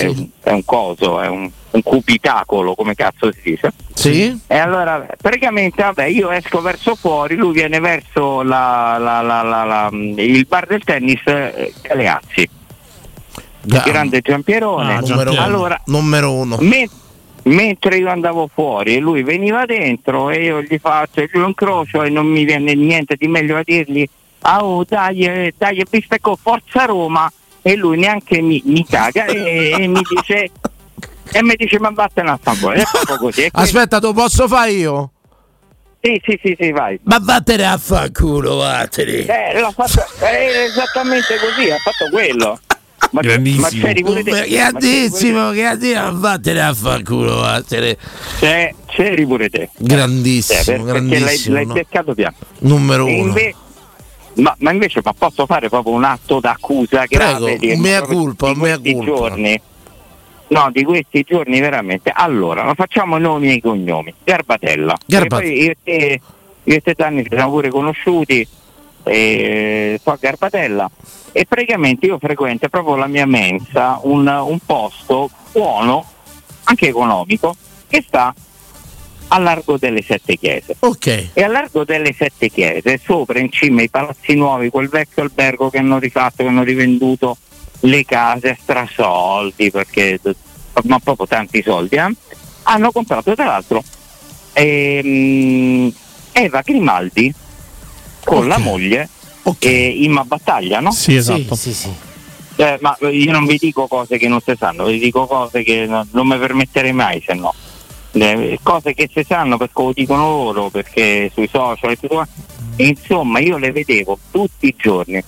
S27: è un coso, è un, un cubitacolo, come cazzo si dice.
S2: Sì?
S27: E allora praticamente vabbè, io esco verso fuori, lui viene verso la- la- la- la- la- il bar del tennis eh, Galeazzi. Grande Giampierone.
S2: numero, uno,
S27: Allora,
S2: Ah, numero uno.
S27: me- mentre io andavo fuori e lui veniva dentro e io gli faccio e lui lo incrocio e non mi viene niente di meglio a dirgli ah oh dai, eh, dai bistecco forza Roma e lui neanche mi, mi caga e, e mi dice e mi dice ma vattene a stampare è proprio così E quindi-
S2: Aspetta, lo posso fare io?
S27: sì sì sì sì vai
S2: Ma vattene a fanculo, vattene.
S27: Eh, l'ha fatto- è esattamente così, ha fatto quello. Ma,
S3: Grandissimo.
S27: Marcelli, volete-
S2: Beh, Grandissimo, grandissimo, vattene a far culo, vattene.
S27: C'è, c'eri pure te.
S2: Grandissimo,
S27: Eh, per- Perché l'hai,
S2: grandissimo,
S27: l'hai
S2: no?
S27: beccato piano.
S2: Numero
S27: E
S2: uno.
S27: inve- ma, ma invece ma posso fare proprio un atto d'accusa
S2: Prego,
S27: grave di-
S2: un mea
S27: proprio
S2: culpa, un mea
S27: di questi
S2: culpa.
S27: giorni? No, di questi giorni veramente. Allora, non facciamo nomi e cognomi. Garbatella.
S2: Garbat-
S27: Perché poi Io e te, io e te Gianni, ci siamo pure conosciuti. E, so Garbatella e praticamente io frequento proprio la mia mensa un, un posto buono anche economico che sta a largo delle sette chiese
S2: Ok.
S27: e a largo delle sette chiese, sopra in cima ai palazzi nuovi, quel vecchio albergo che hanno rifatto, che hanno rivenduto le case a strasoldi, perché ma proprio tanti soldi, eh, hanno comprato tra l'altro ehm, Eva Grimaldi con la moglie eh, Imma Battaglia, no?
S3: Sì, esatto.
S27: Eh, ma io non vi dico cose che non si sanno, vi dico cose che no- non mi permetterei mai se no. Eh, cose che si sanno perché lo dicono loro, perché sui social e tutto qua. E Insomma, io le vedevo tutti i giorni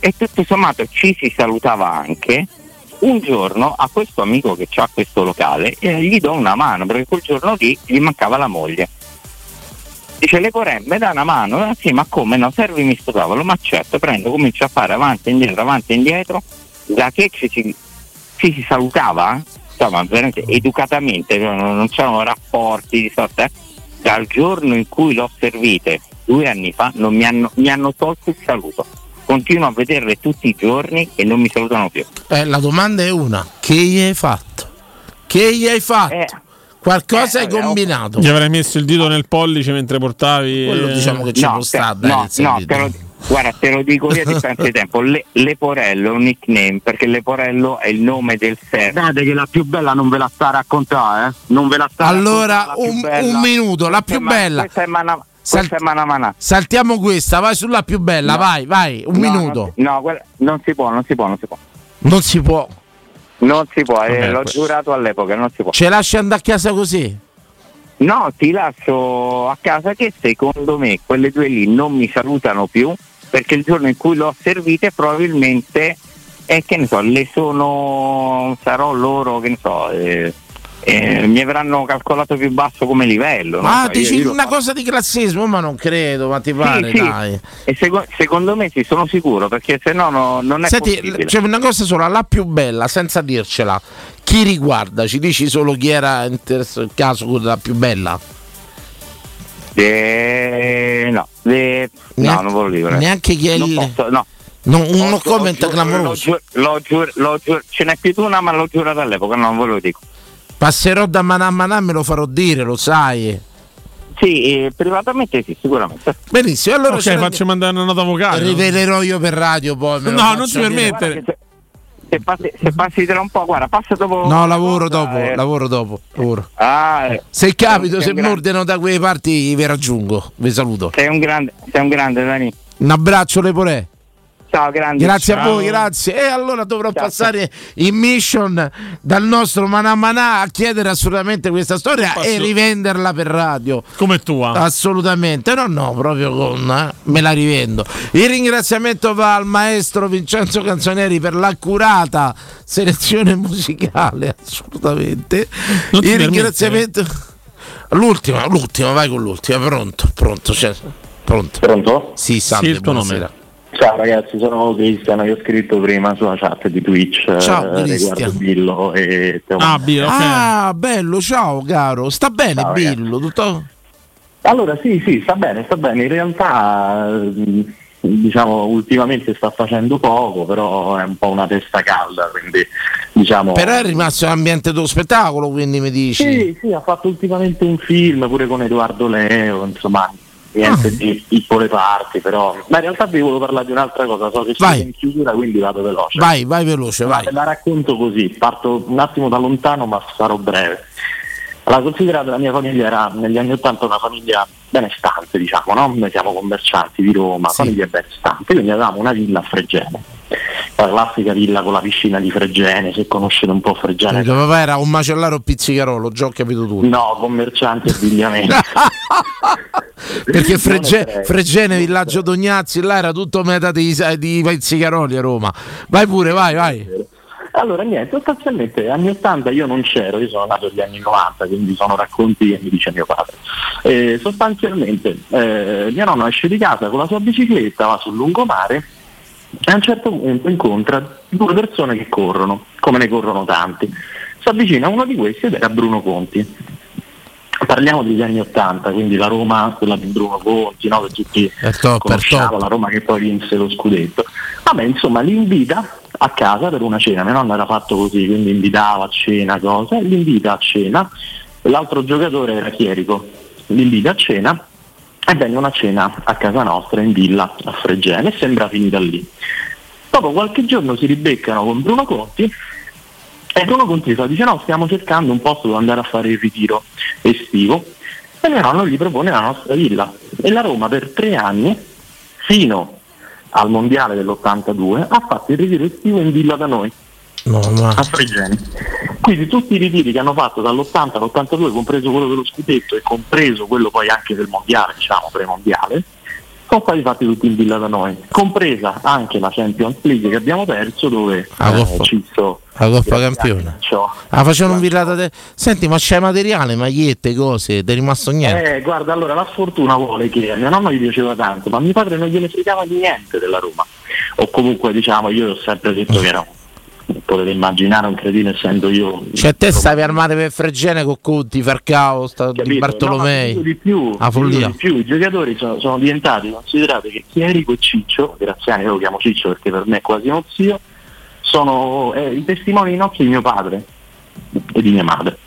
S27: e tutto sommato ci si salutava anche. Un giorno a questo amico che ha questo locale eh, gli do una mano perché quel giorno lì gli mancava la moglie. Dice le coremme da una mano, ah, sì ma come no, servimi sto tavolo, ma certo prendo, comincio a fare avanti e indietro, avanti e indietro, da che ci si, ci si salutava, eh? insomma veramente educatamente, cioè, non non c'erano rapporti di sorta, eh. dal giorno in cui l'ho servite, due anni fa, non mi, hanno, mi hanno tolto il saluto, continuo a vederle tutti i giorni e non mi salutano più.
S2: Eh, la domanda è una: che gli hai fatto? Che gli hai fatto?
S27: Eh.
S2: Qualcosa hai combinato.
S3: Gli avrei messo il dito nel pollice mentre portavi. eh,
S2: Quello diciamo che ci
S27: No, può te- stare, dai, no, nel no, te lo- Guarda, te lo dico io di tanto tempo, Le- Leporello è un nickname, perché Leporello è il nome del servo.
S4: Guardate che la più bella non ve la sta a raccontare, eh. Non ve la sta a
S2: Allora,
S4: raccontare. la più
S2: un,
S4: bella.
S2: un minuto, la più
S27: Eh, ma-
S2: bella.
S27: questa è mana- questa è mana mana.
S2: Saltiamo questa, vai sulla più bella,
S27: No.
S2: vai, vai, un
S27: No,
S2: minuto.
S27: Non, no, quella- non si può, non si può, non si può.
S2: Non si può.
S27: Non si può, eh,
S2: Vabbè,
S27: l'ho
S2: questo.
S27: giurato all'epoca, non si può.
S2: Ce lasci andare a casa così?
S27: No, ti lascio a casa che secondo me quelle due lì non mi salutano più perché il giorno in cui l'ho servite probabilmente è che ne so, le sono sarò loro che ne so, eh, eh, mi avranno calcolato più basso come livello. non
S2: ah,
S27: so, io-
S2: dici
S27: io lo
S2: una cosa di classismo, ma non credo, ma ti pare,
S27: Sì, sì.
S2: dai.
S27: E seco- secondo me sì, sono sicuro, perché se no, no non è
S2: Senti, cioè
S27: possibile.
S2: c'è una cosa sola, la più bella, senza dircela. Chi riguarda? Ci dici solo chi era in terzo caso quella più bella?
S27: Eh, no, eh, no,
S2: Neanche-
S27: non voglio dire.
S2: neanche chi è
S27: Non
S2: il-
S27: posso, no.
S2: No, uno
S27: Lo-
S2: comment
S27: lo giuro,
S2: clamoroso.
S27: Lo, giuro, lo giuro, lo giuro. ce n'è più di una, ma l'ho giurata all'epoca, no, non ve lo dico.
S2: Passerò da manà a manà, me lo farò dire, lo sai.
S27: Sì, eh, privatamente sì, sicuramente.
S2: Benissimo, allora
S3: Ok,
S2: ce ne-
S3: faccio mandare una nota vocale.
S2: rivelerò io per radio poi. me lo
S3: No, non
S2: faccio
S3: si
S2: dire.
S3: permettere.
S27: Se passi, se passi tra un po', guarda, passa dopo.
S2: No, lavoro dopo,
S27: eh.
S2: lavoro dopo, lavoro.
S27: Ah, eh,
S2: Se capito,
S27: sei
S2: se
S27: un grande-
S2: mordono da quelle parti vi raggiungo, vi saluto.
S27: Sei un grande, sei un grande, Dani.
S2: Un abbraccio Lepore.
S27: Ciao, grande.
S2: Grazie a
S27: Ciao.
S2: voi, grazie. E allora dovrò passare in mission dal nostro Manà Manà a chiedere assolutamente questa storia
S3: Passo-
S2: e rivenderla per radio.
S3: Come tua.
S2: Assolutamente, no, no, proprio con eh, me la rivendo. Il ringraziamento va al maestro Vincenzo Canzoneri per l'accurata selezione musicale, assolutamente.
S3: Non ti
S2: Il
S3: permettere.
S2: ringraziamento l'ultima, l'ultima, vai con l'ultima, pronto, pronto, cioè, pronto.
S9: Pronto?
S2: Sì, salve,
S9: Sì, il tuo nome.
S2: buonasera.
S9: Ciao ragazzi, sono Cristiano che ho scritto prima sulla chat di Twitch
S2: Ciao,
S9: eh, riguardo
S2: Cristian.
S9: Billo e Teo Manna.
S2: Ah, bello, ciao caro. Sta bene
S9: Ciao, ragazzi.
S2: Billo, tutto?
S9: Allora sì, sì, sta bene, sta bene. In realtà mh, diciamo ultimamente sta facendo poco, però è un po' una testa calda, quindi diciamo
S2: Però è rimasto l'ambiente dello spettacolo, quindi mi dici.
S9: Sì, sì, ha fatto ultimamente un film pure con Edoardo Leo, insomma,
S2: Ah.
S9: niente di piccole parti, però. Ma in realtà vi volevo parlare di un'altra cosa, so che siete in chiusura, quindi vado veloce.
S2: Vai, vai veloce, vai.
S9: Ve La racconto così, parto un attimo da lontano ma sarò breve. Allora, considerate la mia famiglia era negli anni Ottanta una famiglia benestante, diciamo, no? Noi siamo commercianti di Roma, famiglia benestante, quindi avevamo una villa a Fregene, la classica villa con la piscina di Fregene, se conoscete un po' Fregene.
S2: Perché Cioè, papà era un macellaro pizzicarolo, già ho capito tutto.
S9: No, commercianti e abbigliamento.
S2: Perché Fregge-
S15: Non ne frega.
S2: Fregene, Villaggio Dognazzi, là era tutto meta di, di Pizzicaroli a Roma. Vai pure, vai, vai.
S9: Allora niente, sostanzialmente anni 80 io non c'ero, io sono nato negli anni 90, quindi sono racconti che mi dice mio padre. Eh, sostanzialmente eh, mio nonno esce di casa con la sua bicicletta, va sul lungomare e a un certo punto incontra due persone che corrono, come ne corrono tanti. Si avvicina uno di questi ed era Bruno Conti. Parliamo degli anni 80, quindi la Roma, quella di Bruno Conti, no? che tutti
S2: Certo.
S9: conosciamo, la Roma che poi vinse lo scudetto. Vabbè, insomma, li invita a casa per una cena, mia nonna era fatto così, quindi invitava a cena, cosa, e li invita a cena, l'altro giocatore era Chierico, li invita a cena e vengono a cena a casa nostra in villa a Fregene e sembra finita lì. Dopo qualche giorno si ribeccano con Bruno Conti e Bruno Conti fa, dice no, stiamo cercando un posto dove andare a fare il ritiro estivo e mio nonno gli propone la nostra villa. E la Roma per tre anni, fino al mondiale dell'82, ha fatto il ritiro estivo in villa da noi, a Fregene. Quindi tutti i ritiri che hanno fatto dall'80 all'82, compreso quello dello scudetto e compreso quello poi anche del mondiale, diciamo premondiale, sono stati fatti tutti in villa da noi, compresa anche la Champions League che abbiamo perso dove eh,
S2: Ah, coppa.
S9: Cizzo
S2: La Coppa Campione.
S9: ciò.
S2: Ah, facevano un villata. de- Senti, ma c'è materiale, magliette, cose, ti è rimasto niente.
S9: Eh, guarda, allora la sfortuna vuole che a mio nonno gli piaceva tanto, ma a mio padre non gliene fregava niente della Roma. O comunque, diciamo, io ho sempre detto che era un- potete immaginare un cretino essendo io
S2: Cioè, te stavi armate per Fregene con Conti, Farcao, sta- Di Bartolomei.
S9: No, ma ti dico di più, ti
S2: Ah,
S9: dico
S2: follia.
S9: di più, i giocatori sono, sono diventati, considerate che Chierico e Ciccio, Graziani io lo chiamo Ciccio perché per me è quasi uno zio, sono eh, i testimoni in occhi di mio padre e di mia madre.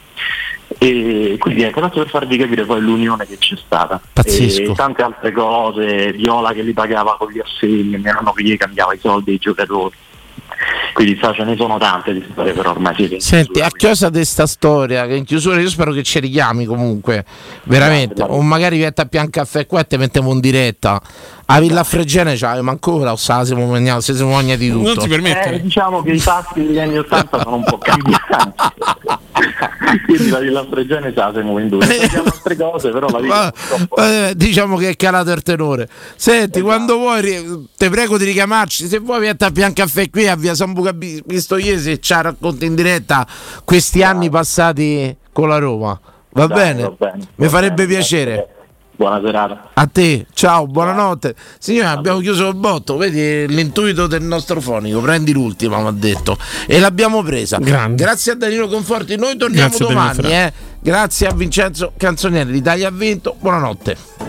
S9: E quindi ecco, tanto per farvi capire poi l'unione che c'è stata.
S2: Pazzesco.
S9: E tante altre cose, Viola che li pagava con gli assegni, mio nonno che gli cambiava i soldi ai giocatori. Quindi sa, ce ne sono tante di storie, però ormai siete in
S2: Senti, a chiosa di sta storia, che in chiusura io spero che ci richiami comunque, veramente, o magari vi a pian caffè qua e te mettiamo in diretta. A Villa Fregene c'è, ma ancora o sa, se mo- se si mogna di tutto.
S9: Eh, diciamo che i passi degli anni 80 sono un po' cambiati. Quindi la Villa Fregene sa se muove in due. Facciamo altre cose, però la vita
S2: Eh, diciamo che è calato il tenore. Senti,
S9: Esatto.
S2: quando vuoi, ri- te prego di richiamarci. Se vuoi, vieni a Pian Caffè qui a via San Buca Bi- Pistoiese e ci racconti in diretta questi anni passati con la Roma. Va
S9: Dai,
S2: bene?
S9: va bene,
S2: Mi
S9: va
S2: farebbe
S9: bene,
S2: piacere.
S9: Buona serata.
S2: A te, ciao, buonanotte. Signore, abbiamo chiuso il botto, vedi l'intuito del nostro fonico, prendi l'ultima, mi ha detto. E l'abbiamo presa.
S3: Grande.
S2: Grazie a Danilo Conforti, noi torniamo
S3: Grazie a Danilo
S2: domani. eh. Grazie a Vincenzo Canzonieri, l'Italia ha vinto, buonanotte.